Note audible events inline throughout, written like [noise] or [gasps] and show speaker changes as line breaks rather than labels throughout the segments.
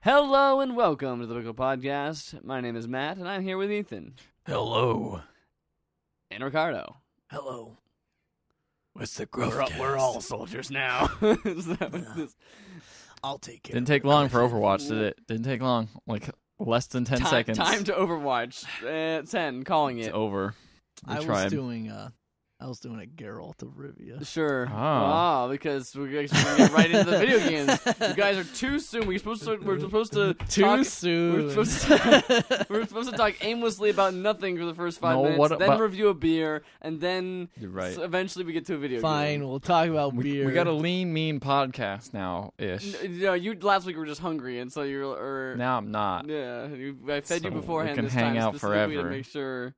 Hello and welcome to the Pickle Podcast. My name is Matt, and I'm here with Ethan
Hello.
and Ricardo.
Hello. What's the
We're, all- we're all soldiers [laughs] now. Is that what this-
I'll take care.
Didn't take long for Overwatch, did it? Didn't take long. Like less than ten
time,
seconds.
Time to Overwatch. Uh, Ten, calling
it's
it.
over. We
I was
tried.
doing uh, I was doing a Geralt of Rivia.
Sure.
Ah.
Ah, because we're going to get right into the
[laughs]
video games. You guys are too soon. We're supposed to. We're supposed to
Too
talk,
soon.
We're
[laughs]
supposed to, we're supposed to talk aimlessly about nothing for the first five
No,
minutes,
what
then
about-
review a beer, and then
You're right.
s- eventually we get to a video
Fine,
game.
we'll talk about
we,
beer.
we got a lean mean podcast now ish.
N- No, you last week were just hungry, and so you're. Or,
Now I'm not.
Yeah, you, I fed
So
you
we
beforehand.
can
this
hang
time
out
specifically to
forever.
make sure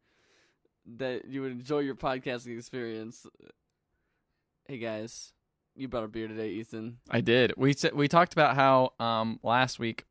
that you would enjoy your podcasting experience. Hey guys, you brought a beer today, Ethan.
I did. We said we talked about how um last week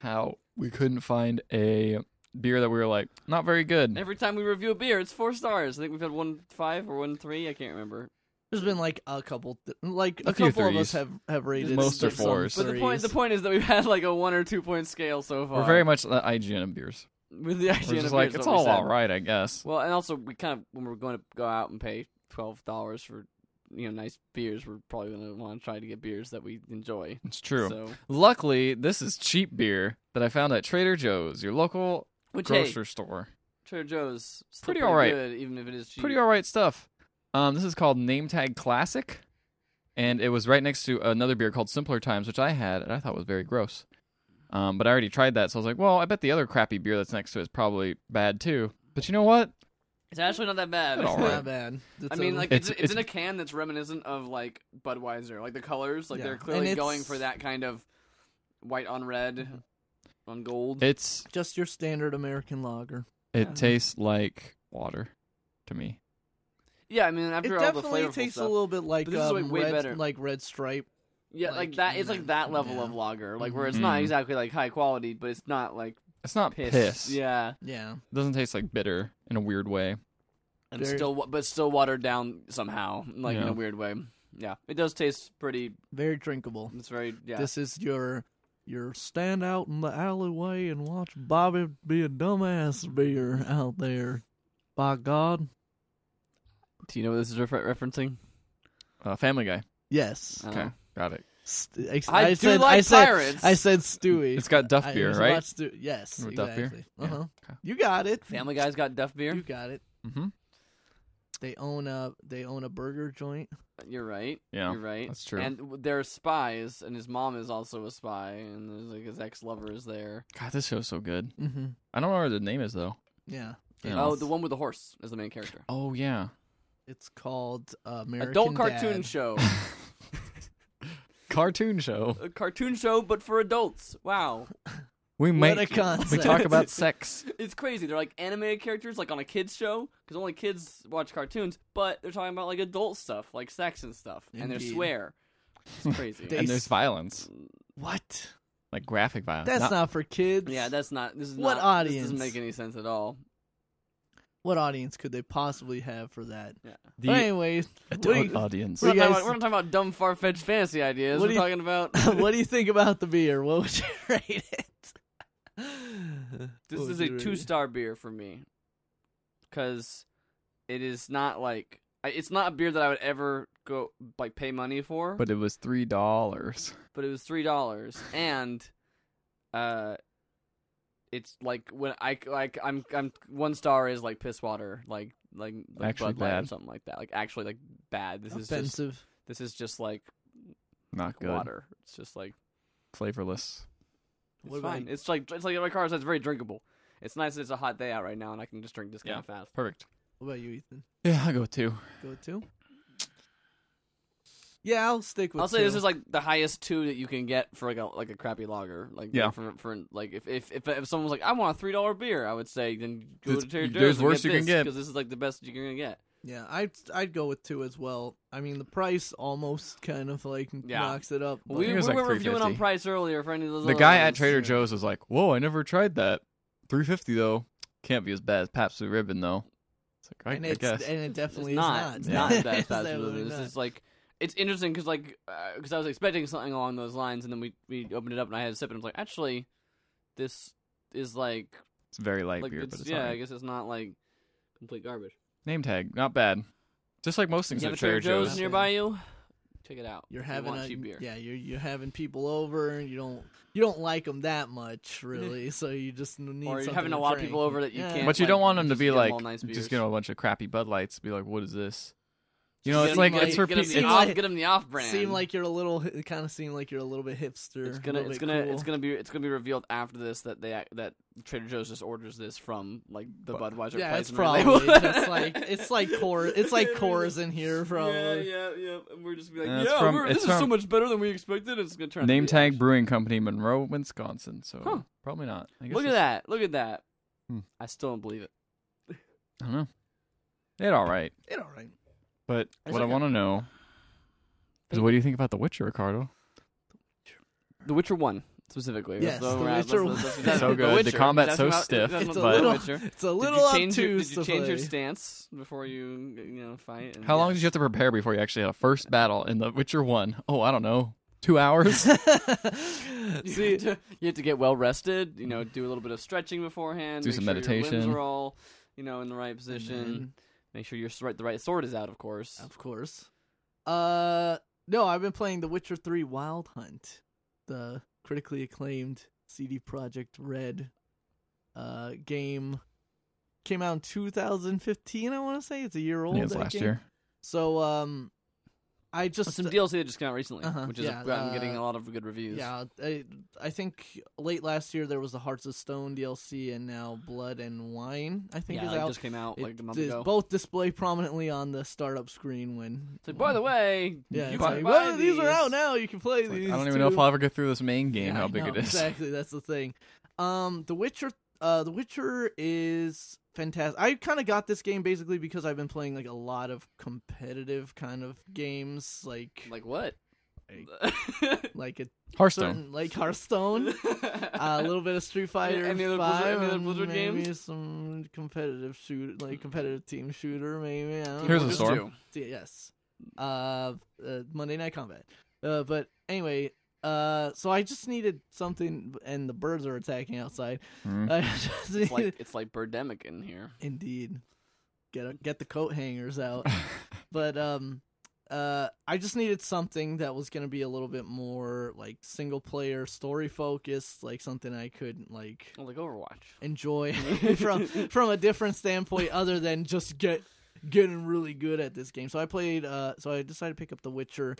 how we couldn't find a beer that we were like not very good.
Every time we review a beer, it's four stars. I think we've had one five or one three. I can't remember.
There's been like a couple, th- like a,
A few
couple of us
threes.
have have rated
Most
some
are fours.
But the point the point is that we've had like a one or two point scale so far.
We're very much uh, the IGN of beers.
with the
We're
IGN
just
of
like
beers,
it's
what we
all
said.
all right, I guess.
Well, and also we kind of when we're going to go out and pay twelve dollars for you know nice beers, we're probably going to want to try to get beers that we enjoy.
It's true.
So,
Luckily, this is cheap beer that I found at Trader Joe's, your local
which hey,
grocery store.
Trader Joe's still
Pretty alright.
good, even if it is cheap.
pretty all right stuff. Um, this is called Name Tag Classic, and it was right next to another beer called Simpler Times, which I had and I thought was very gross. Um, but I already tried that, so I was like, well, I bet the other crappy beer that's next to it is probably bad too. But you know what?
It's actually not that bad.
It's
It's
Alright.
not bad. It's
[laughs] I mean,
a-
like it's, it's,
It's-
in a can that's reminiscent of like Budweiser, like the colors, like
Yeah.
they're
And
clearly
it's-
going for that kind of white on red, on gold.
It's
just your standard American lager.
it
Yeah.
tastes like water to me.
yeah, I mean after
it
all the
definitely
flavorful
tastes
stuff,
a little bit like
But this is
um,
way- way
red,
better.
like red stripe.
yeah, like,
like,
that. It's
in
like
that-
that level of
yeah.
lager, like where it's not
Mhm.
exactly like high quality, but it's not like
It's not
piss.
piss.
Yeah,
Yeah,
It doesn't taste like bitter in a weird way.
and
Very-
still, wa- but still watered down somehow, like in
Yeah.
a weird way. Yeah, it does taste pretty.
very drinkable.
It's very yeah.
This is your your stand out in the alleyway and watch Bobby be a dumbass beer out there. By God,
Do you know what this is refer- referencing?
Uh, family Guy.
yes.
Uh,
Okay, got it.
St- ex-
I do
said,
like
I said,
pirates.
I said Stewie.
It's got Duff
I-
beer,
it's
right?
about Stew- yes,
Remember Duff
exactly.
beer? Yeah,
Uh-huh.
okay.
You got it.
Family Guy's got Duff beer.
You got it.
Mm-hmm.
They own a they own a burger joint.
You're right.
Yeah,
You're right.
that's true.
And w- they're spies, and his mom is also a spy, and there's like his ex lover is there.
God, this show's so good.
Mm-hmm.
I don't know what the name is though.
Yeah.
Yeah.
Oh, the one with the horse is the main character.
Oh yeah.
It's called uh, [laughs] American
adult cartoon
Dad. [laughs]
show.
[laughs] Cartoon show.
a cartoon show, but for adults. Wow,
We
What
make
a concept.
we
[laughs]
talk about sex.
it's crazy. They're like animated characters, like on a kids show, because only kids watch cartoons. But they're talking about like adult stuff, like sex and stuff, and they
Indeed.
swear.
[laughs]
It's crazy.
They-
and there's violence,
What?
like graphic violence.
That's not, for kids.
yeah, that's not. This is
What
not, This doesn't
audience?
make any sense at all.
what audience could they possibly have for that?
the
but anyway, [laughs] what do,
adult
you,
audience.
We're not,
What do
talking
you guys-
about, we're not talking about dumb, far fetched fantasy ideas.
What
We're
do you-
talking about
[laughs] what do you think about the beer? What would you [laughs] rate it?
This
What
is
would
a
you rate it?
two star beer for me, because it is not like I- it's not a beer that I would ever go like pay money for.
But it was three dollars.
but it was three dollars, and uh, it's like when I like I'm I'm one star is like piss water, like like, like
Actually
Bud Light or
bad.
something like that, like actually like bad. This is just
Offensive.
this is just like
Not good.
water. It's just like
Flavorless.
it's
What about
fine.
a-
It's like it's like my car says it's very drinkable. It's nice that it's a hot day out right now, and I can just drink this kind
Yeah.
of fast.
Perfect.
What about you, Ethan?
Yeah, I go two.
Go to. Yeah, I'll stick with.
I'll say this
two.
is like the highest two that you can get for like a like a crappy lager. Like
Yeah.
for, for like if if if, if someone was like I want a three dollar beer, I would say then go
It's-
to Trader Joe's.
there's worse you can get.
because this is like the best you're gonna get.
yeah, I'd I'd go with two as well. I mean, the price almost kind of like
Yeah.
knocks it up.
we
think
we
it was like
were reviewing on
$3.50.
price earlier for any of those.
The
other
guy at
ones.
Trader
yeah.
Joe's was like, "Whoa, I never tried that. Three fifty though. Can't be as bad as Pabst Blue Ribbon though." It's like,
but- and
I, I
it's
guess.
and it
It's
definitely
not. It's
is [laughs]
not
not.
that
It's
fast.
definitely
This
not.
is like it's interesting because like because I was expecting something along those lines, and then we we opened it up and I had a sip, and I was like, actually, this is like
It's very light
like
beer,
it's,
but it's
yeah,
alright.
I guess it's not like complete garbage.
Name tag, not bad. Just like most things
you
at
have a Trader Joe's,
Joe's.
nearby you? Check it out.
You're
if you
having
want
a,
cheap beer.
yeah, you're you're having people over, and you don't you don't like them
[laughs]
that much, really. so you just need
or
something
you're having
to
a lot of
drink.
people over that you
Yeah.
can't.
But you don't
like,
want them to
just
be
get 'em
like
all nice beers.
just get a bunch of crappy Bud Lights. Be like, what is this? You
Just
know,
get
it's
'em
like
the-
it's for
get 'em
people.
the
it's
off,
like-
get 'em the off brand.
Seem like you're a little. It kind of seem like you're a little bit hipster.
it's
a
gonna
little
it's
bit
gonna
cool.
it's gonna be it's gonna be revealed after this that they act- that Trader Joe's just orders this from like the
Bu-
Budweiser.
yeah,
place
it's
and they're like,
probably
"What?" [laughs]
just like it's like core it's like cores in here probably.
Yeah, yeah, yeah. And we're just be like,
Uh, it's
yeah,
from-
we're,
it's
this is so
from-
much better than we expected. It's gonna turn out to
Name
be
tag
ash.
Brewing Company, Monroe, Wisconsin. So
Huh.
probably not. I guess
Look at
it's-
that! Look at that!
Hmm.
I still don't believe it.
I don't know. It all right,
It all right.
but
It's
what I
okay.
want to know is what do you think about The Witcher, Ricardo?
The Witcher One specifically.
Yes,
That's what
The
we're at.
Witcher
That's- that's-
one.
that's-
So
The
good. The
Witcher.
combat's
That's
so
about-
stiff,
that's
It's a
about The
little-
Witcher.
It's a
Did
little
you change your,
obtuse
did you
to
change your
play.
stance before you you know fight? And
How long did you have to prepare before you actually had a first battle in The Witcher One? Oh, I don't know,
[laughs]
two hours.
[laughs]
You
See,
have, to, you have to get well rested. You know, do a little bit of stretching beforehand.
Do
make
some
sure Your
meditation.
limbs are all you know in the right position.
Mm-hmm.
Make sure your s- right the right sword is out, of course.
of course. Uh, no, I've been playing The Witcher Three Wild Hunt, the critically acclaimed CD Project Red, uh, game. Came out in 2015. I want to say it's a year old.
yeah, it was
that
last
game.
year.
So, um, I
Well,
just
some DLC that just came out recently,
Uh-huh,
which is
yeah,
gotten-
uh,
getting a lot of good reviews.
Yeah, I, I think late last year there was the Hearts of Stone DLC, and now Blood and Wine. I think
yeah,
is
like,
out.
just came out
It
like a month
is
ago.
both display prominently on the startup screen when.
So, by the way,
yeah,
you
it's
can
like,
buy
well, these. are
these."
out now. You can play
It's like,
these.
I don't even know if
too."
I'll ever get through this main
Yeah,
game. how
I
big
know,
it is.
Exactly, that's the thing. Um, The Witcher, uh, The Witcher is fantastic. I kind of got this game basically because I've been playing like a lot of competitive kind of games, like like,
Like what? [laughs]
a
Hearthstone.
certain like
[laughs]
Hearthstone. uh, a little bit of Street Fighter
Any other Blizzard-
5,
any other
and
Blizzard
maybe
games?
some competitive shoot, like competitive team shooter, maybe. I don't
Here's
know.
a
Just
storm.
do.
Yeah, Yes. Uh, uh, Monday Night Combat. Uh, but anyway, uh, so I just needed something, and the birds are attacking outside.
Uh,
Mm.
I [laughs] just
Hmm. It's
needed,
like it's like Birdemic in here.
indeed, get a, get the coat
[laughs]
hangers out. but um, uh, I just needed something that was gonna be a little bit more like single player story focused, like something I could like
Well, like Overwatch.
enjoy [laughs] from from a different standpoint other than just get getting really good at this game. So I played uh so I decided to pick up The Witcher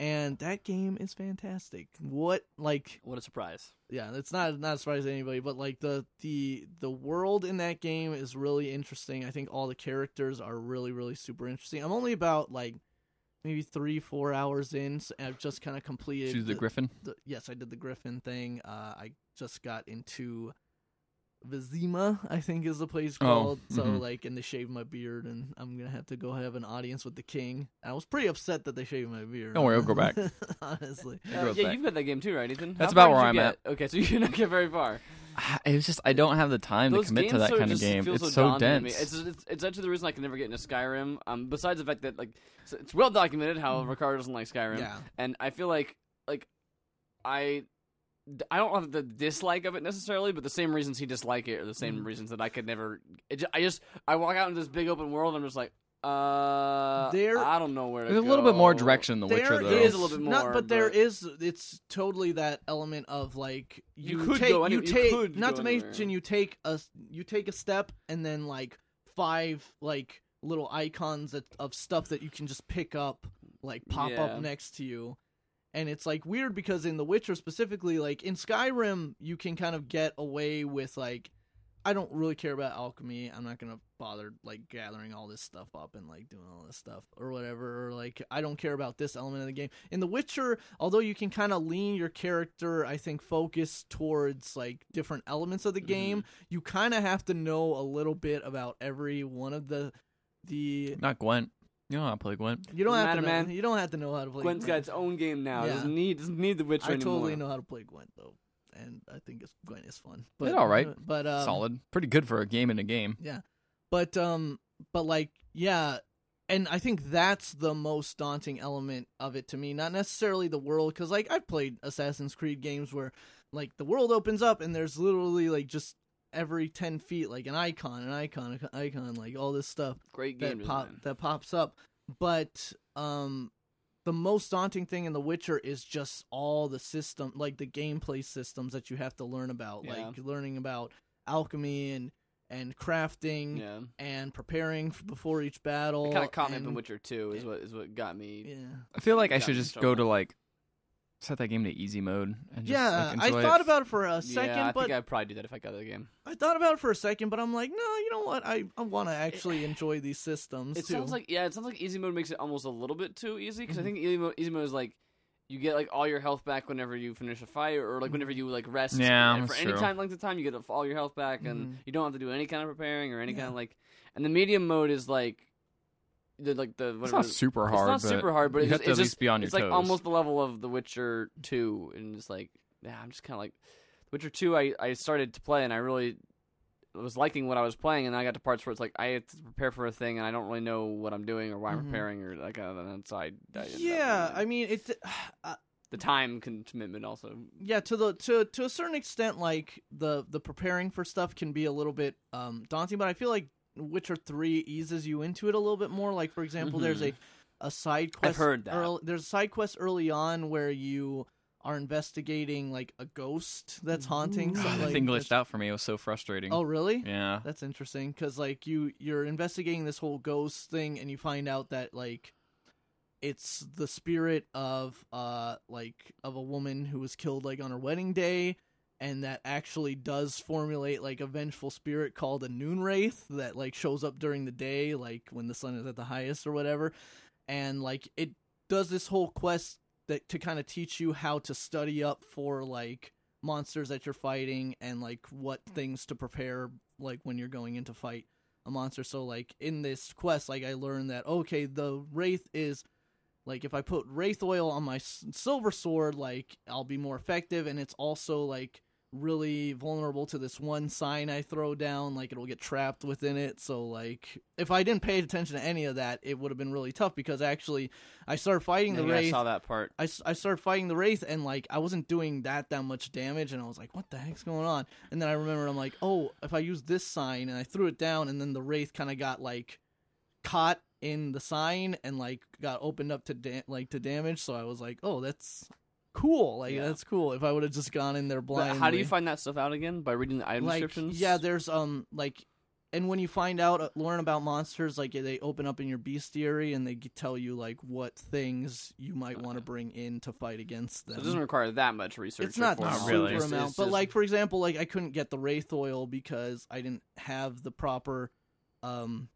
and that game is fantastic. What like
What a surprise!
yeah, it's not not a surprise to anybody, but like the the the world in that game is really interesting. I think all the characters are really really super interesting. I'm only about like maybe 3 4 hours in. So I've just kind of completed
Choose the
the-
Griffin.
the, yes, I did the Griffin thing. Uh, I just got into Vizima, I think is the place
Oh,
called. So
mhm.
like, and they shaved my beard, and I'm gonna have to go have an audience with the king. I was pretty upset that they shaved my beard.
Don't worry, I'll go back.
[laughs] Honestly,
I grew
Uh,
up
yeah,
back.
you've got that game too, right, Ethan?
That's
How
about
far
where
did you
I'm
get? Okay, so [laughs] you didn't get very far.
Ah, It was just I don't have the time to
Those
commit to
games
that
so-
kind of
just
game.
feel
It's
so
so
daunting to me.
dense.
It's, it's it's actually the reason I can never get into Skyrim. Um, besides the fact that like so it's well documented how
Mm-hmm.
Ricardo doesn't like Skyrim.
yeah,
and I feel like like I I don't have the dislike of it necessarily, but the same reasons he dislike it are the same
Mm-hmm.
Mhm.
reasons that I could never. It just, I just I walk out into this big open world. and I'm just like, uh,
There-
I don't know where to
There's a little bit more
go.
direction in The Witcher,
there
though.
It is a little bit
not,
more,
but, there
but-
is. It's totally that element of like
You
you,
could
take
go any- you
take
could
not
go
to
anywhere.
mention you take a you take a step and then like five like little icons that, of stuff that you can just pick up like pop
Yeah.
up next to you. And it's like weird because in The Witcher specifically, like in Skyrim, you can kind of get away with like I don't really care about alchemy. I'm not gonna bother like gathering all this stuff up and like doing all this stuff or whatever. Or like I don't care about this element of the game. In The Witcher, although you can kind of lean your character, I think focus towards like different elements of the
Mhm.
game. You kind of have to know a little bit about every one of the the.
Not Gwent. You know how I play Gwent.
You don't
Doesn't
have to
matter,
know,
man.
You don't have to know how to play.
Gwent's got
Gwent.
its own game now.
Yeah.
Doesn't need doesn't need the Witcher
I
anymore.
totally know how to play Gwent though, and I think it's, Gwent is fun. But
all right.
But um,
Solid. Pretty good for a game in a game.
but um but like yeah and I think that's the most daunting element of it to me. Not necessarily the world, because like I've played Assassin's Creed games where like the world opens up and there's literally like just every ten feet like an icon, an icon, an icon, like all this stuff
Great game
that pop
design.
that pops up. But um, the most daunting thing in The Witcher is just all the system, like the gameplay systems that you have to learn about,
Yeah.
like learning about alchemy and and crafting
Yeah,
and preparing f- before each battle.
it kind of caught me up in
and-
Witcher Two. Is
yeah.
what is what got me.
Yeah,
I feel like I should
Got in
just go to
trouble.
like set that game to easy mode and just
yeah.
like,
I
enjoy
thought
it.
about it for a
yeah,
second,
I
but
think I'd probably do that if I got the game.
I thought about it for a second, but I'm like, no, you know what? I, I want to actually enjoy these systems.
It
too.
sounds like yeah, it sounds like easy mode makes it almost a little bit too easy because
Mhm.
I think easy mode, easy mode is like you get like all your health back whenever you finish a fight or
Mm-hmm.
like whenever you like rest.
Yeah,
and
that's
for any
true.
time length of time you get all your health back and
Mhm.
you don't have to do any kind of preparing or any
Yeah.
kind of like. And the medium mode is like the like the whatever.
It's not super hard.
It's not super hard, but
you
it's
have
just-
to
it's
at least
just-
be on your
it's like
toes. [sighs]
almost the level of The Witcher Two, and it's like yeah, I'm just kind of like Witcher Two. I I started to play, and I really was liking what I was playing, and I got to parts where it's like I had to prepare for a thing, and I don't really know what I'm doing or why I'm
Mhm.
preparing or like uh, and so I, I ended up
yeah.
really-
I mean, it. [sighs] I-
the time con- commitment also.
yeah to the to to a certain extent like the the preparing for stuff can be a little bit um daunting but i feel like witcher 3 eases you into it a little bit more like for example there's a
Mhm.
a side quest
heard that.
earl- there's a side quest early on where you are investigating like a ghost that's
[laughs]
haunting
Ooh.
some,
the
like,
thing
that's-
glitched out for me. It was so frustrating.
oh really
yeah.
that's interesting because like you you're investigating this whole ghost thing and you find out that like it's the spirit of uh like of a woman who was killed like on her wedding day and that actually does formulate like a vengeful spirit called a noon wraith that like shows up during the day like when the sun is at the highest or whatever and like it does this whole quest that to kind of teach you how to study up for like monsters that you're fighting and like what things to prepare like when you're going in to fight a monster so like in this quest like i learned that okay the wraith is like if i put wraith oil on my s- silver sword like i'll be more effective and it's also like really vulnerable to this one sign i throw down like it'll get trapped within it so like if i didn't pay attention to any of that it would have been really tough because actually i started fighting the
Yeah, I
wraith
saw that part.
I, s- I started fighting the wraith and like I wasn't doing that that much damage and I was like what the heck's going on and then I remembered I'm like oh if I use this sign and I threw it down and then the wraith kind of got like caught in the sign and like got opened up to da- like to damage so I was like oh that's cool like
Yeah.
that's cool if I would have just gone in there
But
blind
how do you find that stuff out again by reading the item
like
descriptions?
yeah there's um like and when you find out uh, learn about monsters like they open up in your bestiary and they g- tell you like what things you might want to
Okay.
bring in to fight against them
so it doesn't require that much research.
it's not
or
Not
super
foresight.
really.
It's-
amount,
it's
but
just-
like for example, like I couldn't get the wraith oil because I didn't have the proper, um,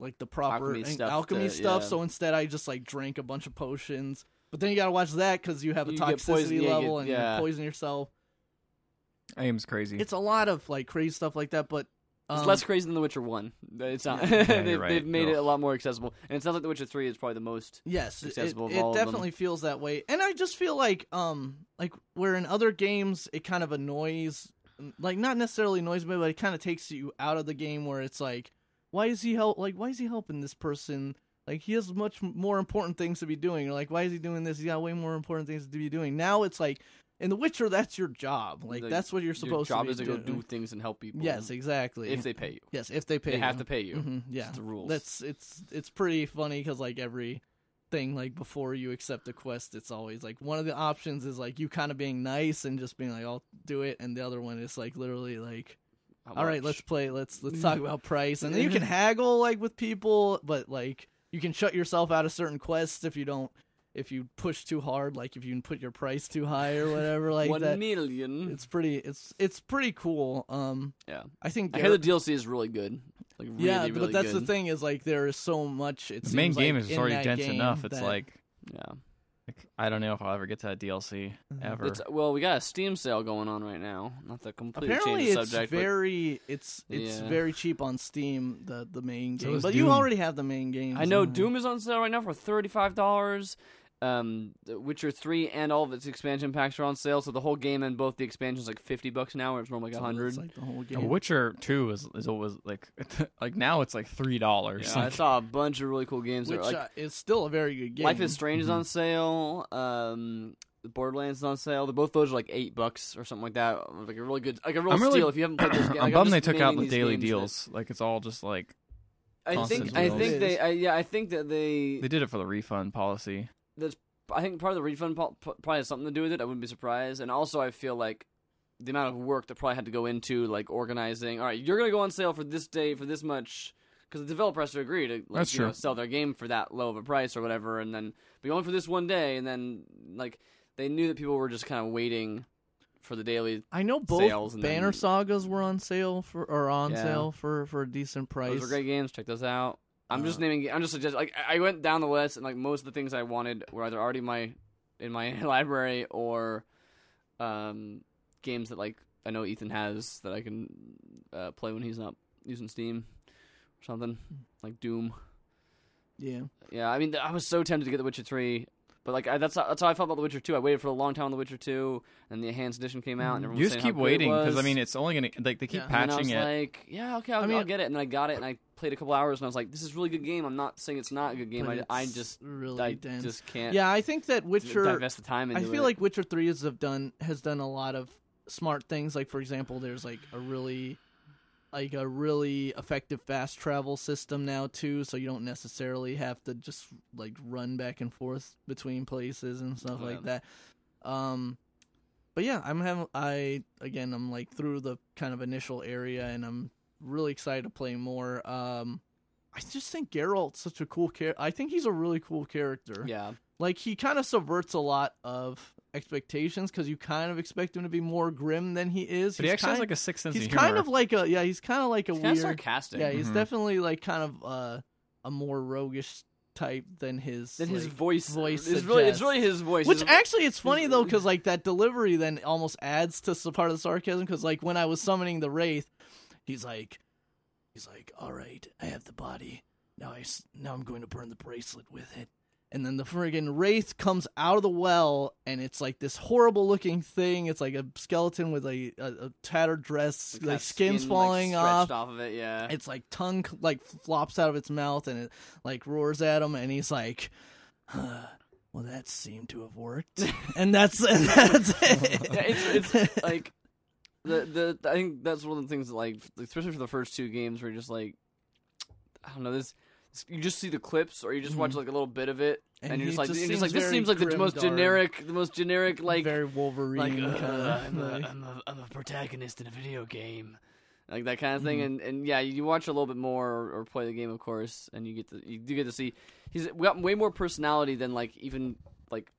like the proper
Alchemy
alchemy
stuff
stuff. Alchemy
to-
stuff.
yeah.
So instead, I just like drank a bunch of potions. But then you gotta watch that because you have a
You get
toxicity
poison- yeah, you
level
get-
and you
yeah.
poison yourself.
Aim's crazy.
It's a lot of like crazy stuff like that. But um,
It's less crazy than The Witcher One. It's not. [laughs]
Yeah,
you're
they've,
right.
they've made
No.
it a lot more accessible, and it sounds like The Witcher Three is probably the most.
Yes, it, it,
accessible of
it
all of them.
definitely feels that way, and I just feel like um like where in other games it kind of annoys, like not necessarily annoys me, but it kind of takes you out of the game where it's like, why is he help like why is he helping this person? Like he has much more important things to be doing, or like why is he doing this? He's got way more important things to be doing. Now it's like in The Witcher, that's your job. Like
The-
that's what you're
Your
supposed
job
to be
is to go
doing.
do things and help people.
yes, exactly.
if they pay you,
yes, if they pay,
they have
you.
to pay you.
Mhm, yeah,
It's the rules.
that's it's it's pretty funny because like every thing like before you accept a quest, it's always like one of the options is like you kind of being nice and just being like I'll do it, and the other one is like literally like
How
all right,
much?
let's play, let's let's talk about price, and then you can haggle like with people, but like you can shut yourself out of certain quests if you don't if you push too hard, like if you put your price too high or whatever like
one
that.
million.
It's pretty it's it's pretty cool. Um
Yeah.
I think
I
Gar-
hear the DLC is really good. Like really,
yeah,
really
but that's the
good.
thing is like there is so much. It
the main
seems like,
game is
in
already
that
dense
game
enough. It's
that-
like,
Yeah,
like, I don't know if I'll ever get to that DLC
Mhm.
ever.
Uh, it's well, we got a Steam sale going on right now. Not to completely
apparently
change the
it's
subject,
very it's it's
Yeah.
very cheap on Steam the the main
So
game,
is
but
Doom.
you already have the main game.
but I know
so-
Doom is on sale right now for thirty five dollars. um, The Witcher Three and all of its expansion packs are on sale, so the whole game and both the expansions like fifty bucks now, where it's normally like
So
a hundred.
that's, like the whole
The
game.
Witcher Two is is always like [laughs] like now it's like three dollars.
Yeah, I saw a bunch of really cool games.
which
that are, like,
uh, is still a very good game.
Life is Strange is
Mhm.
on sale. Um, Borderlands is on sale. They're both those are like eight bucks or something like that. Like a really good, like a real
I'm
steal
really-
if you haven't played
[clears throat]
this game. Like,
I'm bummed they
just
took out
naming
the
these
daily
games that-
deals. Like it's all just like
I
Constantly
think I
deals.
think
It
they
is.
I, yeah I think that they,
they did it for the refund policy.
I think part of the refund po- po- probably has something to do with it. I wouldn't be surprised. And also I feel like the amount of work that probably had to go into like organizing. All right, you're gonna go on sale for this day for this much. Because the developer has to agree to like,
That's
you know,
true.
sell their game for that low of a price or whatever, and then be only for this one day, and then like they knew that people were just kind of waiting for the daily.
I know both
sales and then-
Banner Sagas were on sale for or on
Yeah.
sale for for a decent price.
Those are great games. Check those out. I'm just
Uh,
naming. I'm just suggesting. Like I I went down the list, and like most of the things I wanted were either already my in my [laughs] library or um, games that like I know Ethan has that I can uh, play when he's not using Steam or something like Doom.
Yeah,
Yeah, I mean, I was so tempted to get The Witcher Three, but like I, that's how, that's how I felt about The Witcher Two. I waited for a long time on The Witcher Two, and the enhanced edition came out, and everyone
Mm-hmm. You
was
just
saying
keep
how great it
waiting because I
was.
mean it's only gonna like they keep
Yeah. I
And
mean,
I
patching
was
it.
like, yeah, okay, I'll, I
I mean-
will get it. And I got it, and I played a couple hours, and I was like, this is a really good game. I'm not saying it's not a good game.
but
I, I
it's
just,
really
I
dense.
just can't.
yeah, I think that Witcher
divest the time
I
into
feel
it.
like Witcher Three has have done has done a lot of smart things. Like for example, there's like a really like a really effective fast travel system now too, so you don't necessarily have to just like run back and forth between places and stuff
Oh,
like that. Um but yeah, I'm having I again I'm like through the kind of initial area and I'm really excited to play more. Um I just think Geralt's such a cool character. I think he's a really cool character
yeah,
like he kind of subverts a lot of expectations because you kind of expect him to be more grim than he is.
but he
He's
actually has
kind,
like a six sense
he's
of humor.
kind of like a yeah, he's kind of like a
it's kind
weird
of sarcastic.
yeah, he's
Mhm.
definitely like kind of uh, a more roguish type than his
then his
like,
voice,
voice
is really, it's
suggests.
really his voice.
Which
His-
actually, it's
[laughs]
funny though, because like that delivery then almost adds to s- part of the sarcasm. Because like when I was summoning the wraith, he's like, he's like, all right, I have the body now. I s- now I'm going to burn the bracelet with it. And then the friggin' wraith comes out of the well, and it's like this horrible looking thing. It's like a skeleton with a, a, a tattered dress,
like,
like,
that
skins
skin, like,
falling
stretched
off.
off of it. Yeah,
[laughs] It's like tongue c- like flops out of its mouth and it like roars at him and he's like, [sighs] huh, "Well, that seemed to have worked."
[laughs]
and that's and that's it.
Yeah, [laughs] it's,
[laughs]
it's like the the I think that's one of the things that like especially for the first two games where you're just like I don't know this you just see the clips or you just watch
Mhm.
like a little bit of it and,
And
you're
he
just like
just
you're just like
seems
this
very
seems like the
grim
most
dark.
generic the most generic like
[laughs] very Wolverine.
like
kinda,
uh, I'm,
like-
a, I'm, a, I'm a protagonist in a video game Mm-hmm. like that kind of thing and and yeah you watch a little bit more or, or play the game of course and you get to you do get to see he's got way more personality than like even like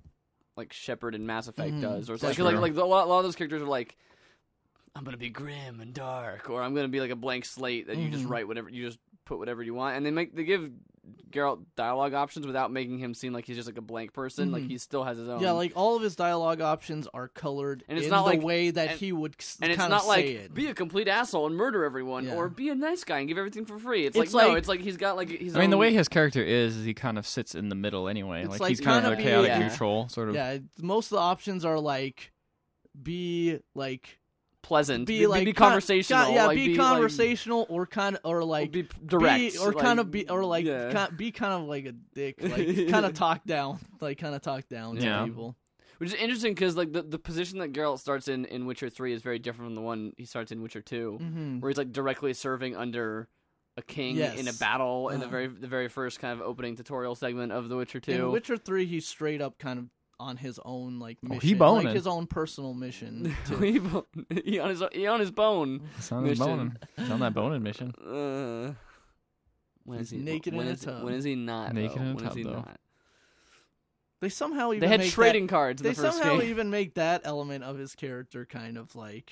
like Shepard in Mass Effect
Mhm.
does or it's
That's
like like
true.
like the- a lot, a lot of those characters are like I'm gonna be grim and dark or I'm gonna be like a blank slate that you just
Mhm.
write whatever you just put whatever you want and they make they give Geralt dialogue options without making him seem like he's just like a blank person like
Mhm.
he still has his own
yeah, like all of his dialogue options are colored
um, And it's
in
not
the
like-
way that
and-
he would s-
and it's
kinda
not
say
like
it.
be a complete asshole and murder everyone,
Yeah.
or be a nice guy and give everything for free. It's,
It's
like, no,
like-
it's like he's got like he's.
I mean, the way his character is, is he kind of sits in the middle anyway.
It's
Like,
like
he's kind
kinda
of a
be-
chaotic
yeah.
neutral sort of.
yeah, it- most of the options are like be like
pleasant,
be like
be
kinda-
conversational,
yeah,
like,
be,
like,
conversational or kind of or
or
like
be direct,
be, or
like,
kind of be or like
yeah.
ki- be kind of like a dick,
[laughs]
like kind of talk down, like kind of talk down
Yeah.
to people.
which is interesting because like the, the position that Geralt starts in in Witcher Three is very different from the one he starts in Witcher 2
Mm-hmm.
where he's like directly serving under a king in a
Yes.
battle in the
Uh-huh.
very the very first kind of opening tutorial segment of The Witcher Two. [laughs]
In Witcher Three, he's straight up kind of on his own like
Oh,
mission,
he boning.
like his own
[laughs]
personal mission. to-
he, bo- he on his he on his bone.
It's on his
Mission.
bone. It's on that bone admission.
Uh, when is
He's
he
naked
when
in a
is-
tub.
When is he not?
Naked
though?
in a
When is
tub,
he
though.
not?
they somehow even
They had
make
trading
That,
cards. In
they
the first
somehow
game.
even make that element of his character kind of like.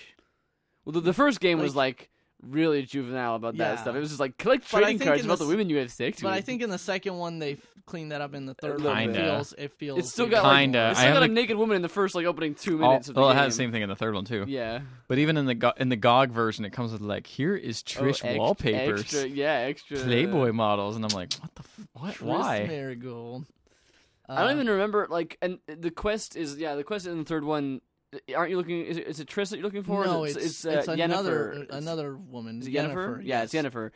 well, the, the first game was like really juvenile about that
Yeah.
stuff. It was just like collect
But I
trading
think
cards
in
about
the
the women you have sex
But
with.
I think in the second one they f- cleaned that up. In the third
little
one, it
bit.
feels it feels
it's still got
Kinda.
Like, it's
I
still got
haven't-
a naked woman in the first like opening [laughs] two
All,
minutes of the
well, it
game.
had the same thing in the third one too.
Yeah.
But even in the Go- in the GOG version, it comes with like, here is
Oh,
Trish
ex-
wallpapers,
Extra, yeah, extra.
Playboy models, and I'm like, what the, f- what,
Tris
why?
Marigold.
I don't
Uh,
even remember. Like, and the quest is yeah, the quest in the third one. Aren't you looking? Is it, is it Triss that you're looking for?
No,
Is it-
it's
uh,
it's another
Yennefer. It's-
another woman.
Is it Yennefer? Yeah, it's
yes.
Yennefer,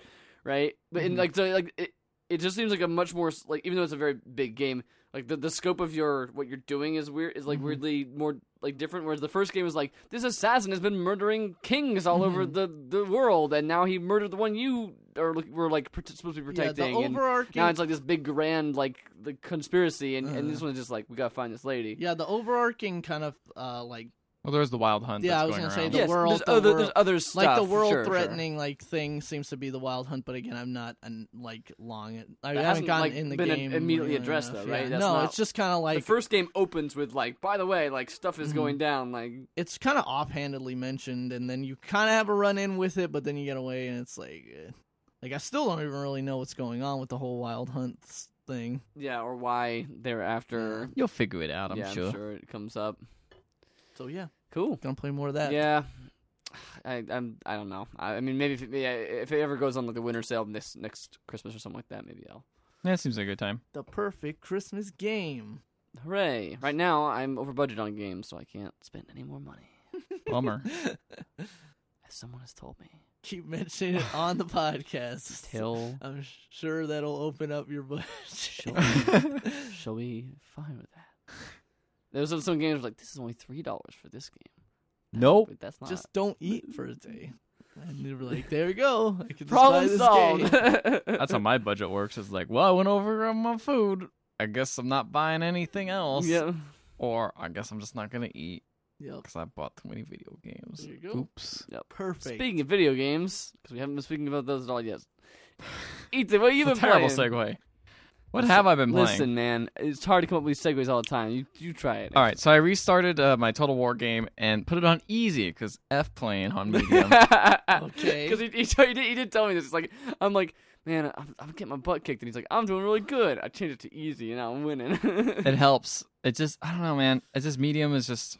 right? But in
Mhm.
like so, like it, it just seems like a much more s- like even though it's a very big game, like the, the scope of your what you're doing is weird is like
Mhm.
weirdly more like different. Whereas the first game was like this assassin has been murdering kings all over
Mhm.
the the world, and now he murdered the one you are look- were like prote- supposed to be
Yeah, the
protecting. and
overarching
now it's like this big grand like the conspiracy, and, and this
Uh-huh.
one's just like we gotta find this lady.
yeah the overarching kind of uh like
Well, there's the wild hunt.
Yeah,
that's
I was
going
gonna say
around.
the
yes,
world-
there's
the
other there's
world-
other stuff,
like the world
sure, sure.
threatening like thing seems to be the wild hunt but again i'm not an, like long i haven't
hasn't,
gotten
like,
in the
been a-
game
immediately
long
addressed,
enough,
though, right?
yeah.
That's
no
not-
it's just kind of like
the first game opens with like, by the way, like stuff is
Mhm.
going down. Like
it's kind of offhandedly mentioned and then you kind of have a run in with it but then you get away and it's like eh. like i still don't even really know what's going on with the whole wild hunt s- thing
yeah, or why they're after.
You'll figure it out, I'm
yeah,
sure.
I'm sure it comes up.
so yeah
Cool.
gonna play more of that
Yeah. [sighs] I I'm, I don't know. I, I mean, maybe if it, yeah, if it ever goes on like the winter sale next next Christmas or something like that, maybe I'll.
That seems like a good time.
the perfect christmas game
Hooray! Right now I'm over budget on games, so I can't spend any more money.
Bummer.
As someone has told me.
keep mentioning it on the
[laughs]
podcast [laughs]
Till
i'm sure that'll open up your budget
Sure. shall we fine with that? There's some, some games like this is only three dollars for this game.
nope.
But that's not
[laughs] just don't eat for a day and they were like there you go I can just buy
problem
this
solved.
game. [laughs]
That's how my budget works. It's like, well, I went over on my food. I guess I'm not buying anything else.
yeah.
Or I guess I'm just not going to eat
yep
because I bought too many video games.
There you go.
Oops.
perfect
Speaking of video games, because we haven't been speaking about those at all yet. Ethan, what have you
It's a
been
terrible
playing?
segue. What have I been playing?
Listen, man, it's hard to come up with these segues all the time. You you try it. [laughs]
All right, so I restarted uh, my Total War game and put it on easy because F playing
[laughs]
on medium.
okay. [laughs]
Okay.
Because he, he, told- he did, he did tell me this. It's like I'm like, man, I'm, I'm getting my butt kicked, and he's like, I'm doing really good. I changed it to easy, and now I'm winning. [laughs]
it helps. It just, I don't know, man. It's just medium is just.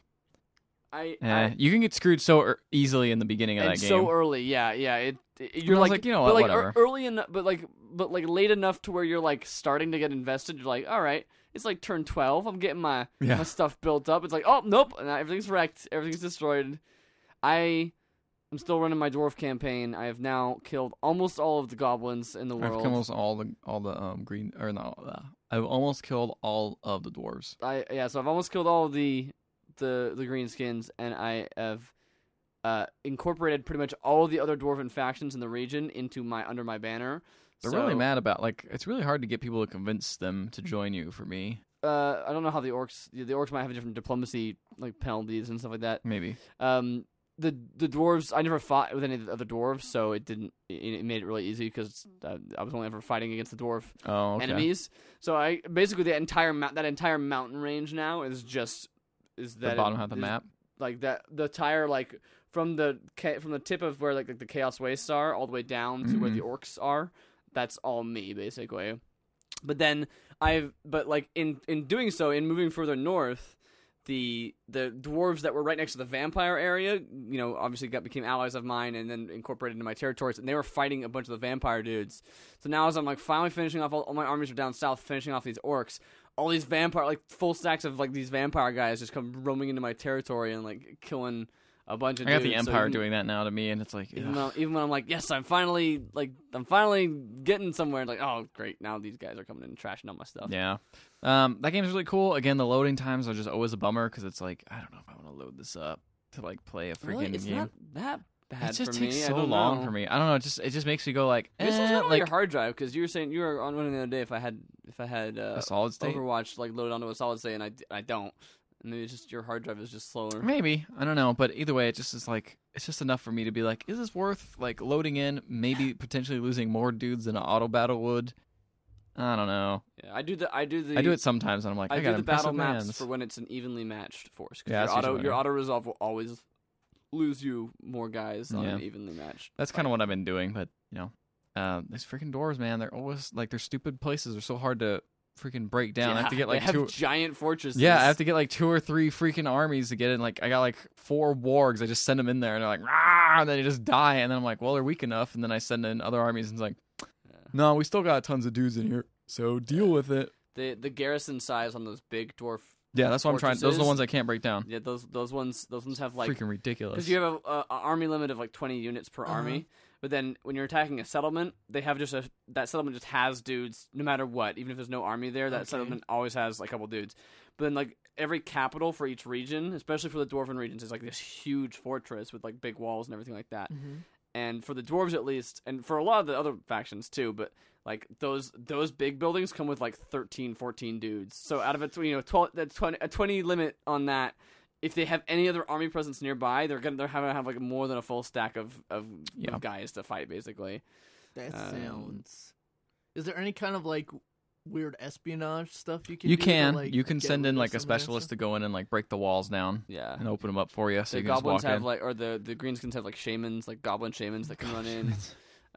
I,
Eh.
I
you can get screwed so er- easily in the beginning of
and
that game.
so early, yeah, yeah. It, it-
I
you're
was
like,
like, you know
but
what,
like ear-
whatever.
early enough, but like, but like late enough to where you're like starting to get invested. You're like, all right, it's like turn twelve. I'm getting my
Yeah.
my stuff built up. It's like, oh nope, and everything's wrecked, everything's destroyed. I am still running my dwarf campaign. I have now killed almost all of the goblins in the
I've
world.
almost all the all the um green or no, uh, I've almost killed all of the dwarves.
I yeah, so I've almost killed all of the the the green skins, and I have uh, incorporated pretty much all the other dwarven factions in the region into my under my banner.
They're really
So,
mad about like it's really hard to get people to convince them to join you. For me,
Uh, I don't know how the orcs the the orcs might have a different diplomacy like penalties and stuff like that.
maybe
Um, the the dwarves I never fought with any of the other dwarves, so it didn't it, it made it really easy because uh, I was only ever fighting against the dwarf
oh okay.
enemies. So I basically the entire mount that entire mountain range now is just is
the
that
bottom half of the
is-
map.
like that the tire like from the ca- from the tip of where like, the chaos wastes are all the way down to where the orcs are that's all me basically but then i've but like in in doing so in moving further north the the dwarves that were right next to the vampire area you know obviously got became allies of mine and then incorporated into my territories and they were fighting a bunch of the vampire dudes so now as i'm like finally finishing off all, all my armies are down south finishing off these orcs all these vampire like full stacks of like these vampire guys just come roaming into my territory and like killing a bunch of
I got
dudes.
the
So
empire
even-
doing that now to me, and it's like
even
ugh.
though, even when I'm like, yes, I'm finally like, I'm finally getting somewhere. It's like, oh, great, now these guys are coming in and trashing all my stuff.
Yeah. Um, that game's really cool. Again, the loading times are just always a bummer because it's like I don't know if I want to load this up to like play a freaking
really, it's
game.
not that bad.
it just
for
takes
me. I
so
don't
long
know.
for me. I don't know. It just it just makes me go like,
Maybe it's
eh,
something wrong with
like
your hard drive because you were saying you were on one the other day. If I had, if I had uh,
a solid state.
Overwatch like loaded onto a solid state, and I, I don't, and maybe it's just your hard drive is just slower.
Maybe I don't know, but either way, it just is like it's just enough for me to be like, is this worth like loading in?
[laughs]
Maybe potentially losing more dudes than an auto battle would. I don't know.
Yeah, I do the, I do the,
I do it sometimes, and I'm like, I,
I,
got
do the battle
impressive
maps
mans.
for when it's an evenly matched force. 'cause
Yeah, that's
your auto,
usually
your
what I
auto resolve will always lose you more guys on
Yeah.
an evenly matched.
That's kind of what I've been doing, but you know, uh, these freaking doors, man, they're always like their stupid places are so hard to freaking break down. I have to get
they
like
have
two.
giant fortresses.
Yeah, I have to get like two or three freaking armies to get in. Like I got like four wargs. I just send them in there, and they're like, Rah! and then they just die. And then I'm like, well, they're weak enough. And then I send in other armies, and it's like, no, we still got tons of dudes in here, so deal with it.
the the garrison size on those big dwarf.
Yeah, that's what I'm trying. Those are the
Fortresses.
ones I can't break down.
Yeah, those those ones those ones have like
Freaking ridiculous.
because you have a, a, a army limit of like 20 units per
Uh-huh.
army but then when you're attacking a settlement they have just a that settlement just has dudes no matter what even if there's no army there that
Okay.
settlement always has like, a couple dudes but then like every capital for each region especially for the dwarven regions is like this huge fortress with like big walls and everything like that
Mm-hmm.
and for the dwarves at least and for a lot of the other factions too but like those those big buildings come with like 13 14 dudes so out of a tw- you know 12 that's 20, a 20 limit on that if they have any other army presence nearby they're gonna they're gonna have like more than a full stack of of,
Yeah.
of guys to fight basically
That
Um,
sounds. Is there any kind of like weird espionage stuff you can?
You
do to,
can
like,
you can
get
send
rid
in
of
like
some
a
of that
specialist
stuff?
to go in and like break the walls down
yeah
and open them up for you. So
the
you can just
goblins
walk
have
in.
like or the the greenskins have like shamans like goblin shamans that can run in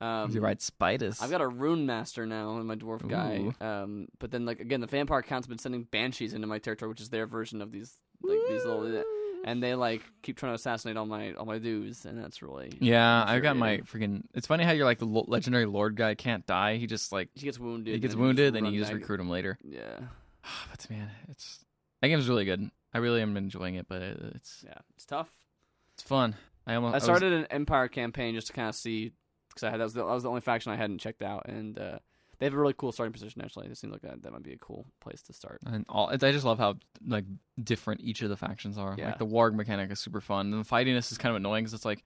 um
you ride spiders.
I've got a rune master now in my dwarf guy.
Ooh.
Um, but then like again, the vampire count's been sending banshees into my territory, which is their version of these like these little, and they like keep trying to assassinate all my all my dudes, and that's really
yeah, I've got my
infuriating.
freaking. It's funny how you're like the lo- legendary lord guy can't die. He just like
He gets wounded.
he gets
and
wounded, and you
run
just
back.
recruit him later.
Yeah,
[sighs] but man, it's that game's really good. I really am enjoying it, but it, it's
yeah, it's tough.
it's fun. I almost
I started an empire campaign just to kind of see because I had that was, the, that was the only faction I hadn't checked out, and uh, they have a really cool starting position actually. It seems like that that might be a cool place to start.
I was- and all. I just love how like different each of the factions are.
Yeah.
Like the warg mechanic is super fun, and the fightiness is kind of annoying because it's like.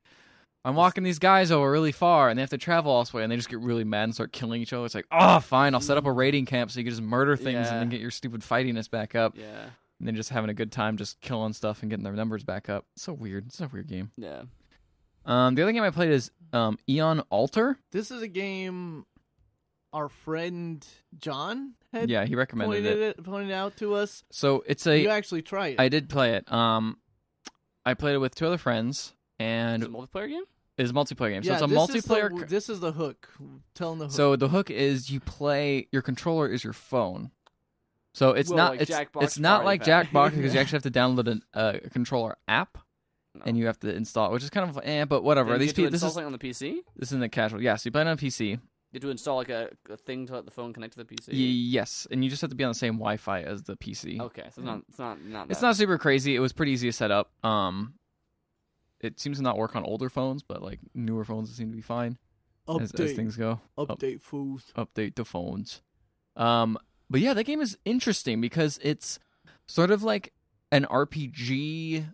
I'm walking these guys over really far, and they have to travel all this way, and they just get really mad and start killing each other. It's like, oh, fine, I'll set up a raiding camp so you can just murder things
Yeah.
and then get your stupid fightiness back up,
Yeah,
and then just having a good time, just killing stuff and getting their numbers back up. It's so weird. It's a weird game.
yeah.
Um, the other game I played is um, Eon Altar.
This is a game our friend John had
yeah, he recommended
pointed
it.
it. pointed out to us.
So it's a
you actually tried it.
I did play it. Um, I played it with two other friends, and
Is it a multiplayer game?
it's a multiplayer game. So
yeah,
it's a
this is the-
multiplayer. c-
this is the hook. Tell him the hook.
so the hook is you play your controller is your phone. So it's
Well,
not
like
it's,
Jackbox
it's not
Party
like
Pack.
Jackbox
[laughs]
because you actually have to download a uh, controller app and you have to install, it, which is kind of eh, but whatever.
Then you
These
get to
people, this
install
is
something on the PC.
this is in the casual. Yeah, so you play it on PC.
You had to install like a, a thing to let the phone connect to the PC.
Yes, and you just have to be on the same Wi-Fi as the PC.
Okay, so it's not it's not not.
It's
that-
not super crazy. It was pretty easy to set up. Um, it seems to not work on older phones, but like newer phones, it seemed to be fine
update,
as, as things go.
update fools.
Update the phones. Um, but yeah, that game is interesting because it's sort of like an RPG,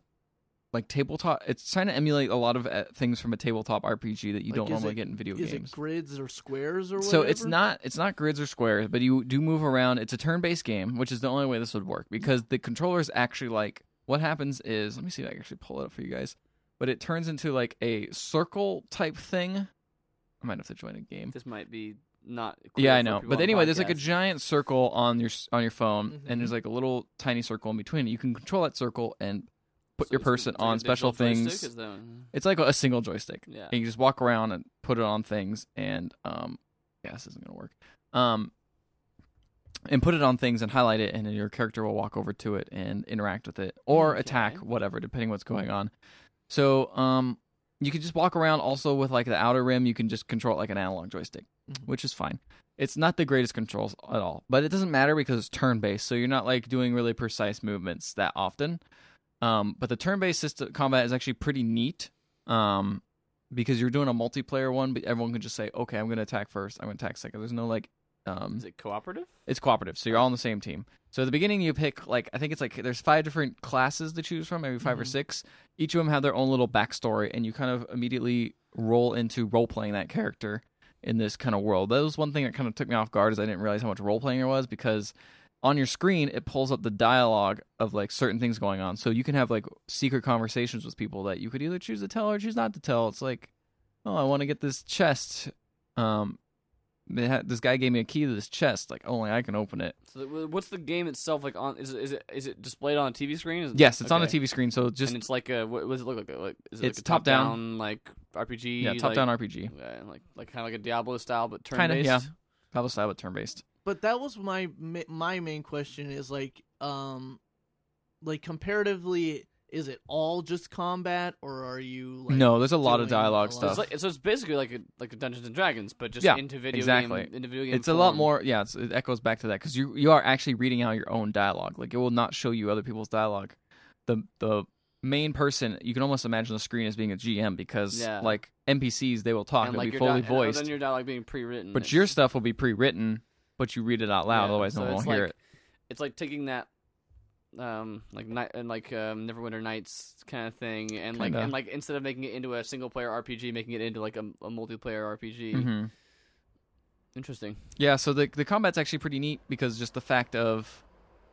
like tabletop. It's trying to emulate a lot of uh, things from a tabletop RPG that you
Like,
don't
is
normally
it-
get in video
Is
games.
it grids or squares or whatever?
So it's not it's not grids or squares, but you do move around. It's a turn-based game, which is the only way this would work because the controller is actually like what happens is let me see if I can actually pull it up for you guys. But it turns into like a circle type thing. I might have to join a game.
This might be not. clear
Yeah, I
for
know.
people on Mm-hmm.
But
the
anyway, there's like a
podcast.
giant circle on your s- on your phone,
Mhm.
and there's like a little tiny circle in between. You can control that circle and put
So
your
it's-
person
it's like a
on special
digital joystick,
things.
is the-
It's like a single joystick.
Yeah.
And you just walk around and put it on things and um yeah, this isn't gonna work. Um and put it on things and highlight it and then your character will walk over to it and interact with it or attack
Okay.
whatever depending what's going on. So um you can just walk around also with like the outer rim, you can just control it like an analog joystick,
Mm-hmm.
Mhm.
which is fine. It's not the greatest controls at all, but it doesn't matter because it's turn based, so you're not like doing really precise movements that often. Um, but the turn-based system combat is actually pretty neat um, because you're doing a multiplayer one, but everyone can just say, "Okay, I'm going to attack first. I'm going to attack second. There's no like, um,
Is it cooperative?
it's cooperative, so you're all on the same team. So at the beginning, you pick like I think it's like there's five different classes to choose from, maybe 5 or
Mhm.
six. Each of them have their own little backstory, and you kind of immediately roll into role playing that character in this kind of world. That was one thing that kind of took me off guard is I didn't realize how much role playing there was because on your screen it pulls up the dialogue of like certain things going on. So you can have like secret conversations with people that you could either choose to tell or choose not to tell. It's like, oh, I want to get this chest. Um, they had, this guy gave me a key to this chest. Like only I can open it.
So the- what's the game itself like? On is it is it, is it displayed on a TV screen? Is it-
Yes, it's on a
okay.
TV screen. So just
and it's like a what, what does it look like? Like is it
It's
like a
top down.
like RPG?
yeah, top
like,
down RPG,
Okay, like like kind of like a Diablo style, but turn
kind of
based.
yeah, Pablo style but turn based.
But that was my ma- my main question is like um like comparatively is it all just combat or are you like
no, there's a lot of
doing
dialogue
a lot.
So
stuff.
it's, like, so it's basically like a, like a Dungeons and Dragons, but just
Yeah,
into video
exactly.
game. Into video game
it's a lot
form.
more. Yeah, it's, it echoes back to that because you you are actually reading out your own dialogue. Like it will not show you other people's dialogue. The the main person you can almost imagine the screen as being a GM because
Yeah.
like NPCs they will talk.
and
They'll
like
be
your
fully
di- And oh,
voiced,
then your dialogue being pre-written,
but
It's-
your stuff will be pre-written. But you read it out loud,
yeah,
otherwise
so
no one will
it's
hear
like,
it.
It's like taking that, um, like night and like um, Neverwinter Nights kind of thing, and like
Kinda.
and like instead of making it into a single player RPG, making it into like a, a multiplayer RPG.
Mhm.
Interesting.
Yeah, so the the combat's actually pretty neat because just the fact of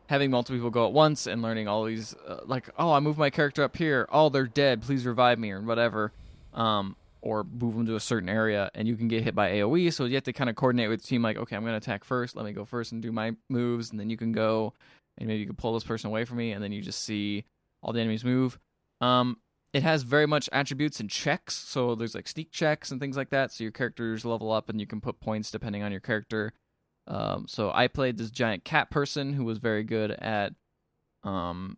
having multiple people go at once and learning all these uh, like oh I move my character up here oh they're dead please revive me or whatever, um or move them to a certain area and you can get hit by AOE so you have to kind of coordinate with the team like okay I'm gonna attack first let me go first and do my moves and then you can go and maybe you can pull this person away from me and then you just see all the enemies move. Um, it has very much attributes and checks. So there's like sneak checks and things like that. So your characters level up and you can put points depending on your character. Um, so I played this giant cat person who was very good at, um,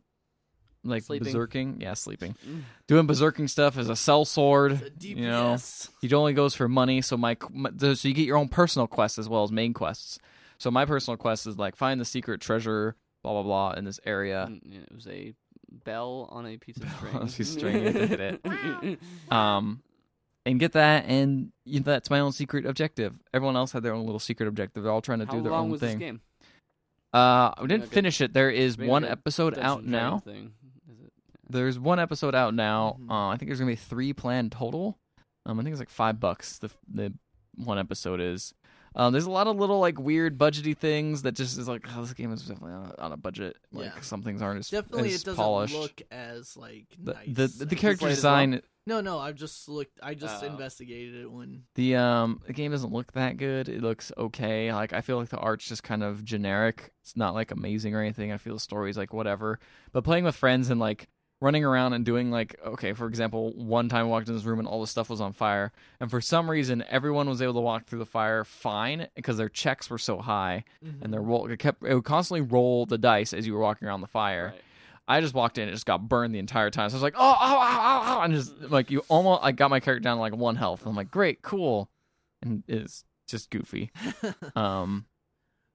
like
Sleeping.
berserking. Yeah, sleeping.
Mm.
Doing berserking stuff as a cell sword.
The DPS.
You know, it only goes for money. So my, my so you get your own personal quests as well as main quests. So my personal quest is like find the secret treasure, blah blah blah, in this area.
And mm, it was a bell on a piece of
[laughs] Bell
string.
on a piece of string, you had to
[laughs]
hit it.
Mm.
um, and get that, and you know, that's my own secret objective. Everyone else had their own little secret objective. They're all trying to
How
do their
long
own
was
thing.
this game?
Uh, we didn't
Like a-
finish it. There is
being
one
like a
episode
Dungeons
out
and Dragons
now.
Thing. Is it?
There's one episode out now.
Mhm.
Uh, I think there's gonna be three planned total. Um, I think it's like five bucks. The the one episode is. Um, there's a lot of little like weird budgety things that just is like, oh, this game is definitely on a, on a budget. Like
Yeah.
some things aren't as
Definitely,
as
it doesn't
polished.
look as like
the,
nice.
the the
as-
character
played as
design
No, no. I've just looked. I just
Oh.
investigated it when.
The um the game doesn't look that good. It looks okay. Like I feel like the art's just kind of generic. It's not like amazing or anything. I feel the story's like whatever. But playing with friends and like running around and doing like okay, for example, one time I walked in this room and all the stuff was on fire, and for some reason everyone was able to walk through the fire fine because their checks were so high and
[laughs]
their roll it kept it would constantly roll the dice as you were walking around the fire.
Right.
I just walked in, and it just got burned the entire time. So I was like, oh, oh, oh, oh, and just like you almost, I got my character down to like one health. I'm like, great, cool, and it's just goofy. Um,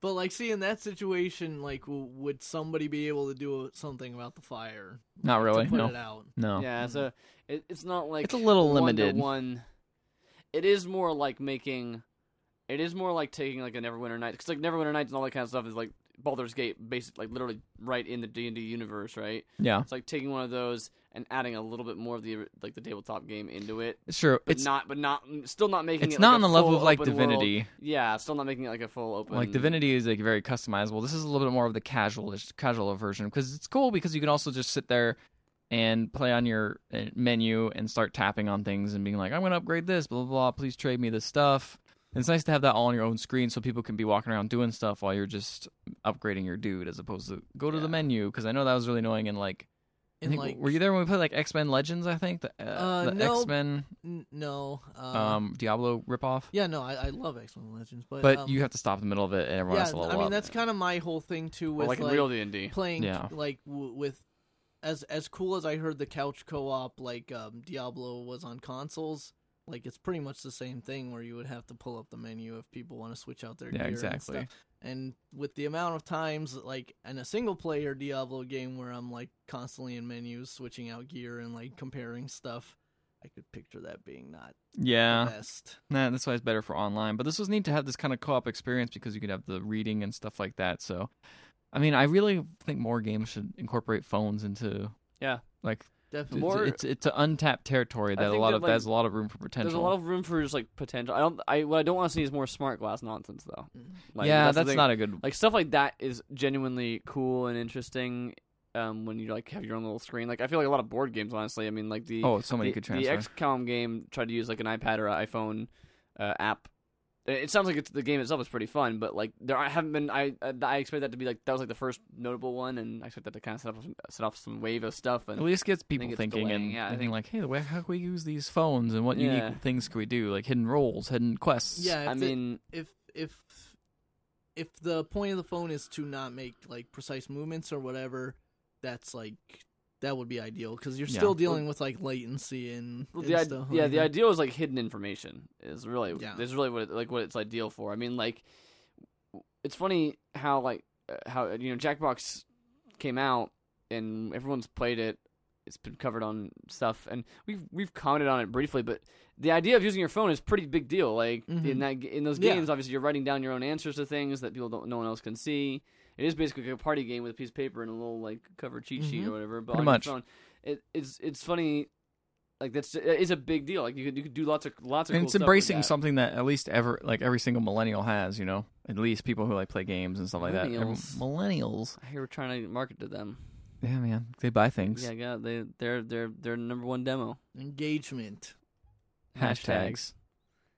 but like, see, in that situation, like, w- would somebody be able to do something about the fire?
not really,
to put
no,
it out.
no.
Yeah, so it, it's not like
Oh. It's a little
one to
limited.
One, it is more like making. It is more like taking like a Neverwinter Nights because like Neverwinter Nights and all that kind of stuff is like Baldur's Gate, basically like literally right in the D and D universe, right?
yeah,
It's like taking one of those and adding a little bit more of the like the tabletop game into it,
sure.
but
It's
not, but not, still not making.
it's
it,
not
like,
on
a
the level
full
of like
open world.
Divinity.
Yeah, still not making it like a full open.
Like Divinity is like very customizable. This is a little bit more of the casual, casual version because it's cool because you can also just sit there and play on your uh, menu and start tapping on things and being like, I'm going to upgrade this, blah, blah, blah. Please trade me this stuff. And it's nice to have that all on your own screen so people can be walking around doing stuff while you're just upgrading your dude as opposed to go to the
Yeah.
menu because I know that was really annoying. And like, I
And
think-
like,
were you there when we played like X Men Legends? I think the, uh,
Uh,
the
no.
X Men
N- no. Um,
um, Diablo ripoff.
Yeah, no. I, I love X Men Legends, but
But
um,
you have to stop in the middle of it and everyone
yeah.
has to level
I mean,
up.
that's kind of my whole thing too
or
with
like, in real D and D.
playing
Yeah.
like w- with as as cool as I heard the couch co-op like um, Diablo was on consoles. Like it's pretty much the same thing where you would have to pull up the menu if people want to switch out their
Yeah,
gear and
exactly.
stuff. And with the amount of times like in a single player Diablo game where I'm like constantly in menus switching out gear and like comparing stuff, I could picture that being not
yeah.
the best.
Nah, that's why it's better for online. But this was neat to have this kind of co-op experience because you could have the reading and stuff like that. So, I mean, I really think more games should incorporate phones into.
Yeah.
Like
Definitely.
it's-
More-
it's it's an untapped territory that a
think
lot
that,
of
like,
there's a lot of room for potential.
There's a lot of room for just like potential. I don't. I what I don't want to see is more smart glass nonsense though. Like,
yeah,
the
that's,
thing.
not a good.
like stuff like that is genuinely cool and interesting um when you like have your own little screen like i feel like a lot of board games honestly i mean like the
oh, so many
the,
could
the
transfer.
xcom game tried to use like an ipad or an iphone uh, app it it sounds like it's, the game itself is pretty fun, but like there are- haven't been. I uh, I expect that to be like that was like the first notable one, and I expect that to kind of set up set off some wave of stuff.
At
And
least gets people
it's
thinking and
delaying, yeah, I think-
thinking like, hey, the way how can we use these phones and what
Yeah.
unique things can we do? Like hidden roles, hidden quests.
Yeah, if
I
the-
mean,
if if if the point of the phone is to not make like precise movements or whatever, that's like that would be ideal because you're
Yeah.
still dealing with like latency and,
Well,
and
the, id-
stuff
yeah,
like
the
that.
ideal is like hidden information is really
Yeah.
is really what it, like what it's ideal for. I mean, like it's funny how like uh, how you know Jackbox came out and everyone's played it. It's been covered on stuff, and we've we've commented on it briefly. But the idea of using your phone is pretty big deal. Like in
Mhm.
that g- in those
Yeah.
games, obviously you're writing down your own answers to things that people don't no one else can see. It is basically a party game with a piece of paper and a little like cover cheat sheet
Mhm.
or whatever. But
Pretty
on
much.
your phone, it, it's it's funny like that's it's a big deal. Like you could you could do lots of lots of.
and
cool
it's
stuff with
embracing
that.
something that at least ever like every single millennial has, you know. At least people who like play games and stuff like that. Every-
Millennials.
millennials.
I hear we're trying to market to them.
Yeah, man. They buy things.
Yeah, yeah, they they're they're they're number one demo.
engagement.
Hashtags.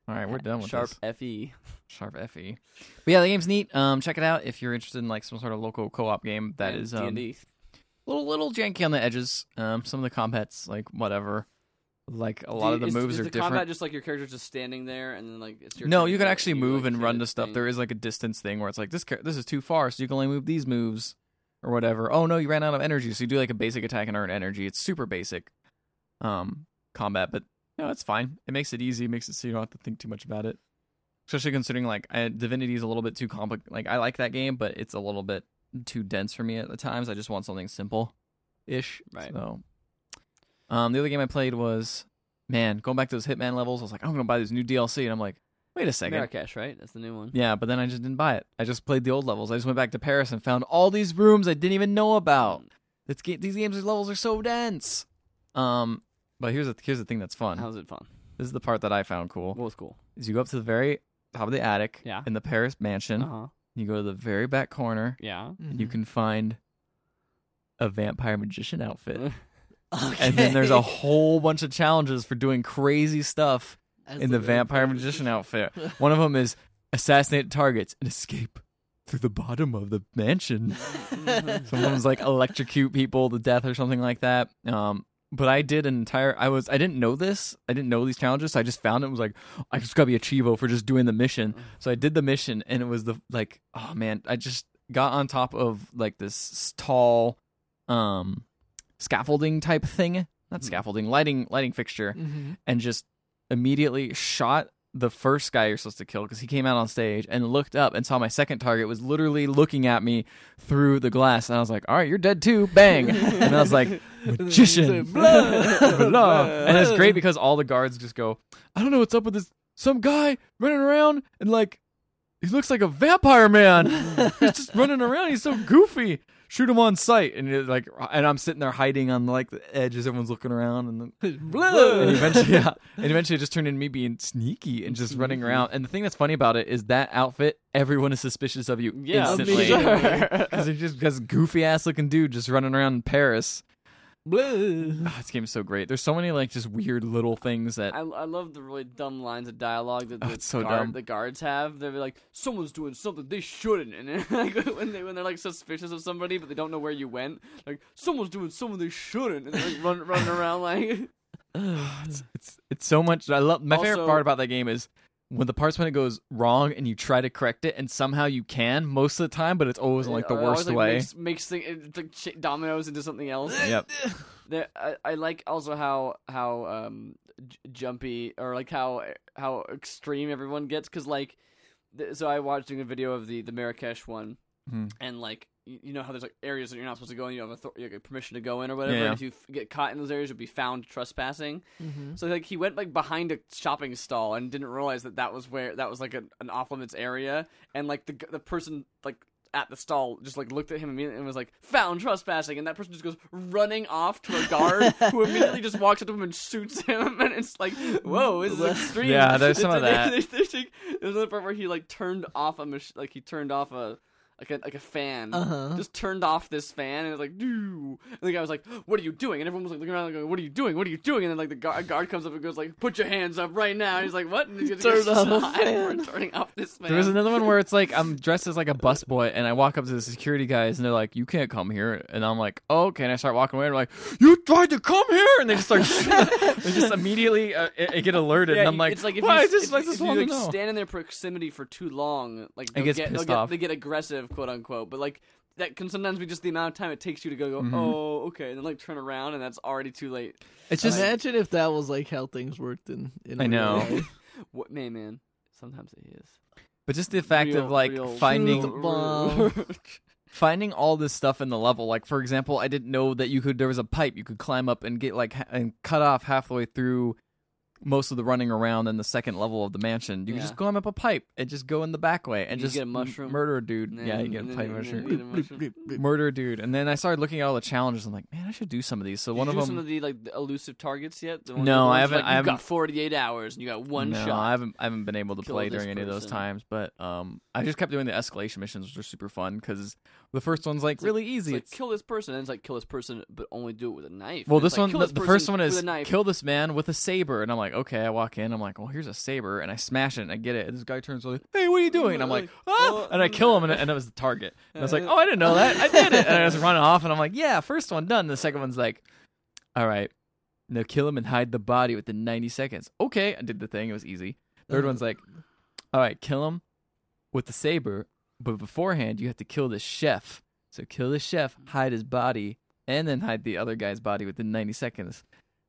All right, we're
Ha-
done with
sharp E
this.
fe.
Sharp FE. But yeah, the game's neat. Um, check it out if you're interested in like some sort of local co-op game that is um,
D&D.
little little janky on the edges. Um, some of the combat's like whatever. Like a lot
Do-
of the
is-
moves
is
are
the
different.
Combat just like your character's just standing there, and then like it's your.
no,
turn
you can
to-
actually
you,
move
like,
and
say
run
the
to stuff.
thing.
There is like a distance thing where it's like this char- this is too far, so you can only move these moves or whatever. Oh no, you ran out of energy, so you do like a basic attack and earn energy. It's super basic um combat, but no, it's fine. It makes it easy, makes it so you don't have to think too much about it. Especially considering like I, Divinity is a little bit too complicated. Like I like that game, but it's a little bit too dense for me at the times. I just want something simple ish.
Right.
So, um, the other game I played was man going back to those Hitman levels. I was like, I'm gonna buy this new DLC, and I'm like, wait a second.
Marrakesh, right? That's the new one.
Yeah, but then I just didn't buy it. I just played the old levels. I just went back to Paris and found all these rooms I didn't even know
Mm.
about. It's, ga- these games' levels are so dense. Um, but here's the here's the thing that's fun.
How's it fun?
This is the part that I found cool.
Well, it's cool.
Is you go up to the very top of the attic
Yeah.
in the Paris mansion.
Uh huh.
You go to the very back corner.
Yeah.
and You
Mm-hmm.
can find a vampire magician outfit.
Mhm.
And then
[laughs]
there's a
Okay.
whole bunch of challenges for doing crazy stuff
As
in the
[laughs]
vampire magician outfit. One of them is assassinate targets and escape through the bottom of the mansion.
Mm-hmm.
Someone's like electrocute people to death or something like that. Um, but I did an entire. I was. I didn't know this. I didn't know these challenges. So I just found it. and Was like, I just gotta be a chivo for just doing the mission. So I did the mission, and it was the like. Oh man, I just got on top of like this tall, um, scaffolding type thing. Not
Mhm.
scaffolding, lighting, lighting fixture
Mhm.
and just immediately shot the first guy you're supposed to kill because he came out on stage and looked up and saw my second target was literally looking at me through the glass and I was like, "All right, you're dead too." Bang. and I was like, "Magician."
Blah.
Blah. and it's great because all the guards just go, "I don't know what's up with this some guy running around and like he looks like a vampire man. He's just running around. He's so goofy." Shoot him on sight, and you're like, and I'm sitting there hiding on like the edge as everyone's looking around, and then
Blah.
and
[laughs]
eventually, yeah, and eventually it just turned into me being sneaky and just running
Sneaky.
around. And the thing that's funny about it is that outfit, everyone is suspicious of you
Yeah.
instantly.
sure.
[laughs] Because you're just this goofy ass looking dude just running around in Paris.
Blah.
Ah, this game's so great. There's so many like just weird little things that.
I, I love the really dumb lines of dialogue that
Oh,
the,
it's so
guard-
dumb.
the guards have. They're like, "Someone's doing something they shouldn't," and then, [laughs] like when they when they're like suspicious of somebody but they don't know where you went, like, "Someone's doing something they shouldn't," and they're like, run, running around
[laughs]
like,
it's, it's it's so much. I love my favorite
Also-
part about that game is. When the parts when it goes wrong and you try to correct it and somehow you can most of the time, but it's
[laughs]
always in like the
It always,
worst
like,
way.
Makes, makes thing, it, like ch- dominoes into something else.
Yep.
There, I, I like also how how um j- jumpy or like how how extreme everyone gets because like th- so I watched a video of the the Marrakesh one
Mhm.
and like y- you know how there's like areas that you're not supposed to go in you have author- you have permission to go in or whatever
Yeah.
and if you f- get caught in those areas you'll be found trespassing
Mhm.
so like he went like behind a shopping stall and didn't realize that that was where that was like an, an off limits area and like the g- the person like at the stall just like looked at him immediately and was like found trespassing and that person just goes running off to a guard who immediately just walks up to him and shoots him [laughs] and it's like whoa this is extreme
Yeah, there's
[laughs]
some of that.
there's, there's, like- there's another part where he like turned off a mach- like he turned off a like a like a fan
Uh-huh.
just turned off this fan and it was like, "Doo." and the guy was like, "What are you doing?" And everyone was like looking around, like, "What are you doing? What are you doing?" And then like the guard, guard comes up and goes like, "Put your hands up right now!" And he's like, "What?" And he's gonna
Turned
get
off the
shot [laughs]
fan.
for turning off this fan.
There was another one where it's like
[laughs]
I'm dressed as like a busboy, and I walk up to the security guys, and they're like, "You can't come here," and I'm like, "Oh, okay." And I start walking away, and they're like, "You tried to come here," and they just
[laughs]
start, they just immediately uh, I- I get alerted,
Yeah,
and I'm
you-
like,
it's like if
"Why
you,
is this?
if,
I just
if you
want to
like
know."
stand in their proximity for too long, like
It
they'll
gets
get, they'll
pissed
get-
off.
they get aggressive quote unquote, but like that can sometimes be just the amount of time it takes you to go, go
Mhm.
oh, okay, and then like turn around and that's already too late.
It's just
imagine if that was like how things worked in. in
I
real
know.
life.
[laughs]
[laughs]
What man, man? Sometimes it is
but just the fact
Real-
of like
real-
finding
Truth bomb.
[laughs]
[laughs]
finding all this stuff in the level. Like for example, I didn't know that you could there was a pipe you could climb up and get like ha- and cut off halfway through most of the running around in the second level of the mansion. You could
Yeah.
just climb up a pipe and just go in the back way and
You
just
get a
m-
mushroom.
murder a dude.
And
yeah,
then-
you get
and
a
then-
pipe
and
mushroom.
then-
Bleep, bleep, bleep.
[laughs] Murder a dude. And then I started looking at all the challenges. I'm like, man, I should do some of these. So
Did
one
you
of
do
them
some of the like the elusive targets yet? The ones- the
No,
ones
I haven't-
Like,
I
you've got
haven't-
48 hours and you got one
no,
shot.
I haven't I haven't been able to
Kill
play
this
during any of those
person.
times, but um, I just kept doing the escalation missions, which are super fun because the first one's like
It's like-
really
It's
easy.
like
It's-
kill this person, and it's like kill this person, but only do it with a knife.
well,
And it's
this
like,
one,
kill
the,
this
the first
person
one
with
is
a knife.
kill this man with a saber, and I'm like, okay, I walk in, I'm like, well, here's a saber, and I smash it, and I get it, and this guy turns like, hey, what are you doing? And
[laughs]
I'm like, ah,
"Oh,
and I kill him, and, and it was the target. And
[laughs]
I was like, oh, I didn't know that, I did it, and I just run off, and I'm like, yeah, first one done. The second one's like, all right, now kill him and hide the body within 90 seconds. Okay, I did the thing, it was easy. Third one's like, all right, kill him with the saber, but beforehand you have to kill the chef. So kill the chef, hide his body, and then hide the other guy's body within 90 seconds.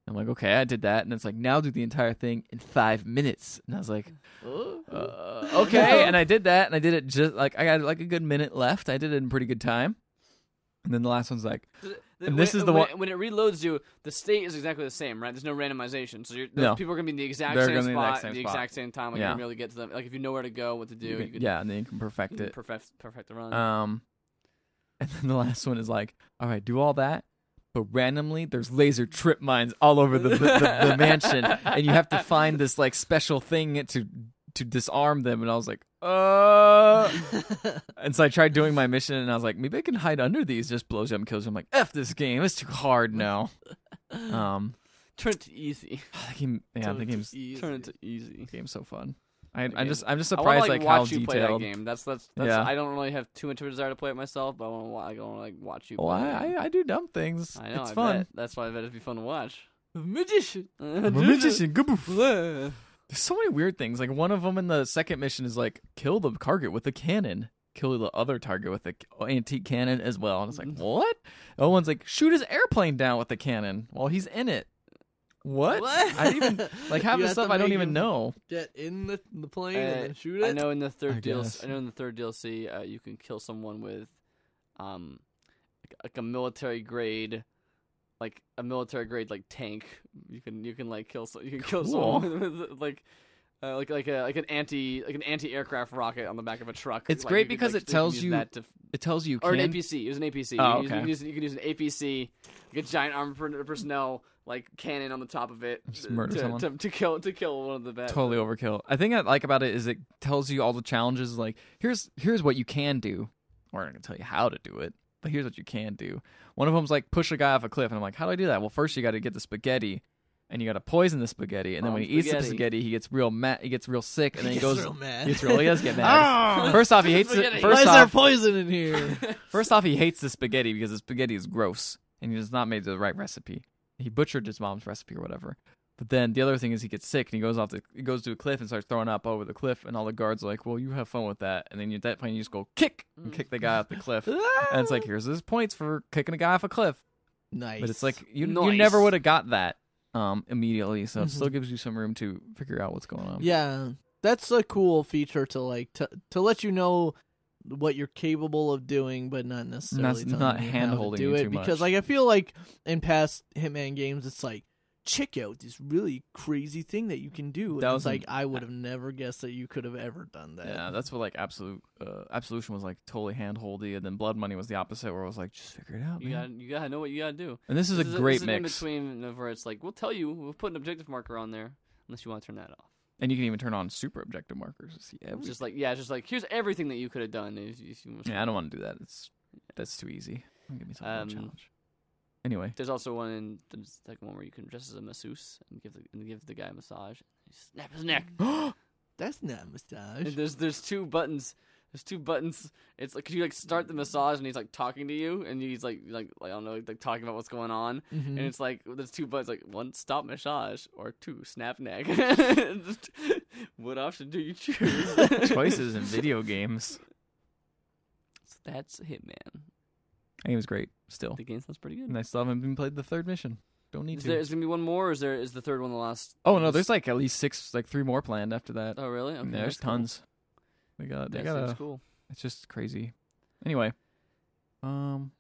I'm like, okay, I did that, and it's like now do the entire thing in five minutes. And I was [laughs] like,
Oh.
uh, okay, and I did that, and I did it just like I got like a good minute left. I did it in pretty good time. And then the last one's like,
Th-
And this
when-
is the
when,
one-
when it reloads you. The state is exactly the same, right? There's no randomization, so you're, those
No.
people are gonna be in the exact
They're
same
gonna be in the
spot,
exact same
the
spot.
exact same time. Like
Yeah.
you're gonna be able to get to them. Like if you know where to go, what to do,
you
you
can-
can,
yeah, and then you can perfect
you can
it.
perfect perfect the run.
Um, [laughs] and then the last one is like, all right, do all that, but randomly there's laser trip mines all over the the, the,
[laughs]
the mansion, and you have to find this like special thing to to disarm them. And I was like, uh.
[laughs]
And so I tried doing my mission, and I was like, maybe I can hide under these, just blows you up and kills you. I'm like, f this game, it's too hard
[laughs]
now. Um, [sighs]
Turn it to easy. [laughs]
the game, yeah, the game's
Easy.
Turn it to easy.
game's so fun. I,
That
I'm
game-
just I'm just
I wanna,
surprised like, how
watch you play that
detailed.
game. That's that's, that's
Yeah.
I don't really have too much of a desire to play it myself, but I want to like, I wanna, like watch you.
Well,
play that
I,
game.
I I do dumb things.
I know.
it's
I
fun.
Bet. That's why I bet it'd be fun to watch. [laughs]
Magician.
I'm a magician. Kaboof. There's so many weird things. Like one of them in the second mission is like kill the target with a cannon, kill the other target with a antique cannon as well. And it's like what? The other one's like shoot his airplane down with the cannon while he's in it. What? I even like half
You
the
have to
stuff I don't
make
even
him
know.
Get in the, the plane
Uh,
and then shoot
[laughs]
it.
I know in the
I
third DLC,
guess.
I know in the third DLC, uh, you can kill someone with, um, like, like a military grade, like a military grade like tank. You can you can like kill so, you can kill someone with, [laughs] with, like. Uh, like like a like an anti like an anti aircraft rocket on the back of a truck.
It's
Like,
great
you could,
because
like,
it tells
use
you
that to,
It tells you you
or
can.
an APC. It was an APC.
Oh,
you, can
okay.
use, you can use an APC, like a giant armored per- personnel like cannon on the top of it
Just murder
to,
someone.
to to kill to kill one of the bad.
totally overkill. I think I like about it is it tells you all the challenges. Like here's here's what you can do. We're not gonna tell you how to do it, but here's what you can do. One of them's like push a guy off a cliff, and I'm like, how do I do that? Well, first you got to get the spaghetti, and you got to poison the spaghetti, and then when
Bomb
he eats the
spaghetti.
spaghetti, he gets real mad. He gets real sick, and then he,
gets
goes. [laughs]
real mad.
He gets real. He
[laughs]
does get
Ah!
mad. first off, he hates it.
Spaghetti.
Why
First
is there
off,
poison in here?
first off, he hates the spaghetti because the spaghetti is gross and it's not made to the right recipe. He butchered his mom's recipe or whatever. But then the other thing is he gets sick and he goes off the he goes to a cliff and starts throwing up over the cliff and all the guards are like, "Well, you have fun with that." And then at that point you just go kick and kick the guy off the
Mm.
cliff. [laughs] And it's like, "Here's his points for kicking a guy off a cliff."
nice.
But it's like you you
Nice. Mm-hmm.
never would have got that um immediately. So it still gives you some room to figure out what's going on.
yeah, that's a cool feature to like to to let you know what you're capable of doing, but not necessarily
Not-
telling
not
you how to
hand-holding
do
you
it
too
because
much.
like I feel like in past Hitman games, it's like. Check out this really crazy thing that you can do. And
That was
it's like
an-
I would have never guessed that you could have ever done that.
Yeah, that's what like absolute uh, absolution was like totally handholdy, and then blood money was the opposite, where it was like just figure it out,
You
man.
gotta, you gotta know what you gotta do.
And this is a great
this
mix.
Is an in between of where it's like we'll tell you, we'll put an objective marker on there, unless you want to turn that off.
And you can even turn on super objective markers to see
It's
every-
just like yeah, it's just like here's everything that you could have done. If, if you
yeah, I don't want to do that. It's that's too easy. Give me something
Um,
of a challenge.
[laughs]
Anyway,
There's also one in the second one where you can dress as a masseuse and give the and give the guy a massage. You snap his neck.
[gasps] That's not
And
massage.
there's there's two buttons. There's two buttons. It's like 'cause you like start the massage and he's like talking to you and he's like like, like I don't know like, talking about what's going on
Mhm.
Mm-hmm.
and it's like there's two buttons like one stop massage or two snap neck. [laughs] Just,
[laughs]
what option do you choose?
choices in video games.
It's that's Hitman.
That game is great still,
The game sounds pretty good.
and I still haven't even played the third mission. Don't need
Is
to.
there is there gonna be one more? Or is there is the third one the last?
oh no, there's like at least six, like three more planned after that.
Oh really? Okay,
there's
that's cool.
tons. They got. They
That
got.
seems
a-
cool.
It's just crazy. Anyway, um,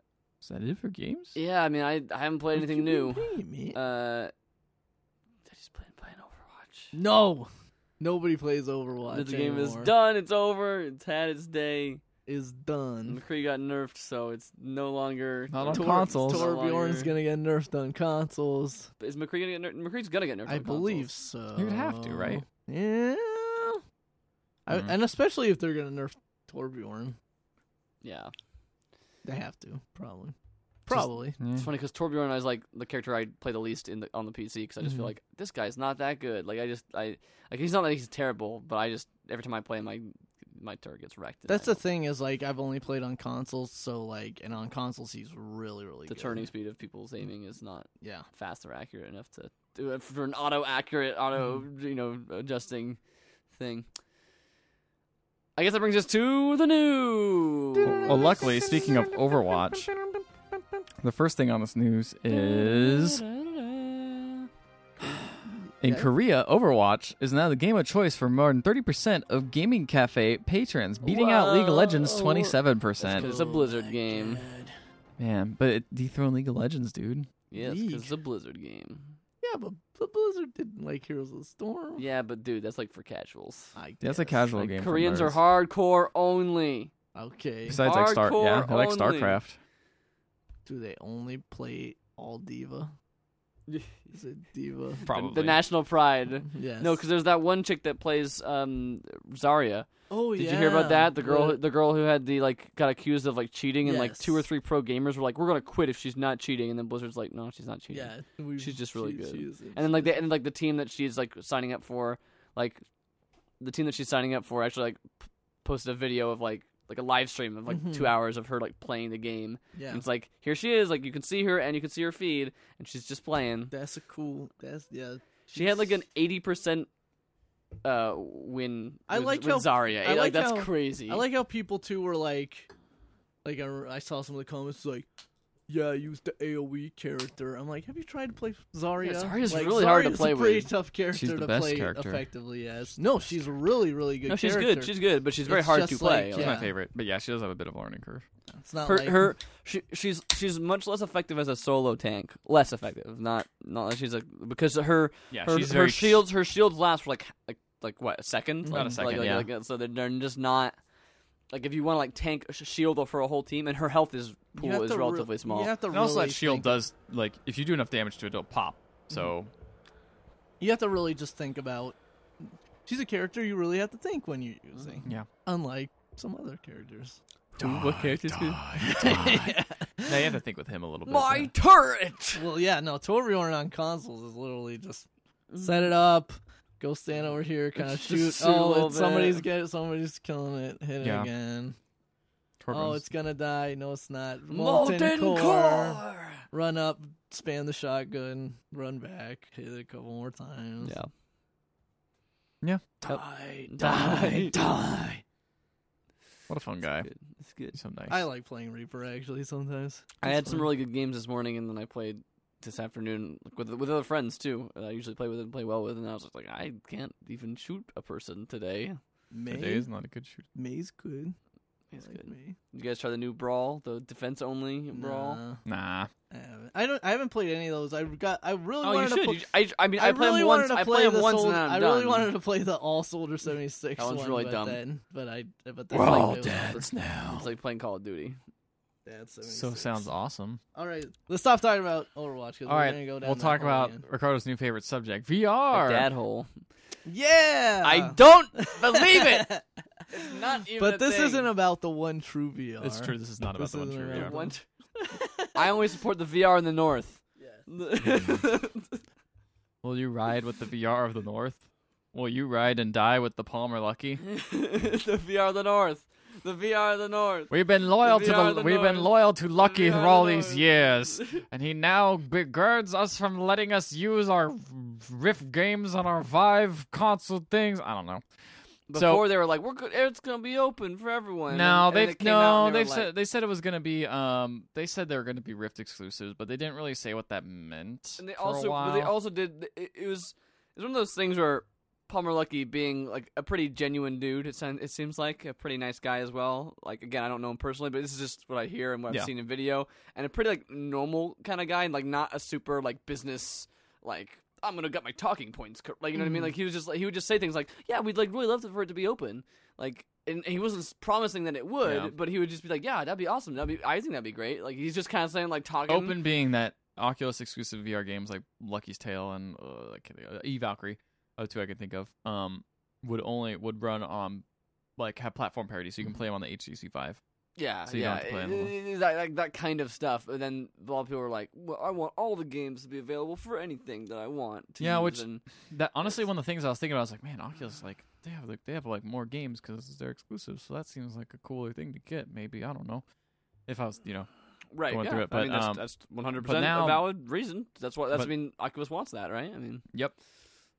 is that it for games?
Yeah, I mean, I I haven't played anything new.
new.
Uh, I just played playing Overwatch.
no, nobody plays Overwatch.
the game is
anymore.
done. It's over. It's had its day.
Is done.
McCree got nerfed, so it's no longer
Not on
Tor-
consoles.
it's no
Torbjorn's
longer-
gonna get nerfed on consoles.
Is McCree gonna get nerfed? McCree's gonna get nerfed.
I
on
believe
consoles.
so.
You'd have to, right?
Yeah. I,
Mm-hmm.
Mhm.
and especially if they're gonna nerf Torbjorn,
Yeah,
they have to probably. Probably.
Yeah.
it's funny because Torbjorn is like the character I play the least in the on the PC because I just feel
Mhm.
like this guy's not that good. Like I just I like he's not like he's terrible, but I just every time I play him, my my turret gets wrecked. and
That's
I-
the thing is like I've only played on consoles, so like and on consoles he's really really
the
good.
turning speed of people's aiming is not
Yeah.
fast or accurate enough to do it for an auto accurate auto
Mm-hmm.
you know adjusting thing. I guess that brings us to the Oh, new.
Well, luckily, speaking of Overwatch, the first thing on this news is in
Okay.
Korea, Overwatch is now the game of choice for more than 30% of gaming cafe patrons, beating out League of Legends
Whoa.
27%.
That's 'cause- It's a
Oh
Blizzard
my
game.
God.
Man, but it dethroned League of Legends, dude.
Yes, because
League.
it's a Blizzard game.
Yeah, but, but Blizzard didn't like Heroes of the Storm.
Yeah, but dude, that's like for casuals.
I
That's a
guess.
casual
Like,
game. for
Koreans are
nerds.
hardcore only.
Okay.
Besides, like Star, yeah, they like
Hardcore
StarCraft.
Do they only play
[laughs]
all diva? Is it diva?
The, the national pride.
yes.
No, because there's that one chick that plays um, Zarya.
oh
Did
yeah.
you hear about that? The girl,
What?
the girl who had the like got accused of like cheating, and like two or
Yes.
three pro gamers were like, "We're gonna quit if she's not cheating," and then Blizzard's like, "No, she's not cheating."
Yeah. [laughs] we-
She's just really
she-
good.
she is-
And then like the and like the team that she's like signing up for, like the team that she's signing up for actually like p- posted a video of like like a live stream of like
Mhm.
two hours of her like playing the game.
yeah.
And it's like here she is, like you can see her and you can see her feed, and she's just playing.
That's a cool. That's yeah.
She had like
she's-
an eighty percent uh win.
I
with,
like
with
how-
Zarya.
I
like,
like
that's
how-
crazy.
I like how people too were like, like I, re- I saw some of the comments like, yeah, I used the AOE character. I'm like, have you tried to play Zarya?
Yeah, Zarya's
like,
really hard to
Zarya's
play
a pretty
with.
tough character
She's the
to
best
play
character.
effectively as. No, she's a really really good.
no, she's
character.
good. She's good, but she's very
It's
hard
just
to play.
like,
Like,
She's my
Yeah.
favorite, but yeah, she does have a bit of a learning curve.
It's not
her,
like
her she, she's she's much less effective as a solo tank. Less effective, not not that she's a because her
Yeah,
her,
she's
her
very
shields her shields last for like like like what a second,
About a
Like-
second,
like,
yeah.
like, so they're, they're just not like if you want to like tank sh- shield for a whole team and her health is
you
pool
have
is
to re-
relatively small.
You have to
And also,
really
that shield
think-
does like if you do enough damage to it, it'll pop. So
You have to really just think about. She's a character you really have to think when you're using,
yeah.
unlike some other characters.
what characters?
[laughs] Now you have to think with him a little bit.
My turret.
Well, yeah, no, Torbjorn on consoles is literally just set it up, go stand over here, kind of
Mm. Just
shoot.
shoot a
Oh,
little
it, somebody's
bit.
get, somebody's killing it. Hit
Yeah.
it again. Oh,
Torbjorn's-
it's gonna die. No, it's not.
Molten, core.
Run up, spam the shotgun, run back, hit it a couple more times.
Yeah.
Yeah.
Die,
Yep.
die,
Die.
die.
what a fun guy.
Good. It's good.
He's so nice.
I like playing Reaper actually sometimes.
I
It's
had some
fun.
really good games this morning, and then I played this afternoon like, with with other friends too. that I usually play with and play well with, and I was just like, I can't even shoot a person today.
Today
May,
is not a good shoot.
May's good.
It's
Like
good.
May.
You guys try the new brawl, the defense only brawl.
Nah.
Nah.
I haven't. I don't. I haven't played any of those. I got. I really
Oh, you
wanted
should.
to. Play,
You- I, I mean, I, play
really
them
wanted
once.
to
I
play
play them
this
once,
old,
and then I'm
I
done.
really wanted to play the All Soldier seventy six.
That one's
one,
really
but
dumb.
Then, but I. But that's
We're all
like,
[laughs] It's [laughs]
now.
like playing Call of Duty.
That's 76.
So sounds awesome.
All right, let's stop talking about Overwatch because
All
we're
right,
gonna go down.
we'll
that
talk
hole
about
again.
Ricardo's new favorite subject,
Like
VR.
dad
[laughs]
hole.
Yeah,
I don't believe
[laughs]
it. Not even.
but this isn't about the one true VR.
It's true. This is not about
This
the one
isn't
[laughs]
true
about
VR.
the one- [laughs]
What? I only support the VR in the north. [laughs]
Will you ride with the VR of the North? Will you ride and die with the Palmer Lucky?
the VR of the north. The VR of the north.
We've been loyal
The
to
VR
the,
of the
we've been
North.
loyal to Lucky
VR
through
of
all
the
these
North. [laughs]
years, and he now begirds us from letting us use our Rift games on our Vive console things. I don't know. So-
Before they were like, we're good. It's gonna be open for everyone. and,
No,
and
they've
it came out
no,
and they were
they've
like,
said they said it was gonna be um they said they were gonna be Rift exclusives, but they didn't really say what that meant.
And they
for
also,
a
but
while.
they also did. It, it was it was one of those things where Palmer Lucky, being like a pretty genuine dude, it, sound, it seems like a pretty nice guy as well. Like again, I don't know him personally, but this is just what I hear and what
Yeah.
I've seen in video, and a pretty like normal kind of guy, and like not a super like business like. I'm gonna get my talking points, cor-" like you know what
Mm-hmm.
I mean.
Mhm.
Like he was just like he would just say things like, "Yeah, we'd like really love for it to be open." Like, and, and he wasn't s- promising that it would,
Yeah.
but he would just be like, "Yeah, that'd be awesome. That'd be, I think that'd be great." Like he's just kind of saying like talking
open being that Oculus exclusive VR games like Lucky's Tale and uh, I can't think- uh, E Valkyrie, other two I can think of, um, would only would run on like have platform parity,
Mm-hmm.
so you can play them on the HTC Vive.
Yeah,
So you don't
yeah,
have to play
it-
another one.
it- it- that, that, that kind of stuff. And then a lot of people were like, "Well, I want all the games to be available for anything that I want." To
Yeah,
use,"
which-
and-
That honestly, one of the things I was thinking about, I was like, man, Oculus like they have like they have like more games because they're exclusive, so that seems like a cooler thing to get. Maybe I don't know if I was you know
right?
going
yeah.
through it,
I
but,
mean, that's
um,
that's one hundred
but
percent
now-
a valid reason. That's what that's.
but-
I mean, Oculus wants that, right? I mean,
Yep.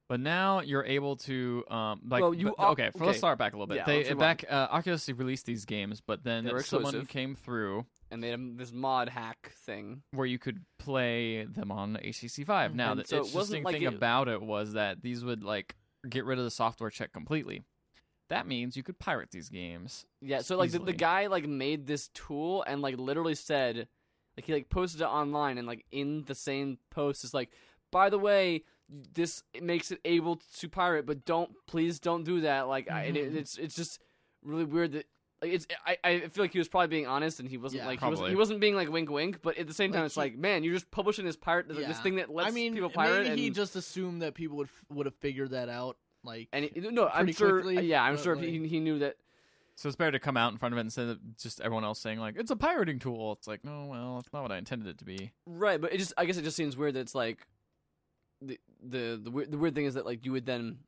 But now you're able to, um, like,
Well, you
but-
are-
okay. For,
okay.
Let's start back a little bit.
Yeah, let's
they
move
back uh, Oculus released these games, but then
They were
someone
exclusive.
came through
and they had this mod hack thing.
where you could play them on HTC Vive. Now,
And
the
so it wasn't
interesting
like
thing
it-
about it was that these would like get rid of the software check completely. That means you could pirate these games.
Yeah, so like the, the
Easily.
guy like made this tool and like literally said, like he like posted it online and like in the same post is like, by the way, this makes it able to pirate, but don't please don't do that. Like I, and it,
Mhm.
it's it's just really weird that. Like it's, I, I feel like he was probably being honest, and he wasn't
Yeah.
like he wasn't,
Probably.
he wasn't being like wink wink. But at the same time,
Like,
it's
he-
like man, you're just publishing this pirate this
Yeah.
thing that lets
I mean,
people pirate.
maybe
and
he just assumed that people would f- would have figured that out. Like,
and he- no, I'm
pretty
sure.
quickly,
yeah, I'm
but,
sure
like-
he, he knew that
So it's better to come out in front of it instead of just everyone else saying like it's a pirating tool. It's like no, well, it's not what I intended it to be.
Right, but it just I guess it just seems weird that it's like the the the weird, the weird thing is that like you would then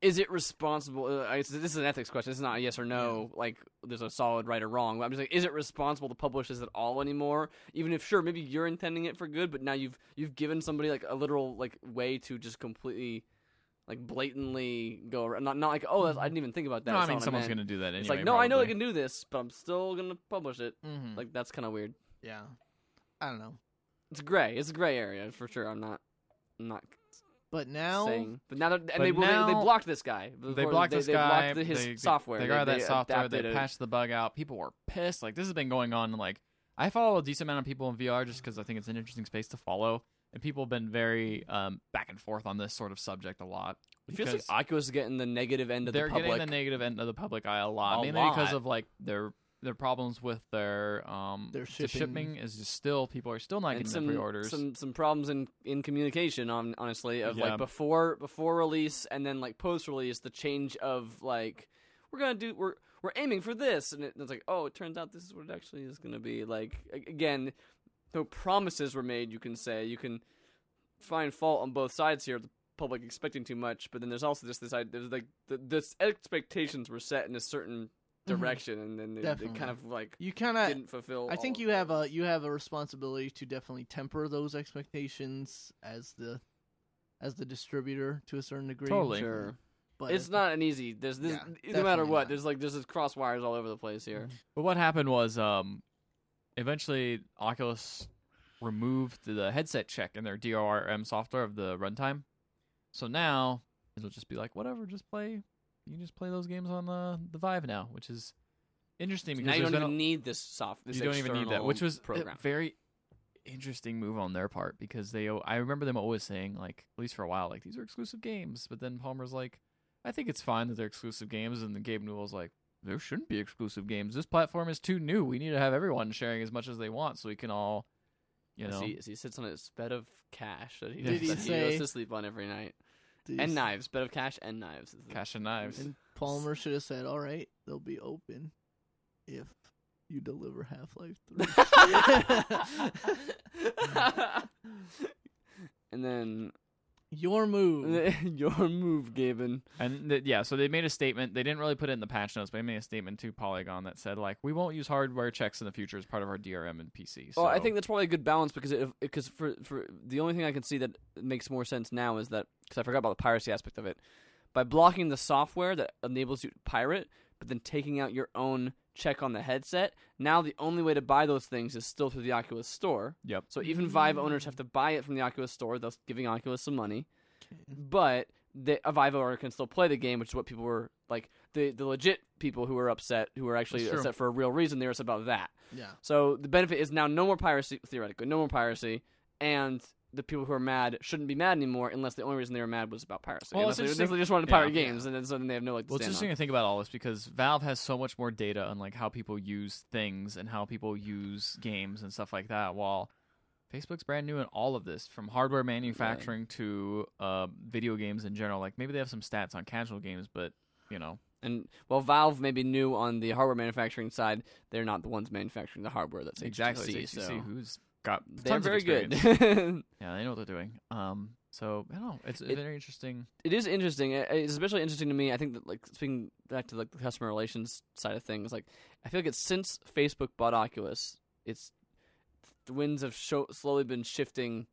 is it responsible uh, I guess this is an ethics question. It's not a yes or no like there's a solid right or wrong. But I'm just like is it responsible to publish this at all anymore? Even if sure maybe you're intending it for good, but now you've you've given somebody like a literal like way to just completely like blatantly go around. not not like oh that's, I didn't even think about that.
no, I
That's
mean
not what
someone's
meant.
gonna do that anyway.
It's like no, I know I
probably. Hmm.
can do this, but I'm still going to publish it.
mhm,
Like that's kind of weird.
yeah, I don't know.
It's gray. It's a gray area for sure. I'm not, I'm not
But now,
saying. But now, they're, and
But
they, well, they they
now-
blocked this guy. Of
they
course,
blocked
they,
this
they
guy.
Blocked his
they,
software.
They got
they,
that software. They
adapted it.
patched the bug out. People were pissed. Like this has been going on. Like I follow a decent amount of people in VR just because I think it's an interesting space to follow. And people have been very um, back and forth on this sort of subject a lot.
It feels like
because
Oculus is getting the negative end of
they're
the public.
getting the negative end of the public eye a lot,
A
mainly because
lot.
of like their their problems with their um
Their
the
shipping.
is just still people are still not
and
getting
some,
the pre-orders.
some some problems in, in communication on honestly of
Yeah.
like before before release and then like post release the change of like we're gonna do we're we're aiming for this and it, it's like oh it turns out this is what it actually is gonna be like a- again no promises were made you can say you can find fault on both sides here of the public expecting too much but then there's also just this idea there's like the, this expectations were set in a certain direction and then they, they
Mm-hmm. Definitely.
kind of like
you kind of
didn't fulfill
I think
all-
you have a you have a responsibility to definitely temper those expectations as the as the distributor to a certain degree.
Totally.
sure
but
it's not an easy. There's this
Yeah,
no matter
definitely
what.
not.
There's like there's this cross wires all over the place here.
But what happened was, um, eventually Oculus removed the headset check in their DRM software of the runtime. So now it'll just be like whatever, just play. You can just play those games on the the Vive now, which is interesting because
now you
there's
don't
been
even
a-
need this soft. This
you don't even need that,
external
which was uh,
program.
a very interesting move on their part because they I remember them always saying like at least for a while like these are exclusive games, but then Palmer's like I think it's fine that they're exclusive games, and then Gabe Newell's like there shouldn't be exclusive games. This platform is too new. We need to have everyone sharing as much as they want so we can all, you
As
know,
he, as he sits on his bed of cash that he,
Did he
that he
say-
goes to sleep on every night,
Dude,
and knives, bed of cash and knives. is the-
cash [laughs] and knives.
And Palmer should have said, "All right, they'll be open if you deliver Half Life 3.
[laughs] and then [laughs]
Your move.
your move, Gaben.
And th- yeah, so they made a statement. They didn't really put it in the patch notes, but they made a statement to Polygon that said like we won't use hardware checks in the future as part of our DRM and PC. So
Well, I think that's probably a good balance because it because for for the only thing I can see that makes more sense now is that because I forgot about the piracy aspect of it, by blocking the software that enables you to pirate, but then taking out your own check on the headset. Now the only way to buy those things is still through the Oculus Store.
Yep.
So even Vive owners have to buy it from the Oculus Store, thus giving Oculus some money. But the a Vive owner can still play the game, which is what people were like the the legit people who were upset, who were actually
That's true.
upset for a real reason. They were upset about that.
Yeah.
So the benefit is now no more piracy, theoretically, no more piracy, and the people who are mad shouldn't be mad anymore unless the only reason they were mad was about piracy.
Well,
unless
it's
they, unless
interesting-
they just wanted to pirate
yeah.
games, and then so then they have no like. To
Well, it's
stand
interesting to think about all this because Valve has so much more data on like how people use things and how people use games and stuff like that. While Facebook's brand new in all of this, from hardware manufacturing to uh, video games in general. Like maybe they have some stats on casual games, but you
on.
know,
And while Valve may be new on the hardware manufacturing side, they're not the ones manufacturing the hardware. That's
exactly
HTC. so
who's got
they're
tons of
very good.
experience. yeah, they know what they're doing. Um, so I don't know. It's
It-
very interesting.
[laughs] it is interesting. I- I- It's especially interesting to me. I think that like speaking back to like the customer relations side of things, like I feel like it's since Facebook bought Oculus, it's the winds have sho- slowly been shifting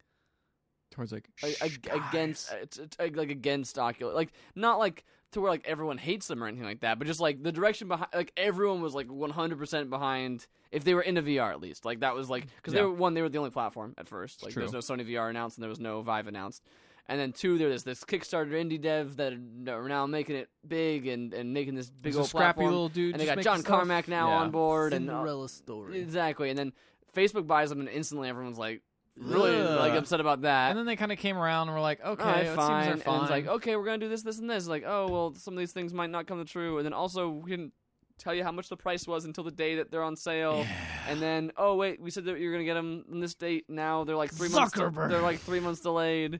Towards like
a- a- against it's, it's, uh, like against Oculus, like not like to where like everyone hates them or anything like that, but just like the direction behind, like everyone was like 100 percent behind if they were into VR at least, like that was like because they
Yeah.
were one they were the only platform at first,
It's
like there was no Sony VR announced and there was no Vive announced, and then two there was this Kickstarter indie dev that are now making it big and and making this big
There's a
old
scrappy
platform,
little dude.
and they
just
got
making
John
stuff.
Carmack now
Yeah.
on board and uh,
Cinderella story.
exactly, and then Facebook buys them and instantly everyone's like really
Ugh.
like upset about that,
And then they kind of came around and were like, okay,
all right, fine.
it seems they're
And it's
fine.
like, okay, we're gonna do this, this, and this. Like, oh well, some of these things might not come to true. And then also, we didn't tell you how much the price was until the day that they're on sale. And then, oh wait, we said that you're gonna get them on this date. Now they're like three months.
Zuckerberg.
they're like three months delayed.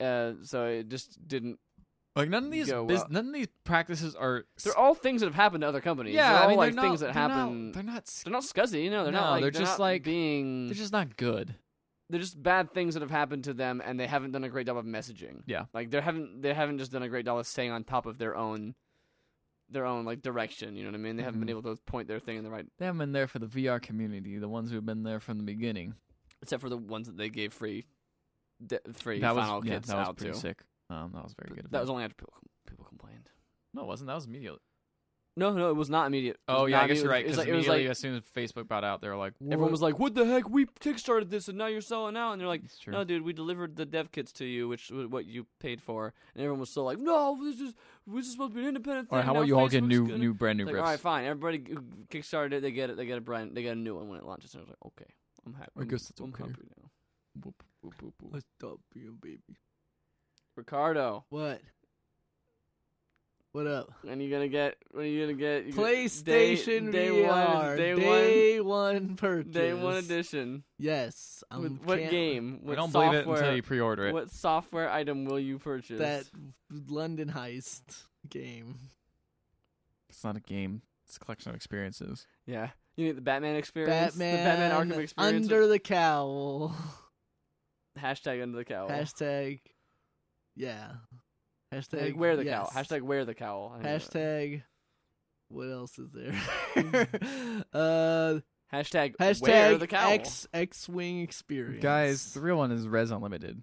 Uh, so it just didn't.
Like none of these
go
bus-
up.
none of these practices are. s-
They're all things that have happened to other companies.
yeah,
they're all
I mean,
like
they're not,
things that
they're
happen.
Not, they're not. s-
they're not scuzzy, no. They're
No,
not like
they're just,
not
like-
being.
They're just not good.
they're just bad things that have happened to them, and they haven't done a great job of messaging.
Yeah.
like they haven't they haven't just done a great job of staying on top of their own, their own like direction. You know what I mean? They haven't been
Mm-hmm.
able to point their thing in the right,
They haven't been there for the VR community, the ones who've been there from the beginning.
except for the ones that they gave free, de- free
that was
final
yeah,
kits
that was
out
pretty
to.
sick. Um, that was very good. of
That
them.
was only after people, people complained.
no, it wasn't that was immediate?
No, no, it was not immediate. It was
Oh yeah,
not
I guess you're right.
immediate. It was
Because
like- it was
immediately,
like-
as soon as Facebook brought out, they were like,
everyone was like, "What the heck? We kickstarted this, and now you're selling out." And they're like,
It's true.
"No, dude, we delivered the dev kits to you, which was what you paid for." And everyone was still like, "No, this is this is supposed to be an independent thing."
Or how
now
about you all get
Facebook's
new,
gonna-"
new, brand new
It's like,
riffs?
all right, fine. Everybody g- kickstarted it. They get it. They get a brand. They get a new one when it launches. And I was like, "Okay, I'm happy."
I guess that's
I'm
okay.
happy now.
Boop, boop, boop, boop.
Let's stop being baby.
Ricardo,
What? What up?
when are you gonna get? When are you gonna get? you gonna- day-
PlayStation
day,
VR.
one,
day
day,
one,
one,
purchase.
day one edition.
Yes. I'm
With what
can't-
game? What
I don't
software?
believe it until you pre-order it.
What software item will you purchase?
That London heist game.
It's not a game. It's a collection of experiences.
Yeah. You need the Batman experience.
Batman.
The Batman Arkham experience.
Under the cowl.
hashtag under the cowl.
Hashtag. Yeah. Hashtag.
Hashtag wear the
yes.
cowl. Hashtag wear the cowl. I think that-
Hashtag. What else is there?
[laughs]
uh,
Hashtag, wear
hashtag
the cowl.
X X Wing experience.
Guys, the real one is Res Unlimited.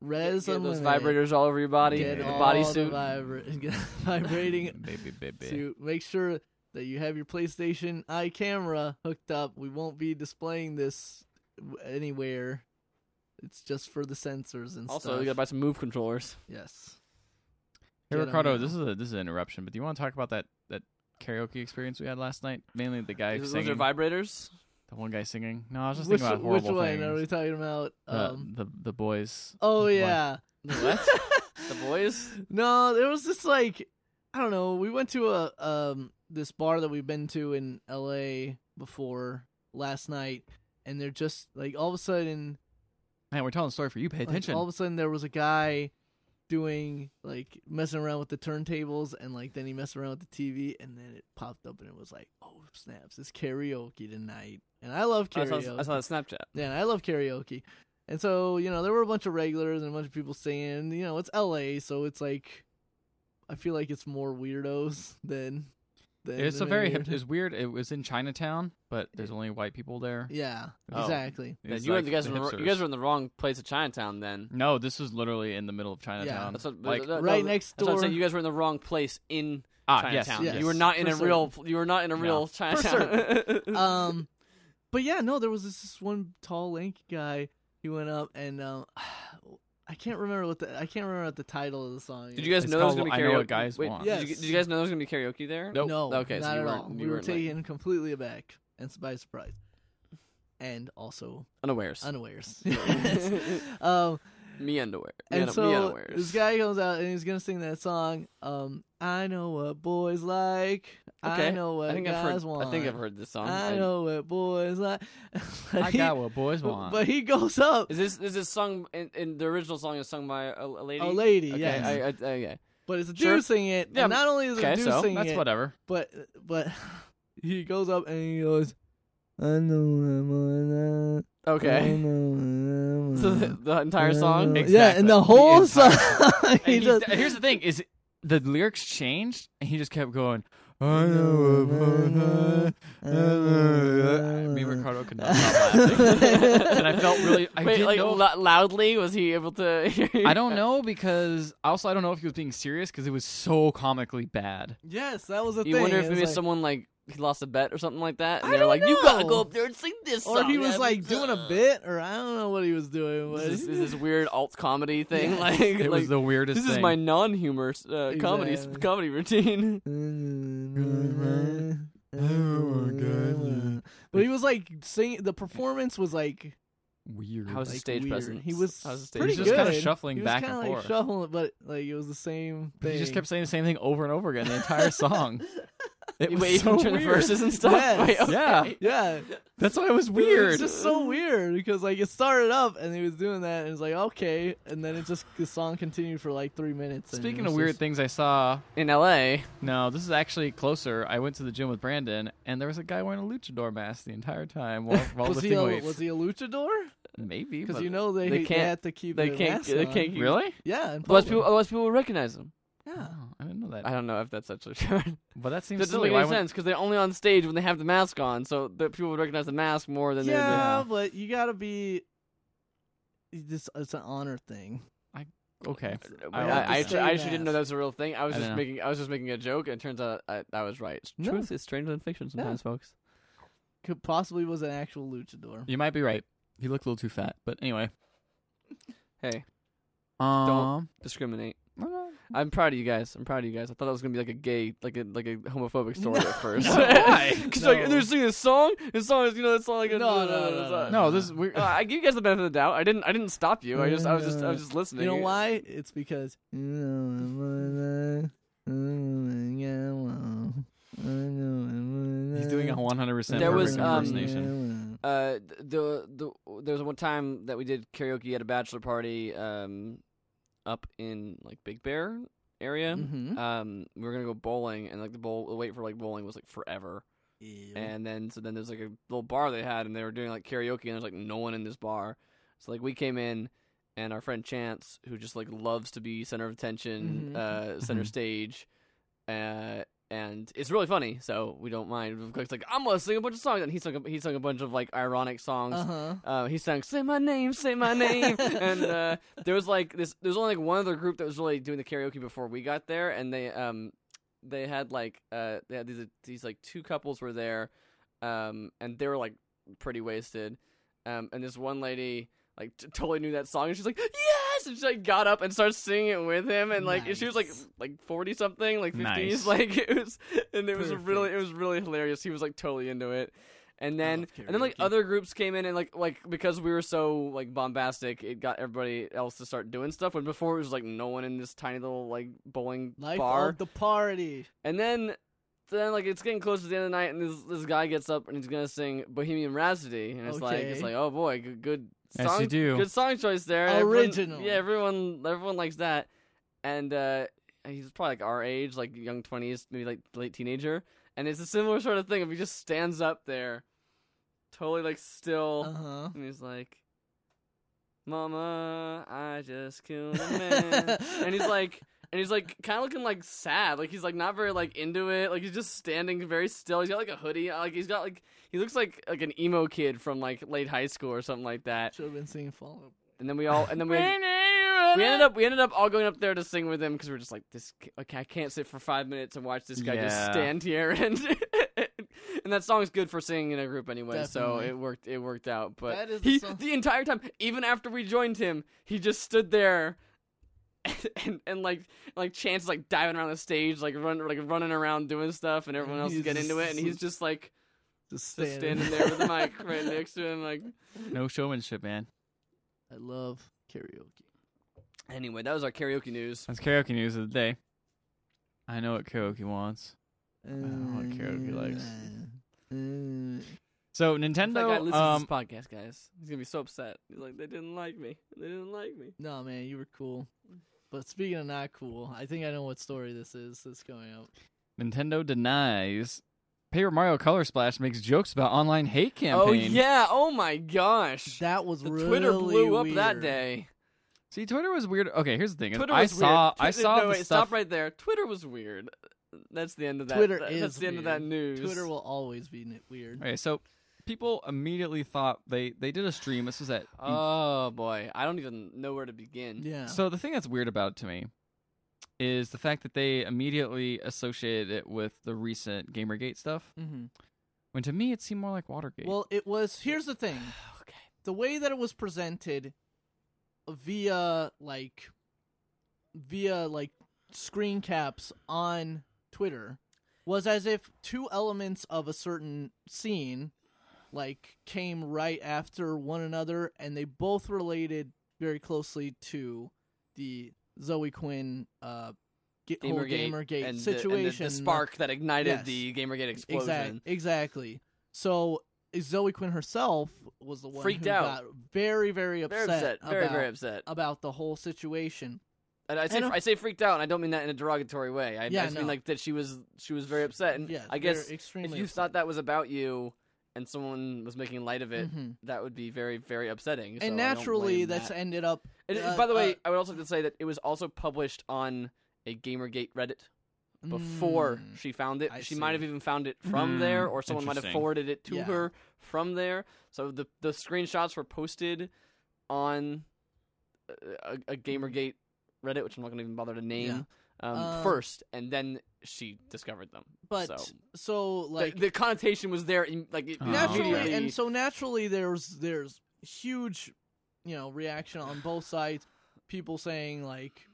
Res
Get those
Unlimited.
vibrators all over your body.
Get
the
all
bodysuit.
vibra- [laughs] get vibrating
[laughs] baby, baby.
suit. Make sure that you have your PlayStation Eye camera hooked up. We won't be displaying this w- anywhere. It's just for the sensors and
also,
stuff.
you gotta buy some move controllers.
yes.
Hey
Get 'em
Ricardo,
now.
this is a this is an interruption, but do you want to talk about that that karaoke experience we had last night? Mainly the guy
Those those
singing,
are vibrators.
the one guy singing. No, I was just
which
thinking about
which
horrible
one
things. Uh,
are we talking about?
The-
um,
the the boys.
oh
one.
yeah. [laughs]
What? the boys.
No, there was this like I don't know. We went to a um this bar that we've been to in L.A. before last night, and they're just like all of a sudden
Man, we're telling a story for you. Pay
Like,
attention.
all of a sudden, there was a guy doing like messing around with the turntables, and like then he messed around with the TV, and then it popped up, and it was like, oh snaps, it's karaoke tonight, and I love
I saw,
karaoke.
I saw the Snapchat.
Yeah, and I love karaoke. And so, you know, there were a bunch of regulars and a bunch of people singing. You know, it's LA, so it's like I feel like it's more weirdos than than
It's a
in
very
weird-
hip, it's weird. It was in Chinatown, but there's only white people there.
Yeah,
Oh.
exactly.
Yeah,
It's
you,
like
were- you guys
the
were in the wr- you
hipsters.
guys were in the wrong place of Chinatown then.
No, this is literally in the middle of Chinatown.
That's what,
Um, like,
that-
Right
no,
next
that's what I'm saying.
door.
You guys were in the wrong place in
ah, yes,
Chinatown.
yes.
You were not in
For
a real. You were not in a
No.
real Chinatown. [laughs]
[laughs] Um, but yeah, no, there was this, this one tall, lanky guy. He went up and um, [sighs] I can't remember what the I can't remember what the title of the song.
did
is.
you guys
It's
know there was
called
gonna be
I
karaoke?
Know What Guys
Wait,
Want.
did, you,
Yes.
did you guys know there was gonna be karaoke there?
Nope.
No,
Okay, so
not
you
at
weren't-
all.
you
we were
weren't, like-
taken completely aback and s- by surprise, and also
Unawares. [laughs]
unawares. [laughs] um,
me underwear. Me,
and
un- me
so
unawares.
this guy comes out and he's gonna sing that song. Um, I know what boys like. I
Okay.
know what
I think
guys
I've heard.
want.
I think I've heard this song.
I know what boys like. [laughs]
I got what boys want.
But he goes up.
Is this is this sung in, in the original song is sung by a, a lady?
A lady,
Okay,
yes.
I, I, okay.
but it's a
Sure.
dude singing it.
Yeah,
and not only is it a
okay,
dude
so
singing
that's
it,
whatever.
but but [laughs] he goes up and he goes, I know I'm on
Okay. [laughs] so the, the entire song.
Ex-
Mm. [laughs] Yeah, and
Exactly.
the whole
The
song.
entire
[laughs]
[laughs] he
And he-
just,
here's the thing: is the lyrics changed, and he just kept going.
I
I know
know
what boys like.
I
Uh, me and
know-
Ricardo could not
[laughs]
stop laughing. and I felt really. I
Wait,
didn't
like
know if-
lo- loudly was he able to? hear you?
I don't know because also I don't know if he was being serious because it was so comically bad.
Yes, that was the
[laughs] You
thing.
wonder if
it
maybe
was like-
someone like he lost a bet or something like that, and
I
they're
don't
like, "You gotta
know."
go up there and sing this."
or
song.
he was
Yeah,
like
but-
doing a bit, or I don't know what he was doing. But
Is [laughs] this,
[laughs]
is this weird alt comedy thing? [laughs]
Yeah.
Like,
It
like,
was the weirdest.
this is
thing.
my non-humor uh, comedy
Exactly.
comedy routine.
Oh but he was like singing. The performance was like
weird.
How's
like,
his stage
weird.
presence?
He was
How's his stage
pretty
He's just
good.
kinda shuffling
he was
back
kinda,
and
like,
forth.
Shuffling, but like it was the same thing.
He just kept saying the same thing over and over again the entire song. It was
Wait, you
so
can turn the
weird.
verses and stuff.
Yes.
Wait, oh. okay.
Yeah,
Yeah,
that's why it was
It
weird.
was just so weird because like it started up and he was doing that and it was like okay, and then it just the song continued for like three minutes. and it
Speaking
was
of weird
just-
things, I saw.
In L.A.,
No, this is actually closer. I went to the gym with Brandon, and there was a guy wearing a luchador mask the entire time
[laughs]
while, while
was
lifting
he a,
weights.
was he a luchador?
Maybe
Because
but-
you know they,
they
they
can't-
had to keep
they
their
can't-
masks
they
on.
can't keep-
really.
yeah, in
otherwise
public.
people, otherwise people would recognize him.
yeah.
Oh, I didn't know that.
I don't know if that's actually [laughs] true.
but that seems
That doesn't
silly.
make
Why
any
would-
sense because they're only on stage when they have the mask on, so that people would recognize the mask more than
yeah,
Yeah.
but you gotta be. This it's an honor thing.
Okay.
they.
I
I, I,
don't
I,
understand.
actually, I actually didn't know
Mask.
that was a real thing. I was
I
just
don't know.
making I was just making a joke, and it turns out I, I was right.
No.
Truth is stranger than fiction
No.
sometimes, folks.
Could possibly was an actual luchador.
You might be right. He looked a little too fat, but anyway.
Hey,
Um,
discriminate. I'm proud of you guys. I'm proud of you guys. I thought that was gonna be like a gay, like a like a homophobic story at first. [laughs]
Why?
Because like
No.
they're singing this song. This song is you know that's all like a,
No, no, no, no,
no, this is
Uh,
weird.
I give you guys the benefit of the doubt. I didn't I didn't stop you. I just I was just I was just
Uh, You
listening.
know why? It's because. [laughs] you know I'm on the- I know I'm on
He's doing a
the-
100%
There
perfect
was, um,
First Nation.
Uh, th- the the there was one time that we did karaoke at a bachelor party um up in like Big Bear area.
Mhm.
Um, we were gonna go bowling, and like the bowl, the wait for like bowling was like forever.
Mm-hmm.
And then so then there's like a little bar they had, and they were doing like karaoke, and there's like no one in this bar. So like we came in, and our friend Chance, who just like loves to be center of attention,
Mhm.
uh, center
Mhm.
stage, uh, and it's really funny. So we don't mind. It's like I'm gonna sing a bunch of songs, and he sung a, he sung a bunch of like ironic songs.
Uh
uh
huh.
he sang "Say My Name, Say My
[laughs]
Name," and uh, there was like this. There's only like one other group that was really doing the karaoke before we got there, and they um they had like uh they had these these like two couples were there, um and they were like pretty wasted, um and this one lady like t- totally knew that song and she's like yes and she like got up and started singing it with him and like she was like
Nice.
like forty something like fifties [laughs]
Nice.
like it was and it was really
Perfect.
it was really hilarious he was like totally into it. And
I
then,
love
and then, like
karaoke.
other groups came in and like, like because we were so like bombastic, it got everybody else to start doing stuff. When before it was like no one in this tiny little like bowling
Life
bar.
of the party.
And then, then like it's getting close to the end of the night, and this this guy gets up and he's gonna sing Bohemian Rhapsody, and it's like it's like
Okay.
oh boy, good, good
Yes,
song,
you do.
good song choice there, And
Original.
Everyone, yeah, everyone everyone likes that, and uh, he's probably like our age, like young twenties, maybe like late teenager, and it's a similar sort of thing. If he just stands up there, totally like still,
Uh huh.
and he's like, "Mama, I just killed a man," and he's like, and he's like kind of looking like sad. Like he's like not very like into it. Like he's just standing very still. He's got like a hoodie. on. Like he's got like he looks like like an emo kid from like late high school or something like that.
Should have been singing Follow.
And then we all and then
[laughs]
we. We ended up we ended up all going up there to sing with him because we are just like this. ki- Okay, I can't sit for five minutes and watch this guy just
Yeah.
stand here [laughs] and and that song's good for singing in a group anyway. So
Definitely.
it worked. It worked out. But
That is the
he
song-
the entire time, even after we joined him, he just stood there. [laughs] And, and, and like like Chance is like diving around the stage, like run like running around doing stuff, and everyone else is
He's
getting into it, and he's
just-
just like
Just
just
standing,
standing there
[laughs]
with the mic right next to him, like
No showmanship, man.
I love karaoke.
anyway. That was our karaoke news.
That's karaoke news of the day. I know what karaoke wants.
I
don't want karaoke likes.
Mm.
So
If That guy
Nintendo,
listens
um,
to this podcast, guys. He's gonna be so upset. He's like, they didn't like me. They didn't like me.
No, man, you were cool. But speaking of not cool, I think I know what story this is that's coming up.
Nintendo denies Paper Mario Color Splash makes jokes about online hate campaign.
Oh yeah. Oh my gosh.
That was
the
really
Twitter blew up that
weird.
day.
See, Twitter was weird. Okay, here's the thing. is
Twitter
I
was
saw,
weird. Twi-
I saw
no,
the
wait,
stuff.
Stop right there. Twitter was weird. That's the end of that.
Twitter
that-
is
That's the end of that
weird.
news.
Twitter will always be n- weird.
Okay, so people immediately thought they they did a stream. This was at. E-
Oh boy, I don't even know where to begin.
Yeah.
So the thing that's weird about it to me is the fact that they immediately associated it with the recent GamerGate stuff.
Mm-hmm.
hmm
When to me, it seemed more like Watergate.
Well, it was. Here's the thing:
[sighs] Okay.
the way that it was presented, via like, via like screen caps on Twitter, was as if two elements of a certain scene, like, came right after one another, and they both related very closely to the Zoe Quinn, uh, ga- whole
Gamergate,
Gamergate
and the- and the-
situation,
The, spark that ignited
Yes.
the GamerGate explosion.
Exactly. Exactly. So Zoe Quinn herself was the one
Freaked
who
out.
got very, very upset,
Very upset. Very
about,
very upset.
about the whole situation.
And I say
And, uh,
I say freaked out, and I don't mean that in a derogatory way. I, I
Yeah,
just mean
no.
like that she was she was very upset, and
yeah,
I guess
they're
if
extremely
you thought that was about you and someone was making light of it,
Mhm.
that would be very very upsetting. so I
and
don't
naturally,
blame
that's
that.
ended up.
And, and
uh,
by the way,
uh,
I would also like to say that it was also published on a GamerGate Reddit before
Mm,
she found it.
I
she might
see.
have even found it from there,
Mm,
or someone might have
interesting.
forwarded it to
Yeah.
her from there. So the the screenshots were posted on uh, a, a GamerGate Reddit, which I'm not going to even bother to name um,
Uh,
first, and then she discovered them.
but
so,
so, like
like the, connotation was there, in, like it-
Oh.
[laughs] naturally,
immediately-
and so naturally, there's there's huge, you know, reaction on both sides. People saying like,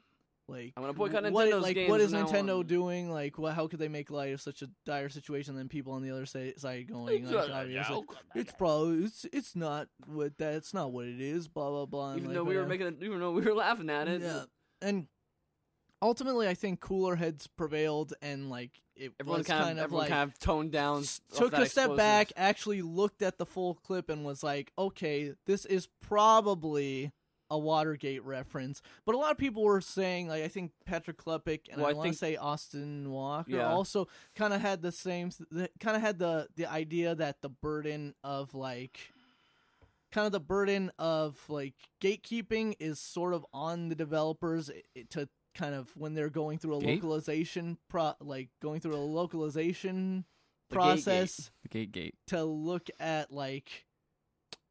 like
I'm gonna boycott
what,
Nintendo's
like
games
what is
from now
Nintendo
on.
doing? Like, what? How could they make light of such a dire situation? Then people on the other sa- side going,
It's uh,
like,
not a
obviously,
joke.
it's probably it's it's not what that it's not what it is. Blah blah blah. and,
even
like,
though we were
whatever.
making, it- even though we were laughing at it,
yeah, and ultimately, I think cooler heads prevailed, and like it
everyone
was
kind of, everyone
like
kind of toned down,
s-
off
took
that
a step
explosive.
back, actually looked at the full clip, and was like, okay, this is probably a Watergate reference. But a lot of people were saying, like, I think Patrick Klepek and
Well,
I,
I
want
think-
to say Austin Walker
Yeah.
also kind of had the same, kind of had the the idea that the burden of like. Kind of the burden of like gatekeeping is sort of on the developers i- i- to kind of when they're going through a
Gate?
localization pro like going through a localization
The gate gate.
process
the Gate Gate.
to look at like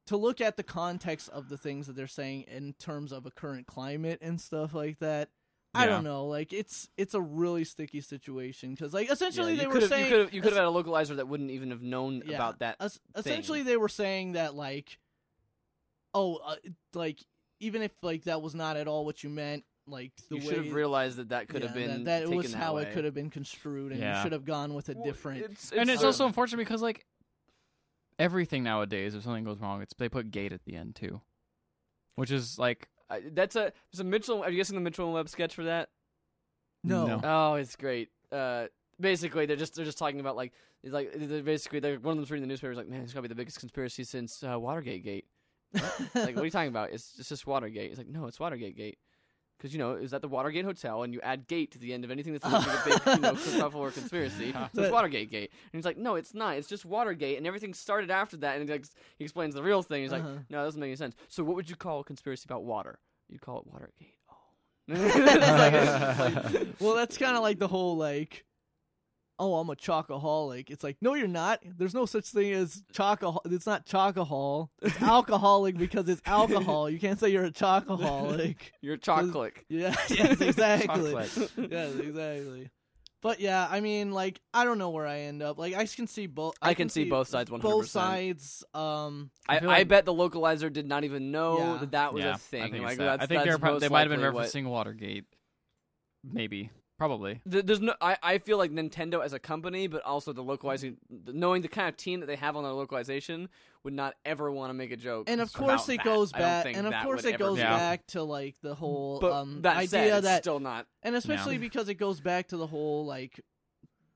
to look at the context of the things that they're saying in terms of a current climate and stuff like that. I
Yeah.
don't know. Like it's it's a really sticky situation because like essentially
you
they were
could've-
saying
you could have you could have had a localizer that wouldn't even have known
Yeah.
about that.
Es- essentially they were saying that like oh uh, like even if like that was not at all what you meant like the
you
way
should have realized that that could have
yeah,
been
that, that
taken
was
that
how
way.
it could have been construed and
Yeah.
you should have gone with a different
and it's
true.
also unfortunate because like everything nowadays, if something goes wrong, it's they put Gate at the end too, which is like
I- that's a there's a Mitchell. Are you guessing the Mitchell and Webb sketch for that?
no,
No.
Oh, it's great. Uh, basically, they're just they're just talking about like it's like they're basically they're, one of them's reading the newspaper. is like, man, it's gotta be the biggest conspiracy since uh, Watergate Gate. Like, what are you talking about? It's it's just Watergate. It's like, no, it's Watergate Gate. Because you know it was at the Watergate Hotel, and you add gate to the end of anything that's linked to a big, you know, kerfuffle or conspiracy. So it's
That-
Watergate Gate, and he's like, "No, it's not. It's just Watergate, and everything started after that." And he, like, he explains the real thing. He's
Uh-huh.
like, "No, that doesn't make any sense. So what would you call a conspiracy about water? You'd call it Watergate." Oh [laughs] It's like- it's like-
Well, that's kind of like the whole like, oh, I'm a chocoholic. It's like, no, you're not. There's no such thing as chocohol. It's not chocohol.
[laughs]
It's alcoholic because it's alcohol. You can't say you're a
[laughs]
chocoholic.
You're chocolate.
Yeah,
[laughs]
yes, exactly. [laughs]
Chocolate.
yes, exactly. But yeah, I mean, like, I don't know where I end up. Like, I can see both.
I can see both sides
Both
100%.
sides. Um,
I, I,
feel like-
bet the localizer did not even know
Yeah.
that that was
yeah,
a thing.
I think,
Like,
it's that.
that's-
I think
that's
they're prob-
most
they might have been
likely what-
referencing Watergate. Maybe, probably.
Th- There's no. I, I feel like Nintendo as a company, but also the localizing, knowing the kind of team that they have on their localization, would not ever want to make a joke.
and of
about
course it
that.
goes
I don't
back.
think
And of
that
course
would
it
ever
goes
be-
Yeah.
back to like the whole
But
um
that said,
idea
it's
that,
still not.
and especially because it goes back to the whole like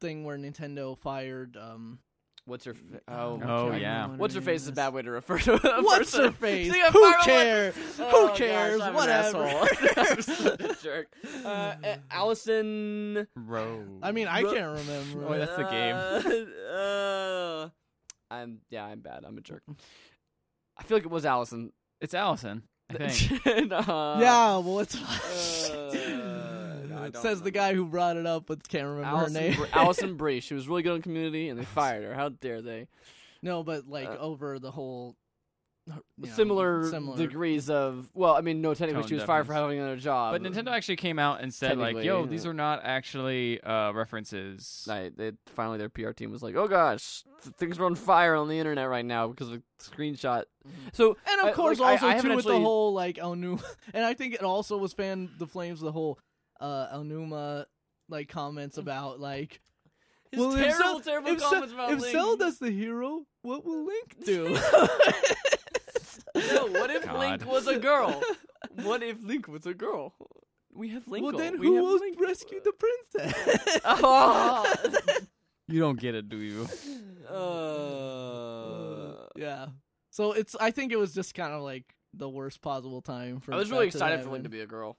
thing where Nintendo fired um.
What's your? Fa- oh,
Oh,
I can't
yeah.
remember
What's
her
your
name
face is a
is.
bad way to refer to a
What's
person. [laughs]
her face?
Think of
Who
Firewood-
cares?
Oh,
Who cares?
Gosh, I'm
Whatever.
An asshole. [laughs] I'm such a jerk. Uh, uh, Allison.
Row.
[laughs] I mean, I
Look-
can't remember.
Oh,
Oh,
Wait, that's the game.
[laughs] Uh, uh, I'm yeah, I'm bad. I'm a jerk. I feel like it was Allison.
it's Allison.
[laughs]
I think.
And, uh,
yeah, well, it's. [laughs]
no, I don't
Says
remember.
the guy who brought it up, but can't remember
Allison,
her name.
Br- Allison Bree. She was really good on Community, and they fired her. How dare they?
[laughs] No, but like
Uh,
over the whole you know,
similar,
similar.
degrees of well, I mean, no, technically
Tone
she was fired for
deafness.
having another job.
But Nintendo actually came out and said like,
technically,
"Yo,
yeah.
these are not actually uh, references."
Right, they, finally, their PR team was like, "Oh gosh, th- things are on fire on the internet right now because of the screenshot."
Mm-hmm.
So,
And
I-
of course,
like, I-
also
I haven't
too with the
actually-
whole like El Numa, [laughs] and I think it also was fan the flames the whole uh El Numa like comments about like
[laughs] his
well, if
terrible,
Ze-
terrible
if Ze-
comments about
if
Link.
Zelda's the hero, what will Link
[laughs]
do?
No, what if
God.
Link was a girl? [laughs] What if Link was a girl? We have Link.
well, then
we
who
have
will
Link.
rescue the princess?
[laughs]
[laughs]
Oh.
You don't get it,
[laughs]
do you?
Uh,
yeah. So it's I think it was just kind of like the worst possible time for.
I was really
that to
excited for Link
happen.
to be a girl.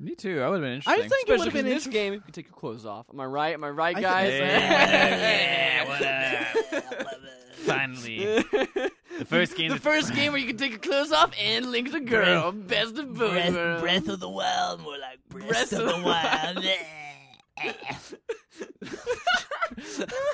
Me too. I would have been
I
interesting.
think it
Especially 'cause
would have
in
been
this
interesting.
game, you can take your clothes off. Am I right? Am I right,
I think-
guys?
Yeah, [laughs]
[laughs]
finally the first game.
the first game where you can take your clothes off and Link's a girl. Best of both worlds.
of the Wild, more like
Breath of the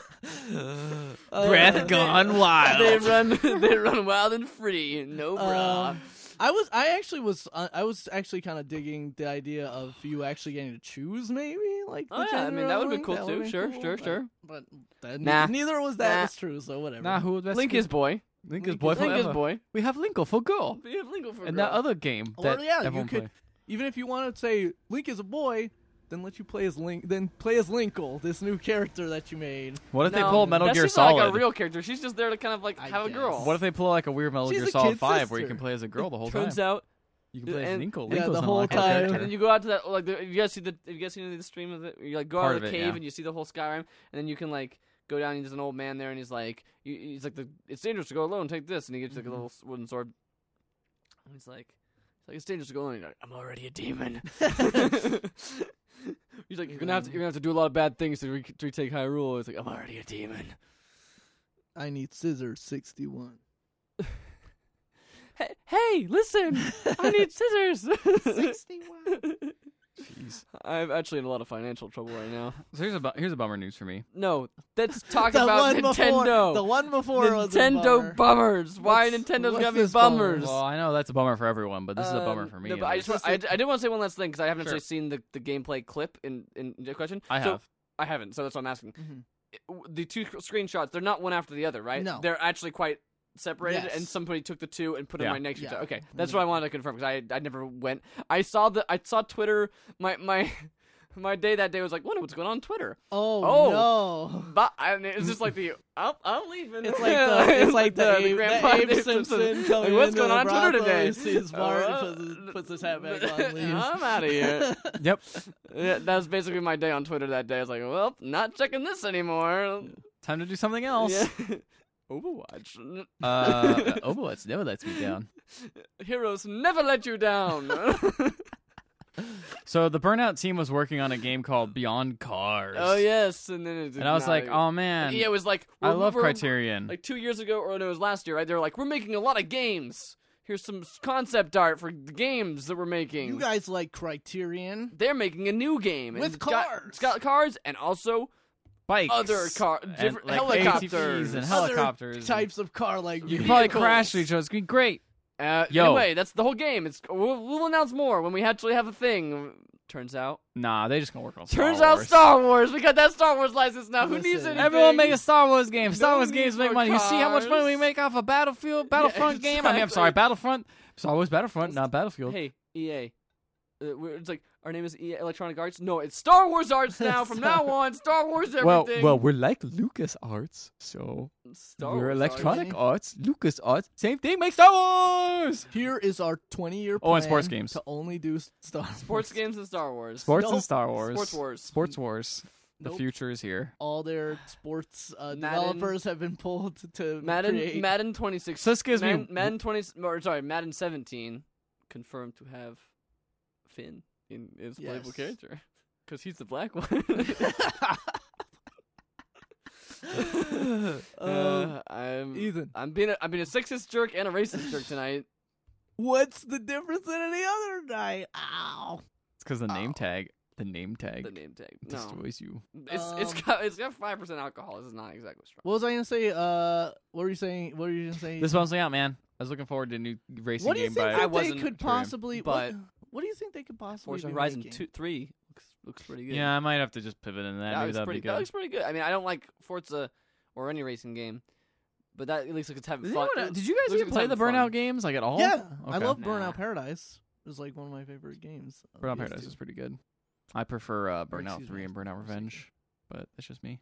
[laughs] Wild.
Uh,
gone wild.
They run, [laughs] they run wild and free. No bra.
uh, I was, I actually was, uh, I was actually kind of digging the idea of you actually getting to choose, maybe like. the
Oh, yeah, I
gender
mean, that
of
would be
Link.
cool,
That
too.
would've been
Sure,
cool,
sure,
but-
sure.
But that,
Nah.
neither was that
Nah.
was true, so whatever.
[laughs] Nah, who would rescue-
Link is boy.
Link
Link
is
is-
boy
Link is
forever.
boy.
We have Linko
[laughs]
for girl.
We have Link for
And
girl.
that other game
Or,
that
yeah, you
everyone
could-
played.
Even if you want to say Link is a boy, then let you play as Link. Then play as Linkle, this new character that you made.
What if they
No,
pull Metal
that
Gear
she's not
Solid?
like a real character. She's just there to kind of like
I
have a
guess.
girl.
what if they pull like a weird Metal
She's
Gear
the
Solid
kid's
Five where you
sister.
can play as a girl the whole
Turns
time?
out,
You can play as
and-
Linko.
Yeah,
Linko's
the
an
whole
unlockable
time.
and
character.
then you go out to that like the, you guys see the you guys seen the stream of it? You like go out
Part
of the
of it,
cave
yeah.
and you see the whole Skyrim, and then you can like go down. and There's an old man there, and he's like, you- he's like, the, it's dangerous to go alone. Take this, and he gives you like a
Mm-hmm.
Mhm.
little s- wooden sword. And he's like, it's like it's dangerous to go alone. And you're like, I'm already a
[laughs]
demon. [laughs] he's like, you're gonna have to, you're gonna have to do a lot of bad things to, re- to retake Hyrule. He's like, I'm already a demon.
I need scissors sixty one.
Hey, hey, listen, [laughs] [laughs] I
[laughs]
need scissors.
Sixty one.
Jeez.
[laughs] I'm actually in a lot of financial trouble right now.
So here's a bu- here's a bummer news for me.
No,
[laughs]
let's talk about Nintendo.
Before, the one before was a bummer.
Nintendo bummers. Why
What's-
Nintendo's
what's
gonna be
this bummer?
bummers?
Well, I know that's a bummer for everyone, but this is a bummer
Um,
for me.
No, but
at
I
least.
just want, I, I did want to say one last thing because I haven't
Sure.
actually seen the, the gameplay clip in in the question.
I
So-
have.
I haven't, so that's what I'm asking.
Mhm.
It- w- The two sc- screenshots, they're not one after the other, right?
No.
they're actually quite separated,
Yes.
and somebody took the two and put
Yeah.
them right next to each
Yeah. Mm-hmm.
other. Okay, that's
Yeah.
what I wanted to confirm because I I never went. I saw the I saw Twitter. My my [laughs] my day that day was like, wonder what's going on on Twitter.
Oh, no.
But I mean, it's just like
[laughs]
the I'm, I'm leaving.
It's [laughs]
[laughs]
like the it's like the, Abe,
grandpa
the Abe
Abe
Simpson.
Like,
coming
what's
into
going
the
on Twitter
brothel,
today?
He sees Bart and
Uh,
puts, his, puts his hat back on. and Leaves.
[laughs] I'm out of
[laughs]
here.
Yep.
yeah, that was basically my day on Twitter that day. I was like, well, not checking this anymore.
Time to do something else.
[laughs] Yeah. Overwatch.
Uh, Overwatch never lets me down.
Heroes never let you
[laughs]
down. [laughs] Oh,
So the Burnout team was working on a game called Beyond Cars.
oh yes, and then it did
And I was
not
like,
even-
oh man,
yeah, it was like
I
we're-
love
we're-
Criterion.
Like two years ago, or no, it was last year, right? They were like, we're making a lot of games. here's some s- concept art for the games that we're making.
You guys like Criterion?
They're making a new game and
With
it's got-
cars.
it's got cars and also
Bikes.
other car, different
like, ATVs
helicopters.
and
Other
helicopters and-
types of car like
You could probably
vehicles.
crash with each other. It's gonna be great.
uh,
Yo.
Anyway, that's the whole game. It's we'll, we'll announce more when we actually have a thing. Turns out,
Nah, they just gonna work on. Star
turns out
Wars.
Star Wars. We got that Star Wars license now. Who needs
Listen.
it?
Everyone make a Star Wars game. Star
No
Wars
need
games
for
make money. You see how much money we
cars.
make off a Battlefield, Battlefront game. I mean, I'm sorry,
exactly.
Battlefront. Star Wars Battlefront, not Battlefield.
Hey, EA. Uh, we're- it's like our name is EA Electronic Arts. No, it's Star Wars Arts now. From
[laughs]
now on, Star Wars everything.
we're like Lucas Arts, so
Star Wars
Electronic
Arts, Lucas Arts. Same thing, make Star Wars.
Here is our 20 year
Oh,
plan
and sports games.
to only do s- Star Wars.
Arts. sports games and Star Wars.
Sports
Nope.
and Star Wars.
Sports Wars.
Sports Wars. The
Nope.
future is here.
[laughs] All their sports uh,
Madden.
developers have been pulled to
Madden
create.
Madden 26.
So this gives me-
Madden,
[laughs]
Madden 20 or sorry, Madden 17 confirmed to have Finn in his playable
Yes.
character cuz he's the black [laughs] one.
Um,
Um,
Uh, I'm
Oh, Ethan.
I'm being a, I'm being a sexist jerk and a racist jerk
[laughs]
tonight.
What's the difference in any other night? Ow.
It's because the name tag, the name tag
The name tag. No.
destroys you.
It's it's
Um,
got it's got 5% alcohol. This is not exactly strong.
What was I gonna say? Uh, what were you saying? What were you gonna say?
This bumps me out, man. I was looking forward to a new racing
what do you
game
think
by
I
that they
wasn't
could
sure,
possibly?
but-
what, what do you think they could possibly?
Forza
be
Horizon
making?
2 3 looks looks pretty good.
Yeah, I might have to just pivot in that.
that
Maybe
looks
that'd
pretty
be
that
good.
looks pretty good. I mean, I don't like Forza or any racing game, but that at least like it's having
Did
fun.
anyone-
It-
did you
looks
guys
like
even
it's
play the
having
Burnout
fun.
games like at all?
Yeah, I
Oh, Okay.
love
Nah.
Burnout Paradise. It was like one of my favorite games. of
Burnout
these
Paradise is
two.
pretty good. I prefer uh, Burnout
excuse me,
Three
I
and
was
Burnout
mistaken.
Revenge, but that's just me.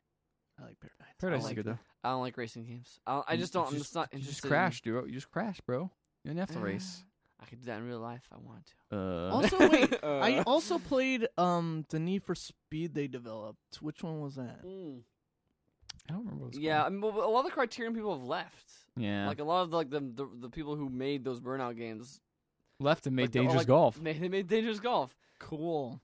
I like Paradise.
Paradise
like
is good though.
I don't like racing games. I, don't, I
You-
just don't.
you
I'm just not
you
interested.
Just
in-
crash, dude. You just crash, bro. You don't have to
Uh,
race.
[sighs] I could do that in real life. if I want to.
Uh,
Also, wait.
[laughs]
I
Uh,
also played um the Need for Speed they developed. Which one was that?
mm.
I don't remember. What it's
yeah,
called.
I mean, well, a lot of the Criterion people have left.
yeah.
Like a lot of like the, the the people who made those Burnout games,
Left and made
like the- or,
Dangerous
like,
Golf.
They, they made Dangerous Golf.
Cool.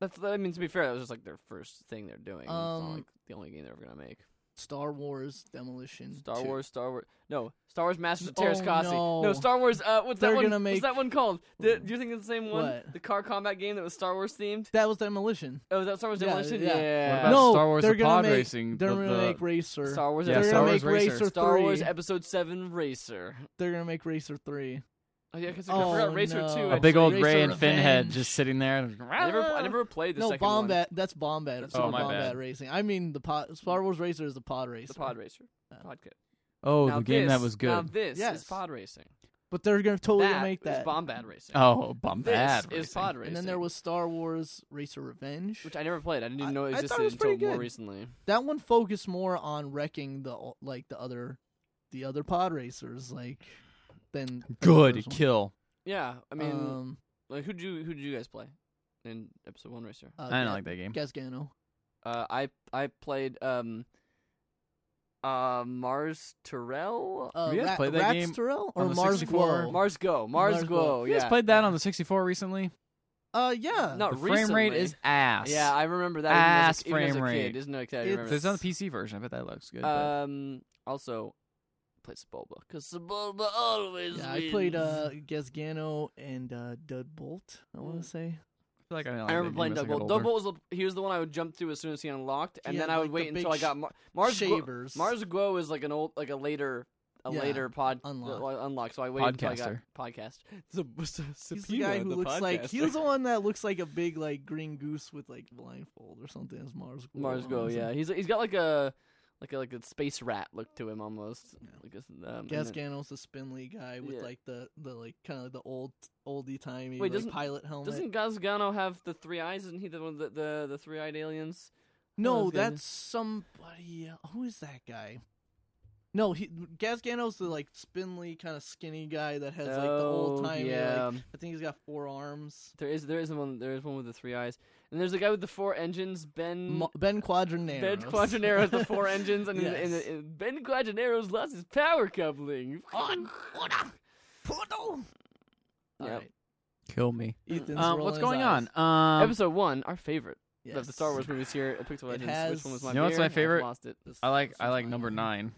That's I mean to be fair, that was just like their first thing they're doing. it's
Um,
not like the only game they're ever gonna make.
Star Wars Demolition.
Star
2.
Wars, Star Wars. No, Star Wars Masters of
Oh,
Terrascasi.
no.
Star Wars. Uh, what's
They're
that one?
gonna make-
What's that one called? Do,
Hmm.
do you think it's the same one?
What?
The car combat game that was Star Wars themed.
That was Demolition.
Oh, is that Star Wars
Yeah,
Demolition?
yeah. What
What about
no,
Star Wars
they're
the
gonna
pod
make,
racing?
They're
The-
gonna
the-
make Racer.
Star Wars.
Yeah,
Evolution.
they're
Star
gonna
Wars
make
Racer.
Racer
Star
three.
Wars Episode Seven Racer.
they're gonna make Racer three.
Oh yeah, because
Oh,
I forgot Racer
no.
Two.
a big
actually.
old
Racer
gray and fin head
Revenge.
just sitting there.
I never, I never played the
no,
second
Bombat.
one.
That's Bombat. It's
Oh,
not
my
Bombat
bad.
Racing. I mean the pod, Star Wars Racer is the pod racer.
The Pod Racer.
Yeah.
Pod kit.
Oh,
now
the game that
this-
was
Now
good.
this
Yes.
is Pod Racing.
But they're gonna totally
that
make
is
that.
Bombat Racing.
Oh, bump
this
that.
is Pod Racing.
and then there was Star Wars Racer Revenge.
which I never played. I didn't
I-
even know
I
it
thought it
existed
was
until
pretty
more
good.
recently.
that one focused more on wrecking the o- like the other the other pod racers like than than the
Good
first one.
kill.
Yeah, I mean,
um,
Like who did you who did you guys play in episode one racer?
uh,
I didn't like that game.
Gasgano.
Uh, I I played um uh Mars Terrell
Uh,
you guys
Ra-
play that
Rats
game
Terrell
on
or
the
Mars
64?
Guo?
Mars Go Mars,
Mars
Go,
Go.
yeah
You guys played that on the 64 recently?
Uh, yeah.
Not
the frame rate
recently.
is ass.
yeah I remember that even as
Ass
a- even as a,
frame rate.
kid isn't it that I
It's-
remember
There's on the PC version. I bet that looks good. but-
um also played Sebulba because Sebulba always
Yeah, I
wins.
played uh Gasgano and uh Dudbolt. I want
Mm.
to say.
feel like I,
I remember playing Double. Double was the, he was the one I would jump to as soon as he unlocked, and
Yeah,
then I would
like the
wait
big
until I got Mar- Mars
Mars
Go-
Shavers.
Mars Guo is like an old, like a later, a
Yeah,
later pod
unlock.
uh, unlock. So I waited until
Podcaster.
I got podcast. [laughs] He's
He's the guy who looks like he's the one that looks like a big like green goose with like blindfold or something. Is Mars Guo?
Mars
I
Go.
wanna say.
Yeah, he's he's got like a like a like a space rat look to him almost.
Yeah.
Like this, um, and then-
Gasgano's the spindly guy with
Yeah.
like the the like kind of the old oldie timey
Wait,
like,
doesn't-
pilot helmet.
Doesn't Gazgano have the three eyes? Isn't he the one that the the three eyed aliens?
no,
those guys?
that's somebody. el- Who is that guy? No, he Gasgano's the like spindly kind of skinny guy that has like the old
Oh,
timey.
yeah.
Like, I think he's got four arms.
There is there is one there is one with the three eyes, and there's a guy with the four engines. Ben
Mo- ben Quadranero.
Ben Quadranero has the
[laughs]
four engines, and, in the- in the-
Yes.
in- Ben Quadranero's lost his power coupling.
On order. Poodle. All
Yep.
right,
Kill me.
Ethan's
Um,
rolling
what's
his
going
eyes.
on? Um,
Episode one, our favorite of the
Yes.
Star Wars movies here at Pixel
It
Legends.
has-
Which one was my
You know what's my
favorite? I've
favorite?
Lost it.
I like
This
I
is
like
fine.
number nine.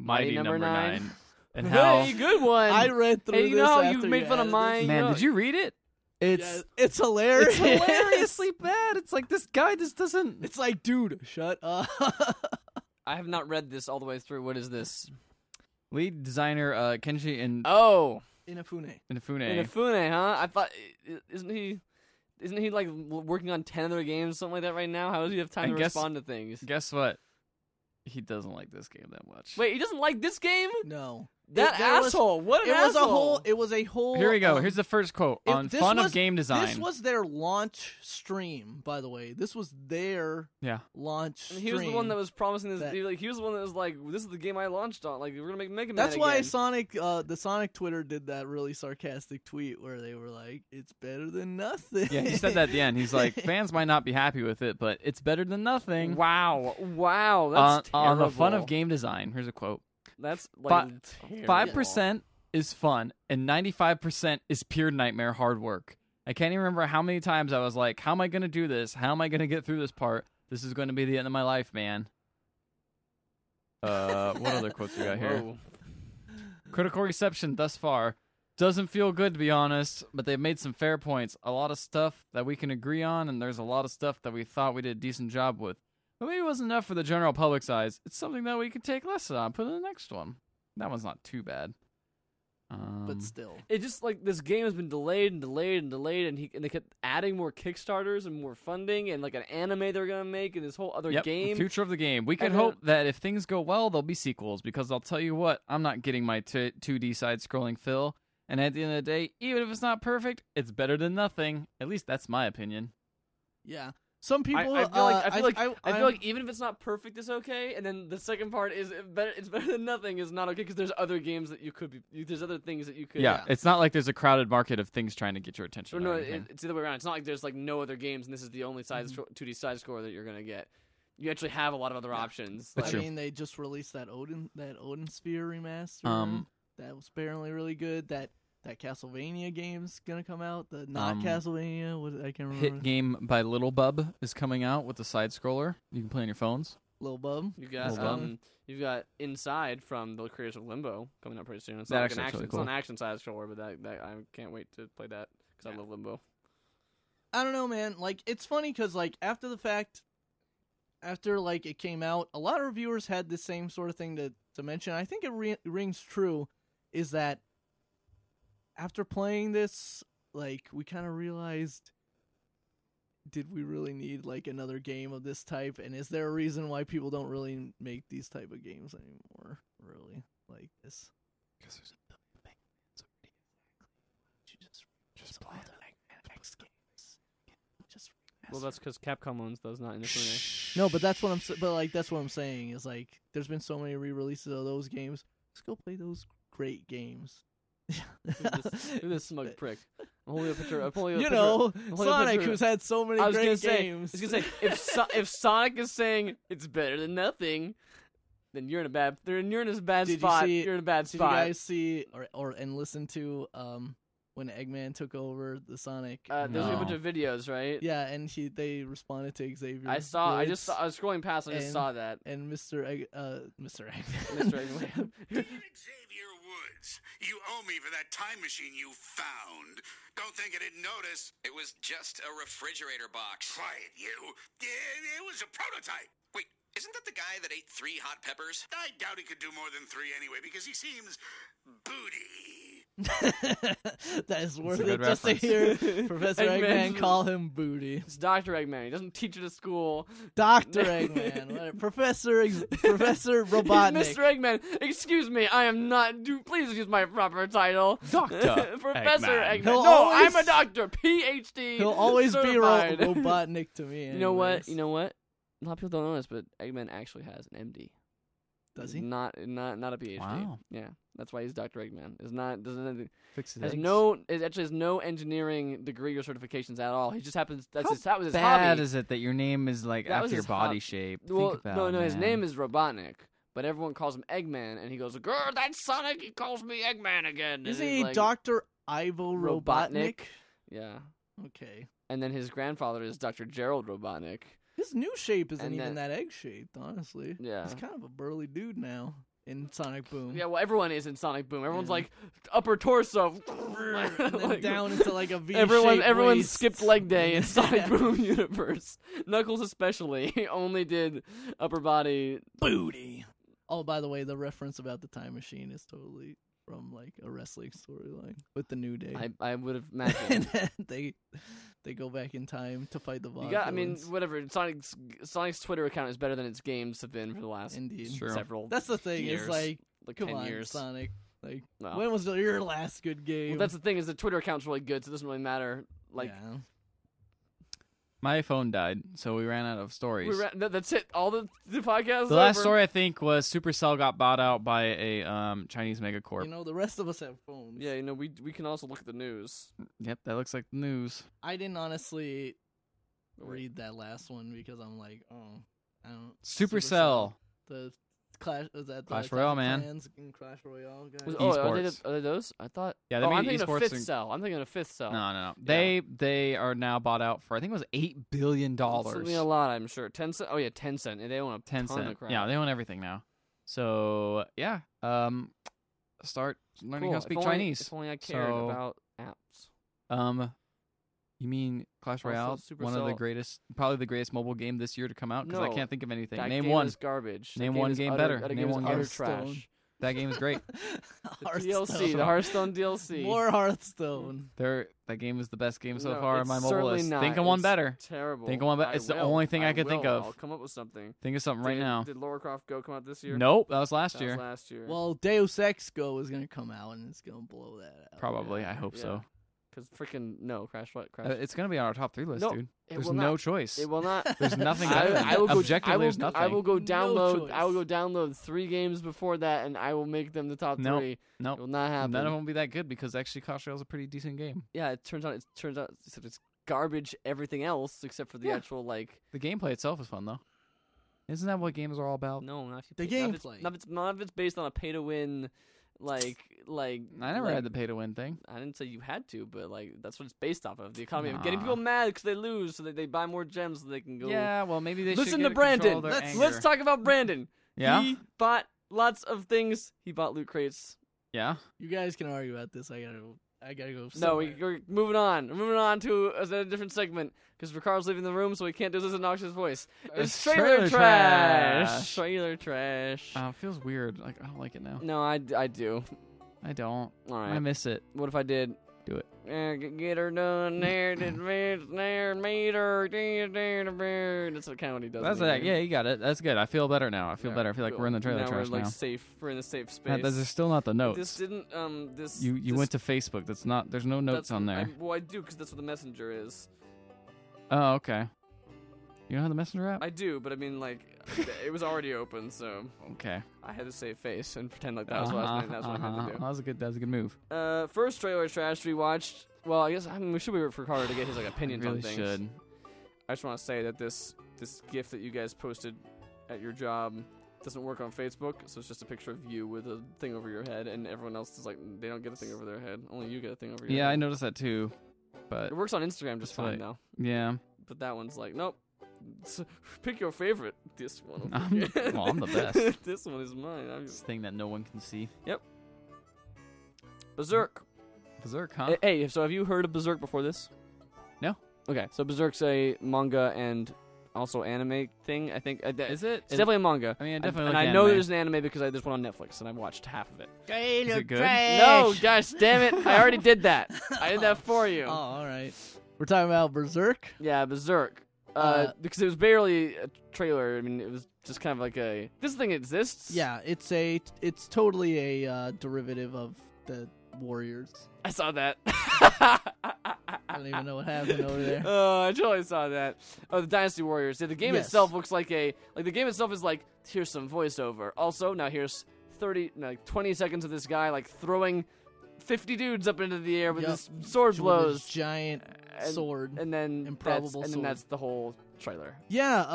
Mighty number nine.
and how.
hey, good one.
I read through
hey, you
this.
know how
after
you made fun of
added
mine.
Man, did you read it?
this.
It's
Yeah, [laughs] it's hilarious.
it's hilariously bad. It's like this guy just
[laughs]
doesn't. [laughs]
It's like, dude, shut up. [laughs]
I have not read this all the way through. What is this?
Lead designer uh, Kenji and
Oh,
Inafune.
Inafune.
Inafune, huh? I thought i- isn't he isn't he like w- working on 10 other games something like that right now? How does he have time
I
to
guess-
respond to things?
Guess what? He doesn't like this game that much.
Wait, he doesn't like this game?
No,
That
It- there was-
asshole. what
It
an
was a
asshole.
whole. It was a whole.
Here we go.
um,
Here's the first quote
it-
on
this
fun of
was-
game design.
This was their launch stream, by the way. This was their
yeah.
launch.
and
Stream.
he was the one that was promising this.
that-
he, like, he was the one that was like, "This is the game I launched on. Like, we're gonna make Mega Man."
That's why
again.
Sonic, uh, the Sonic Twitter did that really sarcastic tweet where they were like, "It's better than nothing."
Yeah, he said that at the end.
[laughs]
He's like, fans might not be happy with it, but it's better than nothing.
Wow, wow, that's
on, on the fun of
terrible.
game design, here's a quote
That's
Fi-
like terrible.
Five percent is fun, and ninety-five percent is pure nightmare hard work. I can't even remember how many times I was like, "How am I going to do this? How am I going to get through this part? This is going to be the end of my life, man." Uh, what other quotes we got here?
Whoa.
Critical reception thus far doesn't feel good to be honest, but they've made some fair points. A lot of stuff that we can agree on, and there's a lot of stuff that we thought we did a decent job with. But maybe it wasn't enough for the general public's eyes. It's something that we could take lessons on. Put in the next one. That one's not too bad. Um,
But still,
It just like this game has been delayed and delayed and delayed, and he and they kept adding more Kickstarters and more funding and like an anime they're gonna make and this whole other
yep,
game.
future of the game. We can
And then-
hope that if things go well, there'll be sequels. Because I'll tell you what, I'm not getting my t- 2D side-scrolling fill. And at the end of the day, even if it's not perfect, it's better than nothing. At least that's my opinion.
yeah. Some
I,
people.
I feel
uh,
like I feel like I,
I'm-
feel like even if it's not perfect, it's okay. And then the second part is it better. It's better than nothing is not okay because there's other games that you could be. You, there's other things that you could.
Yeah, it's not like there's a crowded market of things trying to get your attention.
Or Oh, no,
or
it,
anything.
it's the other way around. It's not like there's like no other games and this is the only side scro- 2D side score that you're gonna get. You actually have a lot of other options.
That's
I
true.
mean, they just released that Odin that Odin Sphere remaster.
Um,
that was apparently really good. That that Castlevania game's gonna come out. The not
Um,
Castlevania. What I can't remember.
Hit game by Little Bub is coming out with a side scroller. You can play on your phones.
Little Bub.
You got
Hold on.
um, you've got Inside from the creators of Limbo coming out pretty soon. It's
That
not like an
actually looks
action,
really
it's not
cool.
an action side scroller, but that, that I can't wait to play that because I love Limbo.
I don't know, man. Like it's funny because like after the fact, after like it came out, a lot of reviewers had the same sort of thing to to mention. I think it re- rings true, is that after playing this, like we kind of realized. Did we really need like another game of this type? And is there a reason why people don't really make these type of games anymore? Really, like this?
Just
play the next games. Just
Well, that's because Capcom owns those,
[laughs]
not Inafune.
Shh.
No, but that's what I'm. s- But like, that's what I'm saying is like, there's been so many re-releases of those games. Let's go play those great games.
this- Look at
[laughs]
this smug prick. I'm holding a picture. I'm holding a
you
picture-
know,
I'm holding a
Sonic,
picture-
who's had so many
I was gonna
great
say, I was
games.
gonna say
[laughs]
if so- if Sonic is saying it's better than nothing, then you're in a bad. Then you're in a bad
Did you
spot.
see-
are in a bad
Did you
spot.
guys see or or and listen to um when Eggman took over the Sonic?
uh, there's a bunch
No.
of videos, right?
Yeah, and he they responded to Xavier.
I saw. I just.
Woods
Saw, I was scrolling past. and I just
and-
saw that.
and Mr. Egg, uh Mr. Eggman.
Mr. Eggman. [laughs]
Dear Xavier Woods, you owe me for that time machine you found. Don't think I didn't notice.
It was just a refrigerator box.
Quiet, you. It, it was a prototype.
Wait, isn't that the guy that ate three hot peppers?
I doubt he could do more than three anyway because he seems booty.
[laughs] that is worth
good
it just to
reference.
hear
[laughs]
[laughs] Professor
Eggman's-
Eggman call him booty.
It's Doctor Eggman. He doesn't teach it at school. [laughs]
Doctor Eggman, what- Professor Ex- Professor
He's Mr.
Robotnik.
Eggman. Excuse me. I am not. Do please use my proper title.
[laughs] Doctor
[laughs] Professor
Eggman.
Eggman.
He'll
no,
always-
I'm a doctor. PhD.
He'll always
certified. [laughs]
be Ro- Robotnik to me.
You know what?
anyways.
You know what? A lot of people don't know this, but Eggman actually has an MD.
does he?
Not not not a PhD.
Wow.
Yeah, that's why he's Doctor Eggman. Is not doesn't
Fix it.
has no it actually has no engineering degree or certifications at all. He just happens that's
How
his that was his
Bad
hobby.
is it that your name is like
That was
after your
his hob-
body shape?
well,
Think about
no,
it,
no, his
man.
name is Robotnik, but everyone calls him Eggman, and he goes, "Girl, that's Sonic. He calls me Eggman again." And
Isn't
he's
he
like,
Doctor Ivo Robotnik?
Robotnik? Yeah.
Okay.
And then his grandfather is Dr. Gerald Robotnik.
His new shape isn't
And
even that egg shaped, honestly.
Yeah.
He's kind of a burly dude now. in Sonic Boom.
Yeah, well, everyone is in Sonic Boom. Everyone's
Yeah.
like upper torso,
[laughs] and
[laughs]
then
Like,
down into like a V.
Everyone,
shape
everyone
waist.
skipped leg day in Sonic
[laughs] Yeah.
Boom [laughs] universe. Knuckles especially [laughs] only did upper body.
booty. Oh, by the way, the reference about the time machine is totally from like a wrestling storyline with the New Day.
I, I would have
[laughs] and [laughs]
imagined.
then they they go back in time to fight the Von.
you got, I mean, whatever. Sonic's Sonic's Twitter account is better than its games have been for the last
indeed.
Sure.
several.
That's the thing.
years,
It's like,
like
come
ten
on,
years.
Sonic. Like,
Well,
when was your last good game?
well, that's the thing is the Twitter account's really good, so it doesn't really matter. Like
Yeah.
My phone died, so we ran out of stories.
we ra- that, that's it. All the the podcast.
the last story I think was Supercell got bought out by a um, Chinese megacorp.
you know, the rest of us have phones.
Yeah, you know we we can also look at the news.
yep, that looks like the news.
I didn't honestly read that last one because I'm like, oh, I don't.
Supercell.
The Clash was that the
Clash Royale,
of
man.
Clans and Clash Royale. guys?
Was- oh, are they,
Esports.
the- are they those? I thought.
Yeah, they
oh,
made
I'm thinking
esports
of fifth
and-
cell. I'm thinking of fifth cell.
No, no, no. They they are now bought out for I think it was eight billion dollars.
Something a lot, I'm sure. Ten cent. Oh yeah, ten cent. They own a
Ten
ton
cent.
of crap.
Yeah, they own everything now. So yeah, um, start learning
Cool.
how to
If
speak
only-
Chinese.
If only I cared
So-
about apps.
Um, you mean Clash
Also,
Royale? One of the
Supercell-
greatest, probably the greatest mobile game this year to come out because I
No,
can't think of anything.
That
Name
game
one.
is garbage. That
Name one
is
game
utter-
better.
That
Name one
is
game.
utter
Hearthstone.
trash.
That game
[laughs]
[laughs]
is great.
The DLC, the
Hearthstone.
Hearthstone DLC.
More Hearthstone.
There, that game is the best game so
No,
far on
it's
my mobile
certainly
list.
Not.
Think of one
It's
better.
Terrible.
Think of one be-
I
it's the
will.
only thing I
can
could think of.
I'll come up with something.
Think of something right
Did-
now.
Did Lara Croft Go come out this year?
Nope, that was last
That was
year.
last year.
Well, Deus Ex Go is gonna come out and it's gonna blow that out.
Probably. I hope
Yeah.
so.
because freaking no, Crash what Crash.
Uh, It's gonna be on our top three list,
No,
dude.
it
There's
will
no
not.
choice.
It will
[laughs]
not.
[laughs]
There's nothing
I,
better. than
I will
that.
go.
Objectively,
I will,
there's nothing.
I will go
No
download. I will go
choice.
download three games before that, and I will make them the top
Nope.
three. It will
Nope.
not happen.
None of them will be that good because actually, Clash Royale's a pretty decent game.
yeah, it turns out. It turns out except it's garbage. Everything else except for the
Yeah.
actual like.
The gameplay itself is fun though. Isn't that what games are all about?
No, not if you
The
pay- Not if,
gameplay.
it's, not, if it's, not if it's based on a pay to win, like like.
I never
like,
had the pay to win thing.
I didn't say you had to, but like that's what it's based off of. The economy of getting
Nah.
people mad because they lose, so that they buy more gems so they can go.
Yeah, well maybe they should
Listen
get
to
a control
Brandon.
of their
Let's-
anger.
Let's talk about Brandon.
[laughs] Yeah,
He bought lots of things. He bought loot crates.
yeah.
You guys can argue about this. I gotta. go- I gotta go.
No, we,
Somewhere.
we're moving on. We're moving on to a, a different segment because Ricardo's leaving the room, so he can't do this obnoxious voice. It's trailer, trash. Trailer trash.
Oh, it feels weird. Like I don't like it now.
no, I, I do.
I don't.
All right.
I miss it.
what if I did?
Do it.
Uh, g- Get her done there,
[laughs]
did man, there, meet her, dee, dee, dee, dee. That's what kind of what he does. in
That's
the
like,
game.
yeah, you got it. That's good. I feel better now. I feel
Yeah,
better. I feel like
cool.
we're in the trailer
now
trash
we're, like,
now.
Safe. We're in the safe space.
God, those are still not the notes.
this didn't. Um. This.
you you
this,
went to Facebook. That's not. There's no notes
that's-
on there.
I, well, I do because that's what the messenger is.
Oh, okay. You know how the messenger app?
I do, but I mean,
[laughs]
like, it was already open, so
okay.
I had to save face and pretend like that was
Uh-huh,
what I was doing. That's what I meant to
That was a good. That was a good move.
do. Uh, first trailer trash we watched. Well, I guess I mean, we should wait for Carter to get his
[laughs]
like
You
opinions
really
on things.
should.
I just want to say that this this GIF that you guys posted at your job doesn't work on Facebook, so it's just a picture of you with a thing over your head, and everyone else is like they don't get a thing over their head. Only you get a thing over your
Yeah,
head.
I noticed that too. But
It works on Instagram just
That's
fine
right.
now,
yeah,
but that one's like nope. S- [laughs] pick your favorite. This one. over
I'm-
here.
well, I'm the
[laughs]
best.
this one is mine. I'm
this thing that no one can see.
Berserk.
Berserk, huh?
Hey, so have you heard of Berserk before this?
No.
Okay, so Berserk's a manga and also anime thing. I think uh, that-
Is it?
it's definitely a manga.
I mean, I
And-
definitely.
and
like
I know
anime.
there's an anime because I, there's one on Netflix and I watched half of it.
Is it good?
No, gosh damn it! I already did
[laughs]
that. I did that for you.
Oh, all right. We're talking about Berserk.
Yeah, Berserk. Uh,
Uh,
because it was barely a trailer. I mean, it was just kind of like a this thing exists.
Yeah, it's a. It's totally a uh, derivative of the Warriors.
I saw
[laughs]
that. [laughs]
I don't even know what happened over
[laughs]
there.
Oh, I totally saw that. Oh, the Dynasty Warriors. Yeah, the game
Yes.
itself looks like a like the game itself is like here's some voiceover. Also, now here's thirty no, like twenty seconds of this guy like throwing fifty dudes up into the air with
Yup.
his sword
With his
blows,
giant
And-
sword.
and then that's,
improbable
and then
sword.
that's the whole trailer.
Yeah,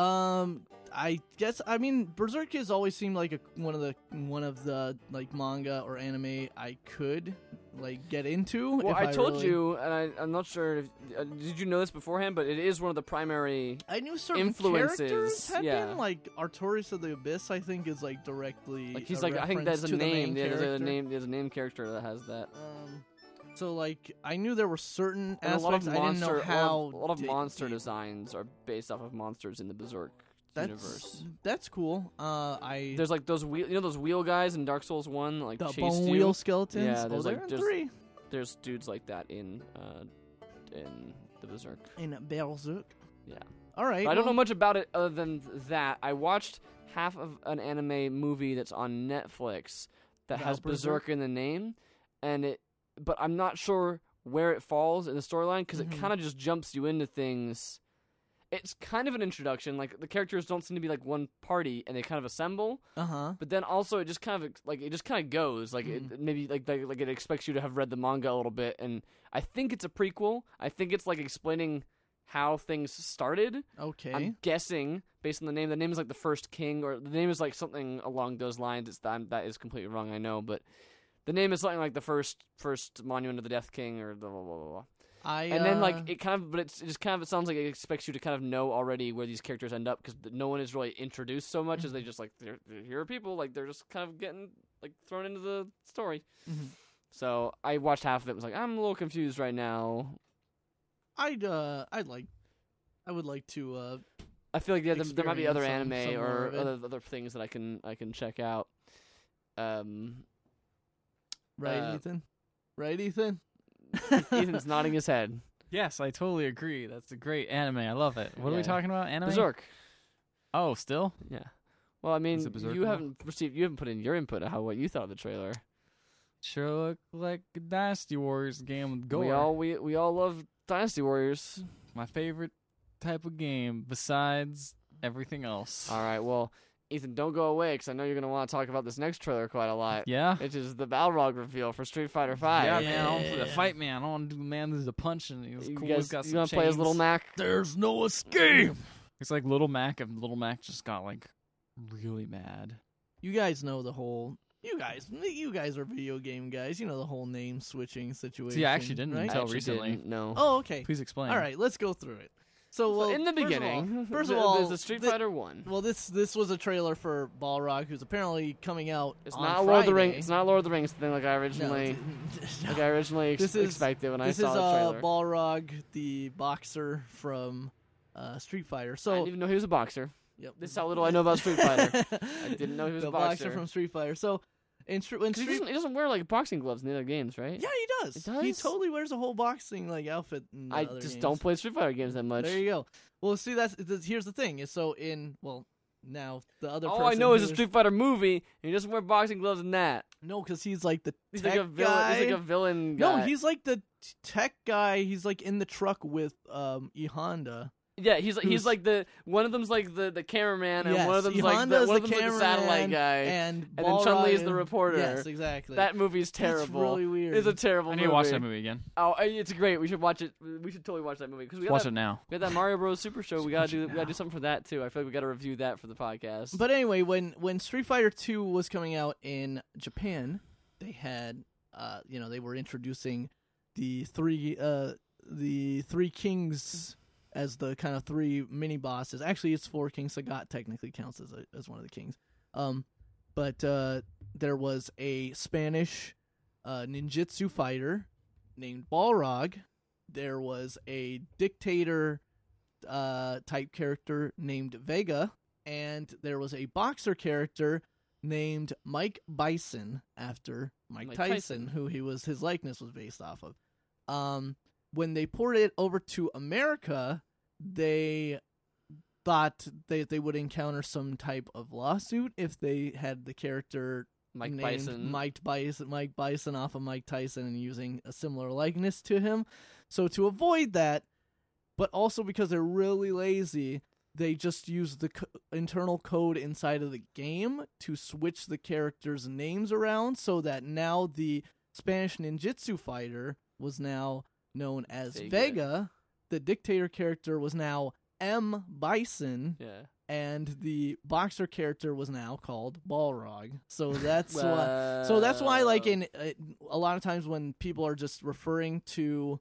um I guess I mean Berserk has always seemed like a, one of the one of the like manga or anime I could like get into.
Well,
if
I, told
really-
you, and I, I'm not sure if uh, did you know this beforehand, but it is one of the primary.
I knew certain
Influences,
characters had
yeah.
been like Artorias of the Abyss. I think is like directly
Like he's
a
like, I think
reference
there's a
to the
name.
main
yeah, There's a
character.
name. There's a name character that has that.
Um, so like I knew there were certain
And a
aspects
lot of
I didn't
monster,
know how.
a lot of, a lot of
di-
monster
deep.
designs are based off of monsters in the Berserk
That's
universe.
that's cool. Uh, I
There's like those wheel, you know, those wheel guys in Dark Souls One, like
the
chased
bone
you.
wheel skeletons.
Yeah,
oh,
there's,
they're
like,
in
just-
three
There's dudes like that in, uh, in the Berserk.
in Berserk.
Yeah.
All right.
I don't know
well,
much about it other than th- that. I watched half of an anime movie that's on Netflix that
About
has
Berserk?
Berserk in the name, and it. But I'm not sure where it falls in the storyline because
Mhm.
it kind of just jumps you into things. It's kind of an introduction. Like the characters don't seem to be like one party, and they kind of assemble.
Uh-huh.
But then also, it just kind of like it just kind of goes like it, maybe like like like it expects you to have read the manga a little bit. And I think it's a prequel. I think it's like explaining how things started.
Okay.
I'm guessing based on the name. The name is like the first king, or the name is like something along those lines. It's I'm, that is completely wrong. I know, but the name is something like the first first monument of the Death King, or the blah blah blah. blah.
I
And then
uh,
like it kind of, but it's it just kind of it sounds like it expects you to kind of know already where these characters end up because no one is really introduced so much as they just like they're, they're- here are people like they're just kind of getting like thrown into the story.
Mhm.
So I watched half of it. and Was like I'm a little confused right now.
I'd uh I'd like I would like to uh
I feel like yeah, there, there might be other
experience some-
anime
some more
or
of it.
other other things that I can I can check out. Um,
right
Uh,
Ethan. Right Ethan.
E-, Ethan's
[laughs]
nodding his head.
Yes, I totally agree. That's a great anime. I love it. What are
Yeah.
we talking about? Anime?
Berserk.
Oh, still?
Yeah. Well, I mean,
it Berserk
you
now?
haven't received you haven't put in your input on how what you thought of the trailer.
Sure look like a Dynasty Warriors game with gore.
We all we we all love Dynasty Warriors.
My favorite type of game besides everything else.
All right. Well, Ethan, don't go away because I know you're gonna want to talk about this next trailer quite a lot.
Yeah?
Which is the Balrog reveal for Street Fighter Five.
Yeah, man. I want to fight man. I want to do man. This is a punching. He's
You
cool.
guys,
He's got
you
some
wanna play as Little
chains.
Mac?
There's no escape. It's like Little Mac, and Little Mac just got like really mad.
You guys know the whole you guys you guys are video game guys. You know the whole name switching situation.
See, I actually didn't
right?
until
Actually
recently.
didn't, No.
Oh, okay.
Please explain.
All right, let's go through it. So, well,
So in the
first of
[laughs]
all-
beginning,
first of
th-
all,
there's a Street
thi-
Fighter One.
Well, this this was a trailer for Balrog, who's apparently coming out.
It's
on
not Lord of the Rings.
Friday.
It's not Lord of the Rings thing like I
No,
originally
it's- no.
like I originally ex-
This is-
expected when
this
I saw
is
the
uh,
trailer.
Balrog, the boxer from uh, Street Fighter.
I
So
didn't even know he was a boxer.
yep.
This is how little I know about Street Fighter.
[laughs]
I didn't know he was
the
a
boxer.
boxer.
from Street Fighter. So in, Str- in
'Cause He
Street,
doesn't, he doesn't wear like boxing gloves in the other games, right?
yeah, he does.
It
He
does?
totally wears a whole boxing like outfit. In the
I
other
just
games.
don't play Street Fighter games that much.
There you go. Well, see, that's th- here's the thing. Is so in well now the other.
All I
person
know is
who
a Street Fighter movie, and he doesn't wear boxing gloves in that.
No, because he's like the
He's
tech
like a villain.
guy.
He's like a villain
no,
guy.
he's like the t- tech guy. He's like in the truck with um E Honda.
yeah, he's like
who's-
he's like the one of them's like the the cameraman, and one of
Yes,
them's like
Honda's
the, one of them's like the
cameraman
satellite guy.
and
then Chun-Li is the
Balrog-
reporter.
Yes, exactly.
that movie's terrible.
That's really weird.
It's a terrible
I need
movie.
to watch that movie again.
Oh, uh, it's great. We should watch it. We should totally watch that movie because we
Watch
gotta,
it now.
we had that Mario Bros Super Show. We gotta
watch it
do we gotta
now.
[laughs]
do something for that too. I feel like we gotta review that for the podcast.
But anyway, when when Street Fighter Two was coming out in Japan, they had uh you know they were introducing the three uh the three kings as the kind of three mini bosses. Actually, it's four kings. Sagat technically counts as a, as one of the kings. Um, but uh, there was a Spanish uh, ninjutsu fighter named Balrog. There was a dictator uh, type character named Vega, and there was a boxer character named Mike Bison after Mike,
Mike
Tyson,
Tyson.
who he was his likeness was based off of. Um, when they ported it over to America, they thought they they would encounter some type of lawsuit if they had the character
Mike
named
Bison.
Mike Bison, Mike Bison off of Mike Tyson and using a similar likeness to him. So to avoid that, but also because they're really lazy, they just use the co- internal code inside of the game to switch the characters' names around so that now the Spanish ninjutsu fighter was now known as
Vega.
Vega. The dictator character was now M. Bison,
yeah,
and the boxer character was now called Balrog.
[laughs]
So that's why.
Whoa.
So that's why, like in uh, a lot of times when people are just referring to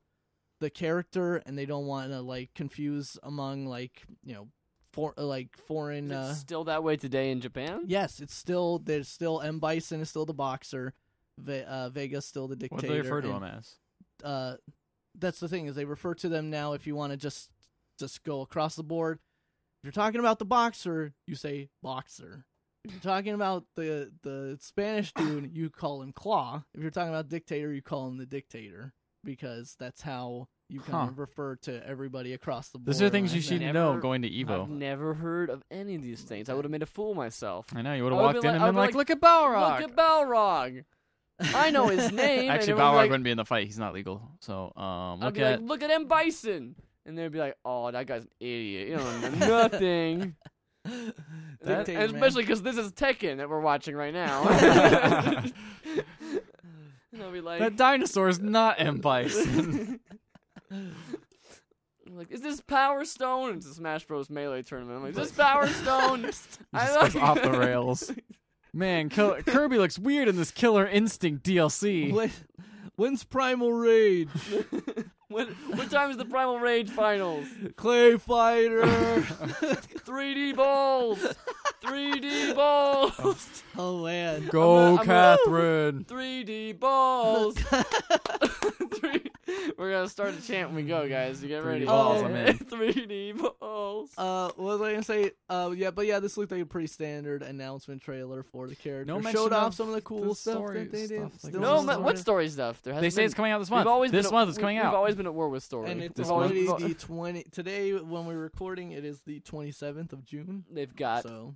the character and they don't want to like confuse among like you know for uh, like foreign.
Is it
Uh,
still that way today in Japan.
yes, it's still there's still M Bison is still the boxer, Ve- uh, Vega's still the
What
dictator.
do they refer to
and
him as?
uh, that's the thing is they refer to them now if you want to just just go across the board if you're talking about the boxer you say boxer if you're talking about the the spanish dude you call him claw if you're talking about dictator you call him the dictator because that's how you kind
Huh.
of refer to everybody across the board
These are things you
I've
[laughs]
should
never-
know going to
I've
Evo.
never heard of any of these things. I would have made a fool of myself.
I know you would
I
have
would've
walked in
been like-
and
I
been like,
would've
"Look at
Look
Balrog."
at Balrog. I know
[laughs]
his name.
Actually,
and everyone
Balrog
would be like,
wouldn't be in the fight. He's not legal. So um,
I'd
look
be
at
like, look at M Bison, and they'd be like, oh, that guy's an idiot. You don't know
[laughs]
nothing. And-
Dictator,
and
man. [laughs]
especially because this is Tekken that we're watching right now.
[laughs]
[laughs] and I'll be like, [laughs]
that dinosaur is not M Bison.
I'm like, is this Power Stone? It's a Smash Bros. Melee tournament. I'm like, is
[laughs]
this Power Stone? [laughs] I
Just goes
like-
off the rails. Man, Kill- Kirby looks weird in this Killer Instinct DLC.
when, when's primal
[laughs]
rage
When, [laughs] what time is the Primal Rage finals?
clay fighter [laughs]
3D balls. 3D balls.
oh man
I'm
Go,
not- I'm not-
Catherine.
3D balls. [laughs] Three, we're gonna start a chant when we go, guys. You get
3D
ready.
balls,
[laughs]
I'm in.
3D balls.
Uh, what was I gonna say? Uh, yeah, but yeah, this looked like a pretty standard announcement trailer for the character.
No mention
showed off
of
some of the cool
the
stuff
story
that they did.
stuff, like
Still
no,
this
just
is
ma-
sort
what
of-
story stuff? There has
They say it's coming out this
We've
month.
always
this
been,
month it's coming
we,
out.
We've always been at war with story.
And it's
We've
this
always-
already
we've al-
the twenty. Today, when we're recording, it is the twenty seventh of June.
[laughs] They've got
So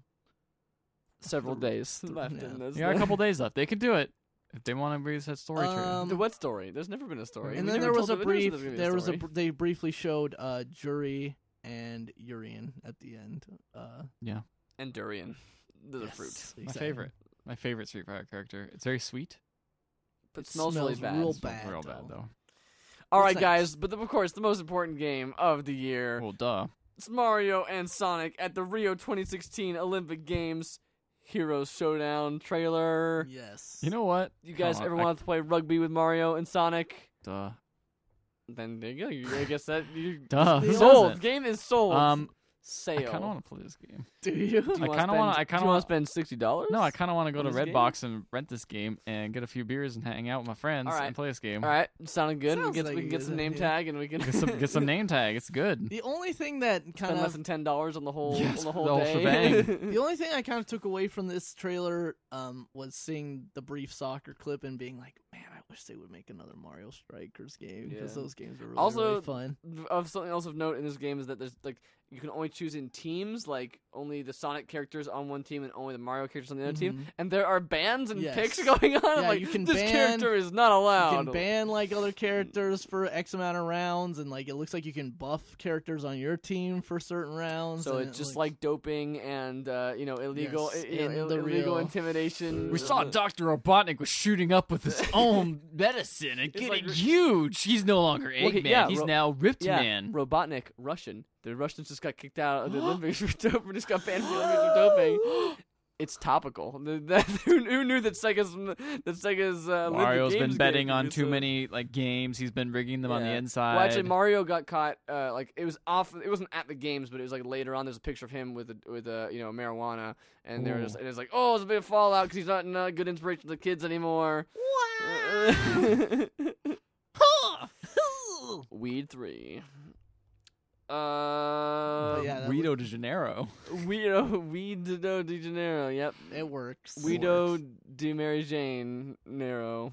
several days left
yeah.
in this.
You got a
thing. [laughs]
couple days left. They could do it if they want to release that story. trailer.
Um,
Dude, what story? There's never been a story.
and
We
then
never
there was a
told the viewers
brief.
that gonna be
There was a.
story.
br- They briefly showed uh Jury and Urian at the end. Uh,
and durian. The
yes,
fruit.
exactly.
My favorite. My favorite Street Fighter character. It's very sweet.
But
It
smells, really bad.
real
It's
bad.
real
though.
bad though.
All
It's
right,
nice.
guys. But the, of course, the most important game of the year.
Well, duh.
It's Mario and Sonic at the Rio 2016 Olympic Games Heroes Showdown trailer.
Yes.
You know what?
You guys
Come on,
ever
I-
want to play rugby with Mario and Sonic?
Duh.
Then there you go. You, I guess that
[laughs]
you [laughs]
Duh. Who
sold.
doesn't?
Game is sold.
Um,
sale.
I kind of want to play this game.
[laughs] do you?
I kinda wanna- I
want
kinda wanna-
to spend sixty dollars.
No, I kind of want to go to
This game?
Redbox and rent this game and get a few beers and hang out with my friends
All right.
and play this game.
All right, sounded good. we
Sounds
get
like
we
a
can get
good
some name
idea.
tag and we can
Get some
[laughs]
get some name tag. It's good.
The only thing that kind
spend less
of
than ten dollars on the whole
Yes,
on the
for
whole
the
[laughs]
whole
day.
[laughs]
shebang.
The only thing I kind of took away from this trailer um, was seeing the brief soccer clip and being like, "Man, I wish they would make another Mario Strikers game because
Yeah.
those games are really,
Also,
really fun."
of something else of note in this game is that there's like you can only choose in teams, like only the Sonic characters on one team and only the Mario characters on the other team.
Mhm.
And there are bans and
Yes.
picks [laughs] going on. I'm
Yeah,
like
you can
this
ban-
character is not
You
allowed.
can ban like
[laughs]
other characters for X amount of rounds, and like it looks like you can buff characters on your team for certain rounds.
so
and
it's just
looks-
like doping and uh, you know illegal
Yes,
i- you know,
in
ill-
the
illegal
real-
intimidation.
We saw Doctor Robotnik was shooting
[laughs]
up with his own medicine and
It's
getting
like-
huge. He's no longer
he-
Eggman.
yeah,
He's
Ro-
now Ripped
yeah,
Man.
Robotnik Russian. The Russians just got kicked out of the Olympics for doping. Just got banned from the Olympics for doping. It's topical. The- [laughs] that- who, who knew that Sega's that Sega's uh, Olympic
Mario's
Games
been betting
game
on
could be
too
so-
many like games. He's been rigging them on the
uh, Yeah.
inside.
Well, actually, Mario got caught. Uh, like it was off. It wasn't at the games, but it was like later on. There's a picture of him with a, with a you know marijuana, and there was
Ooh.
and it's like oh, it's a bit of fallout because he's not not a good inspiration to the kids anymore. [laughs] Weed three. Uh,
yeah, that
Rio
[laughs]
de Janeiro.
[laughs] Weedo, Weedo de Janeiro. Yep,
[laughs] it works.
Weedo de Mary Jane Nero.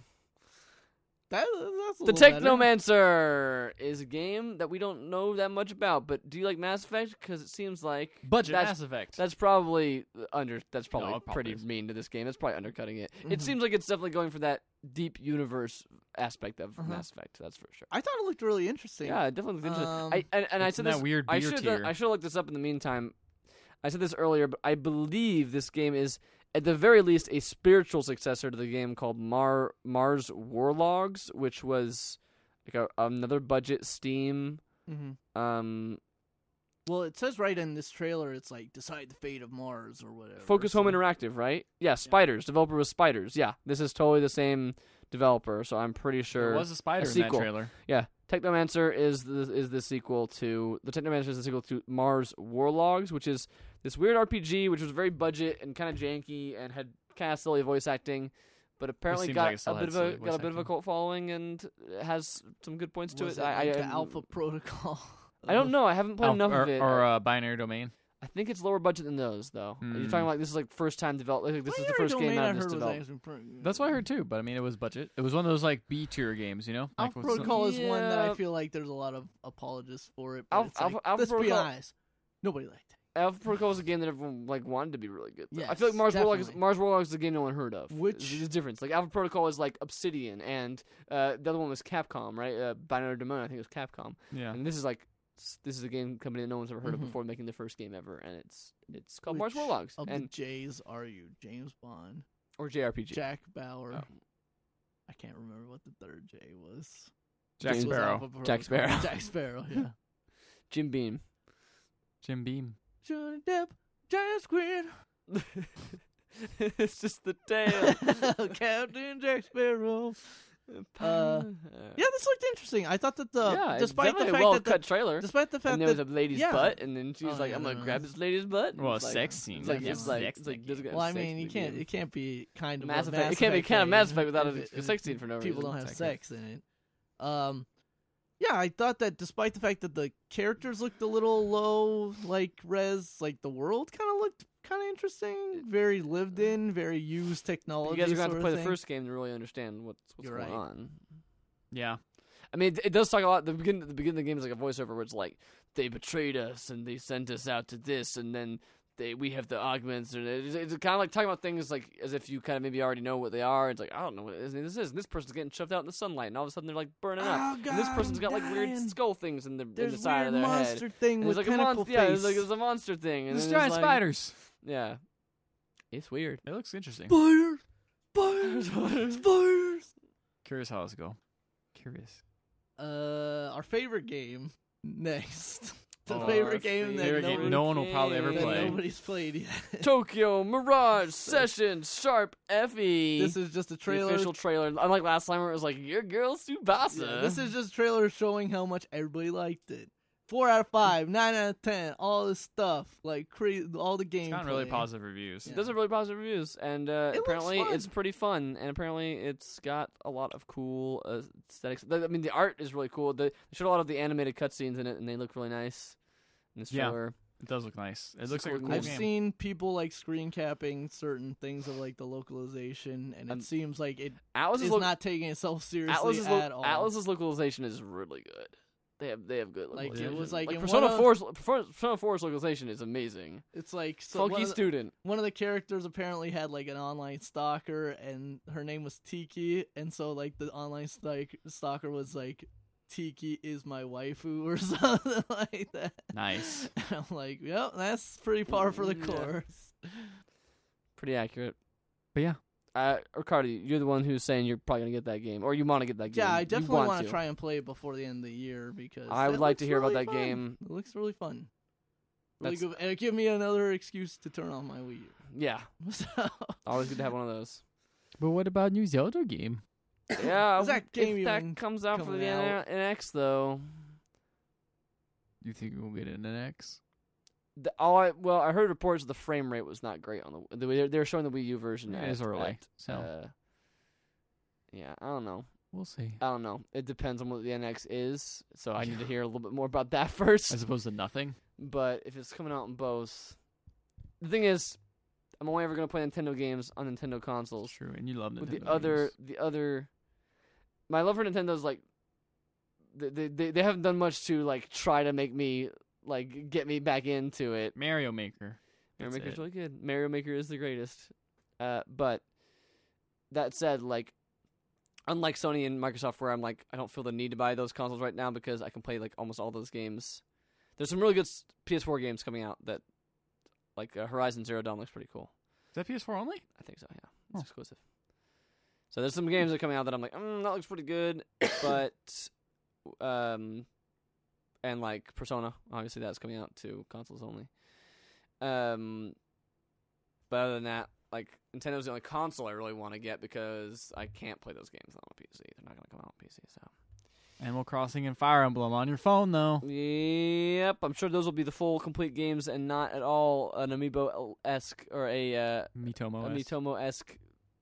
That- that's a
The
little better.
Technomancer is a game that we don't know that much about, but do you like Mass Effect? Because it seems like
Budget
that's
Mass Effect.
That's probably under. That's probably,
it probably Mm-hmm.
pretty
is.
mean to this game. That's probably undercutting it. It
Mhm.
seems like it's definitely going for that deep universe aspect of
Uh-huh.
Mass Effect. That's for sure.
I thought it looked really interesting.
Yeah, it definitely. looks interesting.
Um,
I and, and I
It's
said
in
this.
that weird
I
beer
should
tier.
I should look this up in the meantime. I said this earlier, but I believe this game is at the very least a spiritual successor to the game called Mar Mars Warlogs, which
Mm-hmm.
was like a, another budget Steam
hmm
um
Well, it says right in this trailer, it's like decide the fate of Mars or whatever.
Focus Home
so-
Interactive, right? Yeah, Spiders. Developer was Spiders. Yeah, this is totally the same developer, so I'm pretty sure.
There was a spider in
A
that
sequel.
trailer.
Yeah, Technomancer is the is the sequel to the Technomancer is the sequel to Mars Warlogs, which is this weird RPG which was very budget and kind of janky and had kind of silly voice acting, but apparently
seems
got
like it
a
still
bit
had
of
silly
a got
voice
a bit of a
acting.
cult following and has some good points to
Was
it. I,
like
I
the
I'm-
Alpha Protocol.
[laughs] I don't know. I haven't played
Alpha-
enough
or,
of it.
or uh, binary domain.
I think it's lower budget than those, though. You're
Mm.
talking like this is like first time developed. Like, this
Well,
is the
Yuri
first game
Domain
out
I
of this
heard was
development.
actually pretty-
That's what I heard too. But I mean, it was budget. It was one of those like B tier games, you know. Like,
Alpha
what's the-
Protocol is one that I
Yeah.
feel like there's a lot of apologists for it. But
Alpha-
it's like,
Alpha- Alpha
let's be
Protocol-
honest, nobody liked it.
Alpha Protocol is a game that everyone like wanted to be really good. though. I feel like
Yes,
Mars Warlock is
definitely.
Mars Warlock is a game no one heard of.
Which-
is the difference? Like Alpha Protocol is like Obsidian, and uh, the other one was Capcom, right? Uh, Binary Domain, I think it was Capcom.
Yeah.
And this is like s- this is a game company that no one's ever heard of
Mhm.
before, making their first game ever, and it's it's called Mars
Which
Warlocks
Of
and
the J's are you? James Bond,
or JRPG.
Jack Bauer.
Oh.
I can't remember what the third J was.
Jack
This was
Sparrow,
Alpha
Jack
Protocol.
Sparrow.
[laughs] Jack Sparrow.
[laughs]
Yeah.
Jim
[laughs]
Beam.
Jim Beam.
Johnny Depp, Jack Squid,
it's just the [laughs] tail.
[laughs] Captain Jack Sparrow.
Uh,
Yeah, this looked interesting. I thought that the
yeah, it's
despite the
definitely
fact
a well
that the,
cut trailer.
[laughs] despite the fact
and there was a
that
lady's
yeah.
butt, and then she
Oh,
was like,
yeah,
"I'm
there
gonna grab
was.
this lady's butt." and
Well,
it's
a
like,
sex scene.
It's like,
Yeah.
it's like,
Sex
it's like,
scene.
there's gonna
well, I
sex
mean,
to
you
be
can't
in.
it can't be kind of
Mass
a
Effect. it can't be kind of Mass Effect without
if
a,
it-
a sex scene for no
if
reason.
people don't have
technically.
sex in it. Um, yeah, I thought that despite the fact that the characters looked a little low, like res, like the world kind of looked kind of interesting, very lived in, very used
But
technology.
you guys are gonna have
sort
to
of
play the
thing.
first game to really understand what's what's
You're
going
right.
on.
Yeah.
I mean, it, it does talk a lot. The beginning, the beginning of the game is like a voiceover where it's like they betrayed us and they sent us out to this, and then they we have the augments, and it's, it's kind of like talking about things like as if you kind of maybe already know what they are. It's like I don't know what it is, and this is. And this person's getting shoved out in the sunlight, and all of a sudden they're like burning up.
Oh,
and this
God,
person's
I'm
got like weird
dying.
skull things in the, in
There's
the side
weird
of their head.
monster thing
And it's like
with
a
tentacle
monster. Yeah, it's
face.
like it's a monster thing. And
There's
then
giant
it's like-
spiders.
Yeah, it's weird.
It looks interesting.
[laughs]
Spiders, spiders, spiders.
Curious how this go. Curious.
Uh, our favorite game next. [laughs] The
Oh, our
favorite game that
favorite game
nobody,
no one will probably ever
that
play.
nobody's played
[laughs]
yet.
Tokyo Mirage Session Sharp Fe.
this is just a trailer.
The official trailer. Unlike last time where it was like, your girl Subasa.
Yeah, this is just trailer showing how much everybody liked it. Four out of five, nine out of ten, all this stuff, like crazy, all the games.
It's gotten really positive reviews.
It does have really positive reviews, and uh,
It looks
apparently
fun.
it's pretty fun. And apparently it's got a lot of cool uh, aesthetics. The- I mean, the art is really cool. The, they showed a lot of the animated cutscenes in it, and they look really nice. In this
Yeah.
trailer,
It does look nice. It
It's
looks like a
cool
cool
I've
game.
seen people like screen capping certain things of like the localization, and it
Um,
seems like it
Atlas
is
is lo-
not taking itself seriously
Atlas's, lo-
at all.
Atlas's localization is really good. They have they have good
Like, it
localization.
was like in
Persona
one of-
4's lo- Persona Persona 4's localization is amazing.
it's like so one
Funky
of the-
student.
one of the characters apparently had like an online stalker and her name was Tiki and so like the online stalk- stalker was like Tiki is my waifu or [laughs] something like that.
Nice.
[laughs] And I'm like, yep, that's pretty par for the
Yeah.
course.
Pretty accurate.
But yeah.
Uh, Ricardo, you're the one who's saying you're probably gonna get that game, or you want to get that game.
Yeah, I
You
definitely
want
wanna try and play it before the end of the year because
I
that
would like to
looks
hear about
really
that
fun.
game.
It looks really fun. Really
That's-
good. And it give me another excuse to turn on my Wii U. [laughs]
Yeah,
So
always good to have one of those.
But what about new Zelda game?
Yeah,
[laughs] Is that game
if that
even
comes out for the
coming out?
NX though.
You think we'll get an NX?
The, all I well, I heard reports the frame rate was not great on the. the they're, they're showing the Wii U version.
It
at,
is early,
at,
so.
uh, yeah, I don't know.
We'll see.
I don't know. It depends on what the NX is, so I need to
Yeah.
hear a little bit more about that [laughs] first.
As opposed to nothing.
but if it's coming out in both, the thing is, I'm only ever gonna play Nintendo games on Nintendo consoles.
true. And you love
With the other, the other, my love for Nintendo is like, they- they they they haven't done much to like try to make me like get me back into it.
Mario Maker.
Mario
That's
Maker's
it.
really good. Mario Maker is the greatest. Uh, but that said, like, unlike Sony and Microsoft, where I'm like, I don't feel the need to buy those consoles right now because I can play like almost all those games. There's some really good s- PS4 games coming out that, like uh, Horizon Zero Dawn, looks pretty cool.
Is that PS4 only?
I think so. Yeah,
Oh.
it's exclusive. So there's some games that are coming out that I'm like, mm, that looks pretty good, but um, and like Persona. Obviously, that's coming out to consoles only. Um, but other than that, like Nintendo's the only console I really want to get because I can't play those games on a PC. They're not going to come out on PC. So
Animal Crossing and Fire Emblem on your phone though.
yep, I'm sure those will be the full complete games and not at all an amiibo esque or a uh,
Mitomo. is-
Amitomo esque.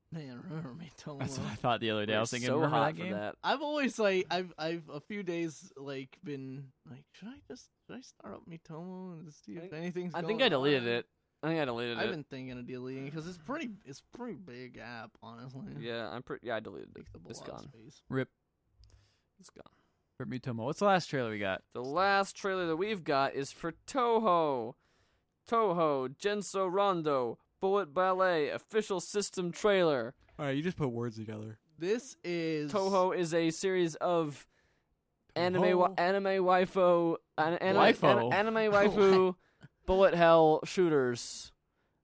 Man, remember me? Don't
That's what
worry.
I thought the other day. I was thinking,
so
remember
hot
that
for
game?
that.
I've always like I've I've a few days like been like should I just should I start up Mitomo and see
I
if
think-
anything's.
I think
going
I deleted
on?
it. I think I deleted
I've
it.
been thinking of deleting because it's pretty it's pretty big app honestly.
Yeah, I'm pretty. Yeah, I deleted it.
Like the
It's
blog
gone.
space.
Rip,
It's gone.
rip Mitomo. What's the last trailer we got?
The last trailer that we've got is for Toho. Toho, Genso Rondo, Bullet Ballet, official system trailer.
All right, you just put words together.
This is
Toho is a series of anime wa-
Toho.
anime waifu an- anime,
Waifu.
an- anime
[laughs]
waifu bullet hell shooters.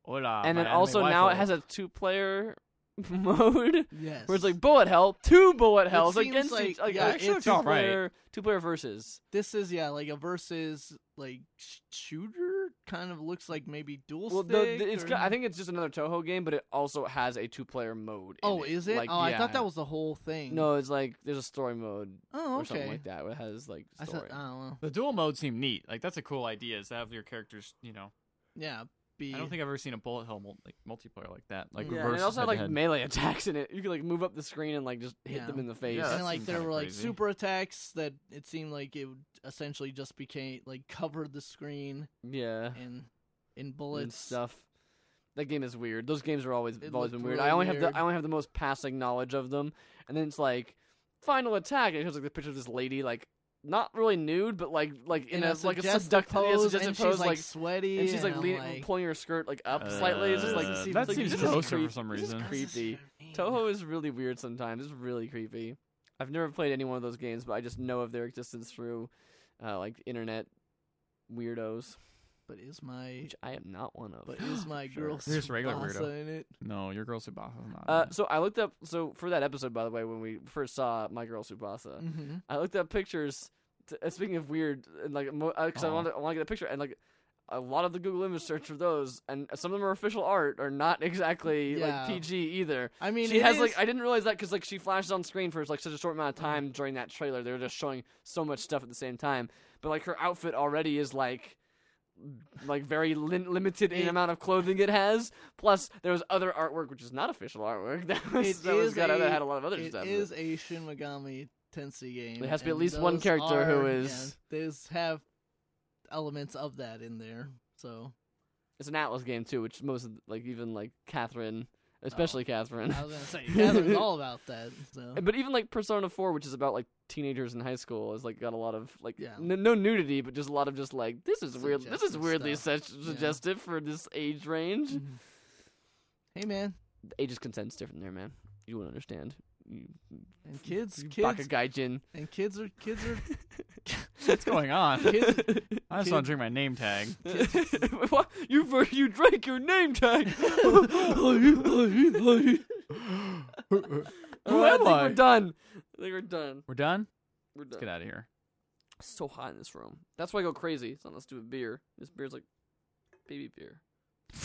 Hola,
and
Ah, my
then
anime
also now it
waifu.
has a two player [laughs] mode
Yes.
where it's like bullet hell, two bullet hells
seems
against
like-
each like,
yeah,
like
actually it's
two
all right.
player two player versus.
this is yeah like a versus like sh- shooter kind of looks like maybe dual
Well, the,
stick.
the, it's
or-
got- I think it's just another Toho game, but it also has a two player mode. in
Oh, is it?
Like,
oh, I thought
yeah.
that was the whole thing.
No, it's like there's a story mode
Oh,
or
okay.
something like that. Where it has like
I uh,
story.
thought I don't know.
The dual mode seemed neat. Like that's a cool idea. Is to have your characters, you know.
Yeah. B.
I don't think I've ever seen a bullet hell mul- like multiplayer like that. Like
Yeah,
yeah, and
reverse
it also had like
head-to-head.
melee attacks in it. You could like move up the screen and like just hit
Yeah.
them in the face.
Yeah,
and
that
then, like
seemed
there
kinda
were like
crazy.
super attacks that it seemed like it would essentially just became like covered the screen
yeah,
and in
and
bullets
stuff. That game is weird. Those games are always
It
have always
looked
been weird.
really
I only have
weird.
the I only have the most passing knowledge of them, and then it's like final attack. and It shows like the picture of this lady like not really nude, but like like in,
And
a, like a seductive yeah, suggestive
and
pose,
she's like,
like
sweaty
and she's like,
I'm
leaning,
like,
pulling her skirt like up slightly. It's just like
Uh,
seems
that
like
seems
this is
grosser
creep-
for some
this is
reason.
creepy. Toho is really weird sometimes. It's really creepy. I've never played any one of those games, but I just know of their existence through uh, like internet weirdos,
but is my
which I am not one of.
but
[gasps]
is my
[laughs] Sure.
girl
You're just a regular
Tsubasa
weirdo.
in it
No, your girl Subasa's not.
Uh,
in
Mm.
it.
so I looked up. So for that episode, by the way, when we first saw My Girl Subasa,
Mhm.
I looked up pictures. T- uh, speaking of weird, and like because uh 'cause I
Aw.
want to I want to get a picture, and like a lot of the Google image search for those, and some of them are official art, are not [laughs] exactly
Yeah.
like PG either.
I mean
she
it
has
is- Mm-hmm.
like I didn't realize that because like she flashes on screen for like such a short amount of time during that trailer. They were just showing so much stuff at the same time, but like her outfit already is like like very lin- limited in
It-
amount of clothing it has. Plus, there was other artwork which is not official artwork [laughs] that was,
It
that was
is
got that
a-
had a lot of other
It
stuff. in
is a Shin Megami Tensei game.
There has to be at
and
least one
those
character who
are-
is-
Yeah, there's have elements of that in there.
[laughs]
So
It's an Atlas game too, which most of, like even like Catherine,
Oh.
especially
[laughs]
Catherine.
I was gonna say Catherine's all about that. So
But even like Persona Four, which is about like teenagers in high school, has like got a lot of like
Yeah.
n- no nudity, but just a lot of just like this is weird. This is
Suggestive
weirdly
stuff.
such
Yeah.
suggestive for this age range.
Mhm. hey man,
The Age of consent's different there, man. You wouldn't understand. You,
and kids,
you [laughs]
kids,
Gaijin.
and kids are kids are
What's going
[laughs]
on?
kids.
I just want
kid-
to drink my name tag.
what? You for- you drank your name [laughs] tag.
Who
Uh, I
am
think
I?
We're done. I think we're done.
We're done.
We're done.
Let's get out of here.
It's so hot in this room. That's why I go crazy. It's not let's do a beer. This beer's like baby beer.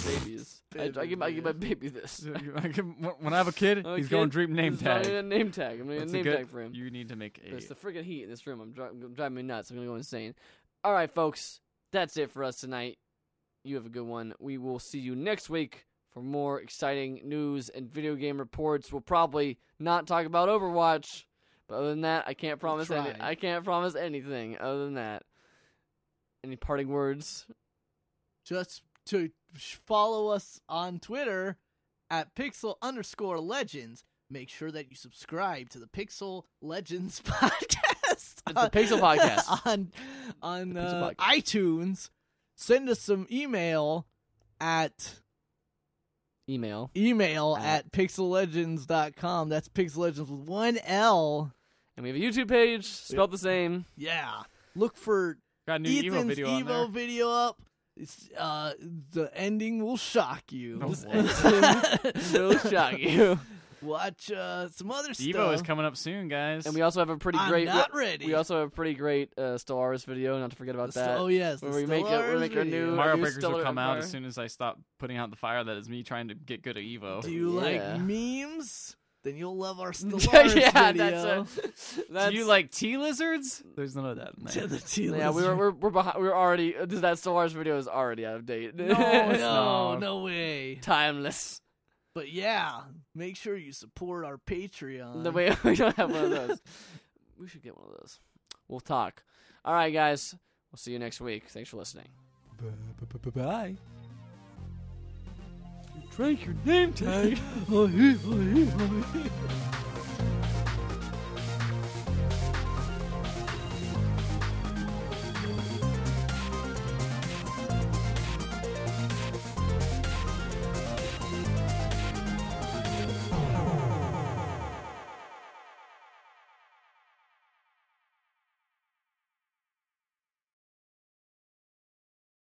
Babies. I, I,
Baby
give, I give my
beer.
baby this.
So you- I can- when I have a kid,
Oh,
he's
kid,
going to dream [laughs] name
[laughs] This is- I'm
tag.
gonna get a name tag. I'm gonna get
That's
a
a
name
good-
tag for him.
You need to make a.
It's the freaking heat in this room. I'm, dri- I'm driving me nuts. I'm gonna go insane. All right, folks. That's it for us tonight. You have a good one. We will see you next week for more exciting news and video game reports. We'll probably not talk about Overwatch, but other than that, I can't promise. Any-
try.
I can't promise anything other than that. Any parting words?
just to sh- follow us on Twitter at pixel underscore legends. Make sure that you subscribe to the Pixel Legends [laughs] podcast.
the Pixel Podcast.
[laughs] on on
The Pixel
uh,
Podcast.
iTunes. Send us some email at
Email.
email
At-
at pixellegends.com. That's pixellegends with one L.
And we have a YouTube page spelled
[laughs]
the same.
Yeah. Look for
got a new Evo
Ethan's
video on there.
Evo video up. It's, uh, the ending will shock you.
No, it
This
won't.
[laughs]
ending
It'll shock you.
Watch uh, some other
Devo
stuff.
is coming up soon,
[laughs]
guys.
And we also have a pretty
I'm
great.
not ready.
We also have a pretty great uh, Stellaris video. Not to forget about
The
that.
st- oh yes,
where
the
we make a- we
Stellaris
make a
video.
new-
Mario
Use
Breakers will
Stellar
come out as
Empire.
soon as I stop putting out the fire that is me trying to get good at Evo.
Do you
Yeah.
like memes? Then you'll love
[laughs]
our Stellaris
yeah,
video.
that's, a,
[laughs]
that's
Do you like tea lizards? There's none of that. In
[laughs]
to
there.
the tea
Yeah, we were
lizard.
we're we're, behind, we're already [laughs] uh, that Stellaris video is already out of date. [laughs]
no, no,
not.
no way.
timeless.
But yeah, make sure you support our Patreon.
No, wait, [laughs] we don't have one of
[laughs]
those. we should get one of those. We'll talk. All right, guys. We'll see you next week. Thanks for listening.
Bye.
Drink your name tag.